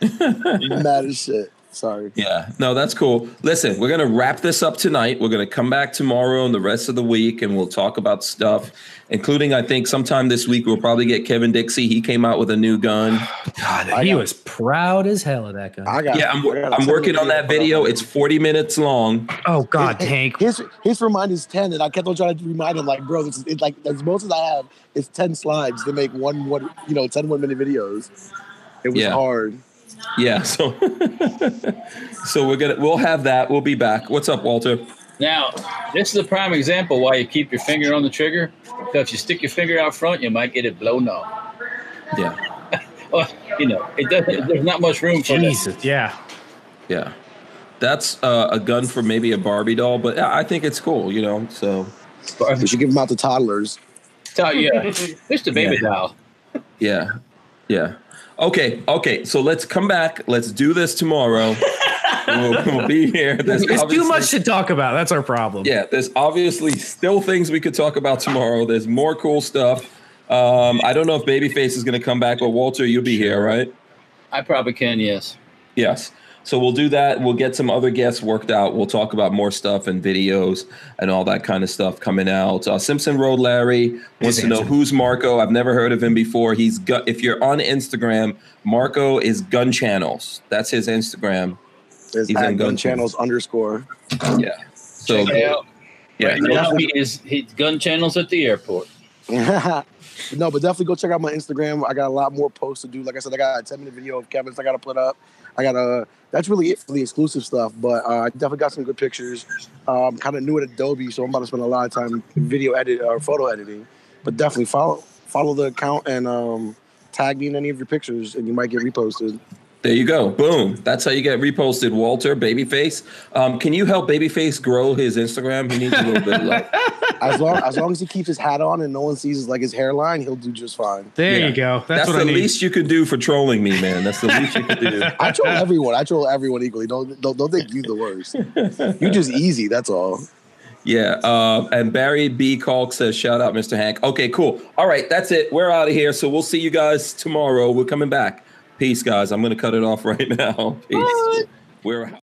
[SPEAKER 4] mad as shit. Sorry.
[SPEAKER 1] Yeah, no, that's cool. Listen, we're gonna wrap this up tonight. We're gonna come back tomorrow and the rest of the week, and we'll talk about stuff, including I think sometime this week we'll probably get Kevin Dixie. He came out with a new gun.
[SPEAKER 4] I
[SPEAKER 2] he
[SPEAKER 4] got-
[SPEAKER 2] was proud as hell of that guy.
[SPEAKER 4] I got.
[SPEAKER 1] Yeah, I'm,
[SPEAKER 4] I got a
[SPEAKER 1] I'm
[SPEAKER 4] technical
[SPEAKER 1] working on that video. It's 40 minutes long.
[SPEAKER 2] oh God,
[SPEAKER 4] Hey,
[SPEAKER 2] Hank.
[SPEAKER 4] His his remind is ten, and I kept on trying to remind him, like, bro, this is it's like as most as I have is ten slides to make one one you know ten one minute videos. It was
[SPEAKER 1] Yeah.
[SPEAKER 4] hard.
[SPEAKER 1] Yeah, so so we're gonna we'll have that. We'll be back. What's up, Walter?
[SPEAKER 3] Now, this is a prime example why you keep your finger on the trigger. Because if you stick your finger out front, you might get it blown off.
[SPEAKER 1] Yeah,
[SPEAKER 3] Well, you know, it doesn't.
[SPEAKER 1] Yeah.
[SPEAKER 3] There's not much room for that.
[SPEAKER 2] Jesus, yeah.
[SPEAKER 1] yeah. That's uh, a gun for maybe a Barbie doll, but I I think it's cool. You know, so
[SPEAKER 4] We should give them out to toddlers.
[SPEAKER 3] So, yeah, just a baby
[SPEAKER 1] Yeah.
[SPEAKER 3] doll.
[SPEAKER 1] Yeah. Yeah. Okay. Okay. So let's come back. Let's do this tomorrow. we'll, we'll be here. There's
[SPEAKER 2] It's too
[SPEAKER 1] obviously-
[SPEAKER 2] much to talk about. That's our problem.
[SPEAKER 1] Yeah. There's obviously still things we could talk about tomorrow. There's more cool stuff. Um, I don't know if Babyface is going to come back, but Walter, you'll be here, right?
[SPEAKER 3] I probably can. Yes.
[SPEAKER 1] Yes. So we'll do that. We'll get some other guests worked out. We'll talk about more stuff and videos and all that kind of stuff coming out. Uh, Simpson Road Larry wants to know who's Marco. I've never heard of him before. He's gu- if you're on Instagram, Marco is Gun Channels. That's his Instagram.
[SPEAKER 4] There's
[SPEAKER 1] He's
[SPEAKER 4] at
[SPEAKER 1] in
[SPEAKER 4] gun,
[SPEAKER 1] Gun
[SPEAKER 4] channels underscore.
[SPEAKER 1] Yeah. So
[SPEAKER 3] Check it out.
[SPEAKER 1] yeah,
[SPEAKER 3] Right now he is he's gun channels at the airport.
[SPEAKER 4] no, but definitely go check out my Instagram. I got a lot more posts to do. Like I said, I got a 10 minute video of Kevin's I got to put up. I got a, that's really it for the exclusive stuff, but uh, I definitely got some good pictures. Um, kind of new at Adobe, so I'm about to spend a lot of time video edit or photo editing. But definitely follow follow the account and um, tag me in any of your pictures, and you might get reposted.
[SPEAKER 1] there you go. Boom. That's how you get reposted. Walter Babyface. Um, can you help Babyface grow his Instagram? He needs a little bit of love.
[SPEAKER 4] As long as long as he keeps his hat on and no one sees like his hairline, he'll do just fine.
[SPEAKER 2] There
[SPEAKER 1] Yeah.
[SPEAKER 2] you go. That's,
[SPEAKER 1] That's,
[SPEAKER 2] what I
[SPEAKER 1] the
[SPEAKER 2] need.
[SPEAKER 1] least you can do for trolling me, man. That's the least you can do.
[SPEAKER 4] I troll everyone. I troll everyone equally. Don't don't, don't think you the worst. You just easy. That's all.
[SPEAKER 1] Yeah. Uh, and Barry B. Calk says, shout out, Mr. Hank. Okay, cool. All right. That's it. We're out of here. So we'll see you guys tomorrow. We're coming back. Peace, guys. I'm going to cut it off right now. Peace. We're out.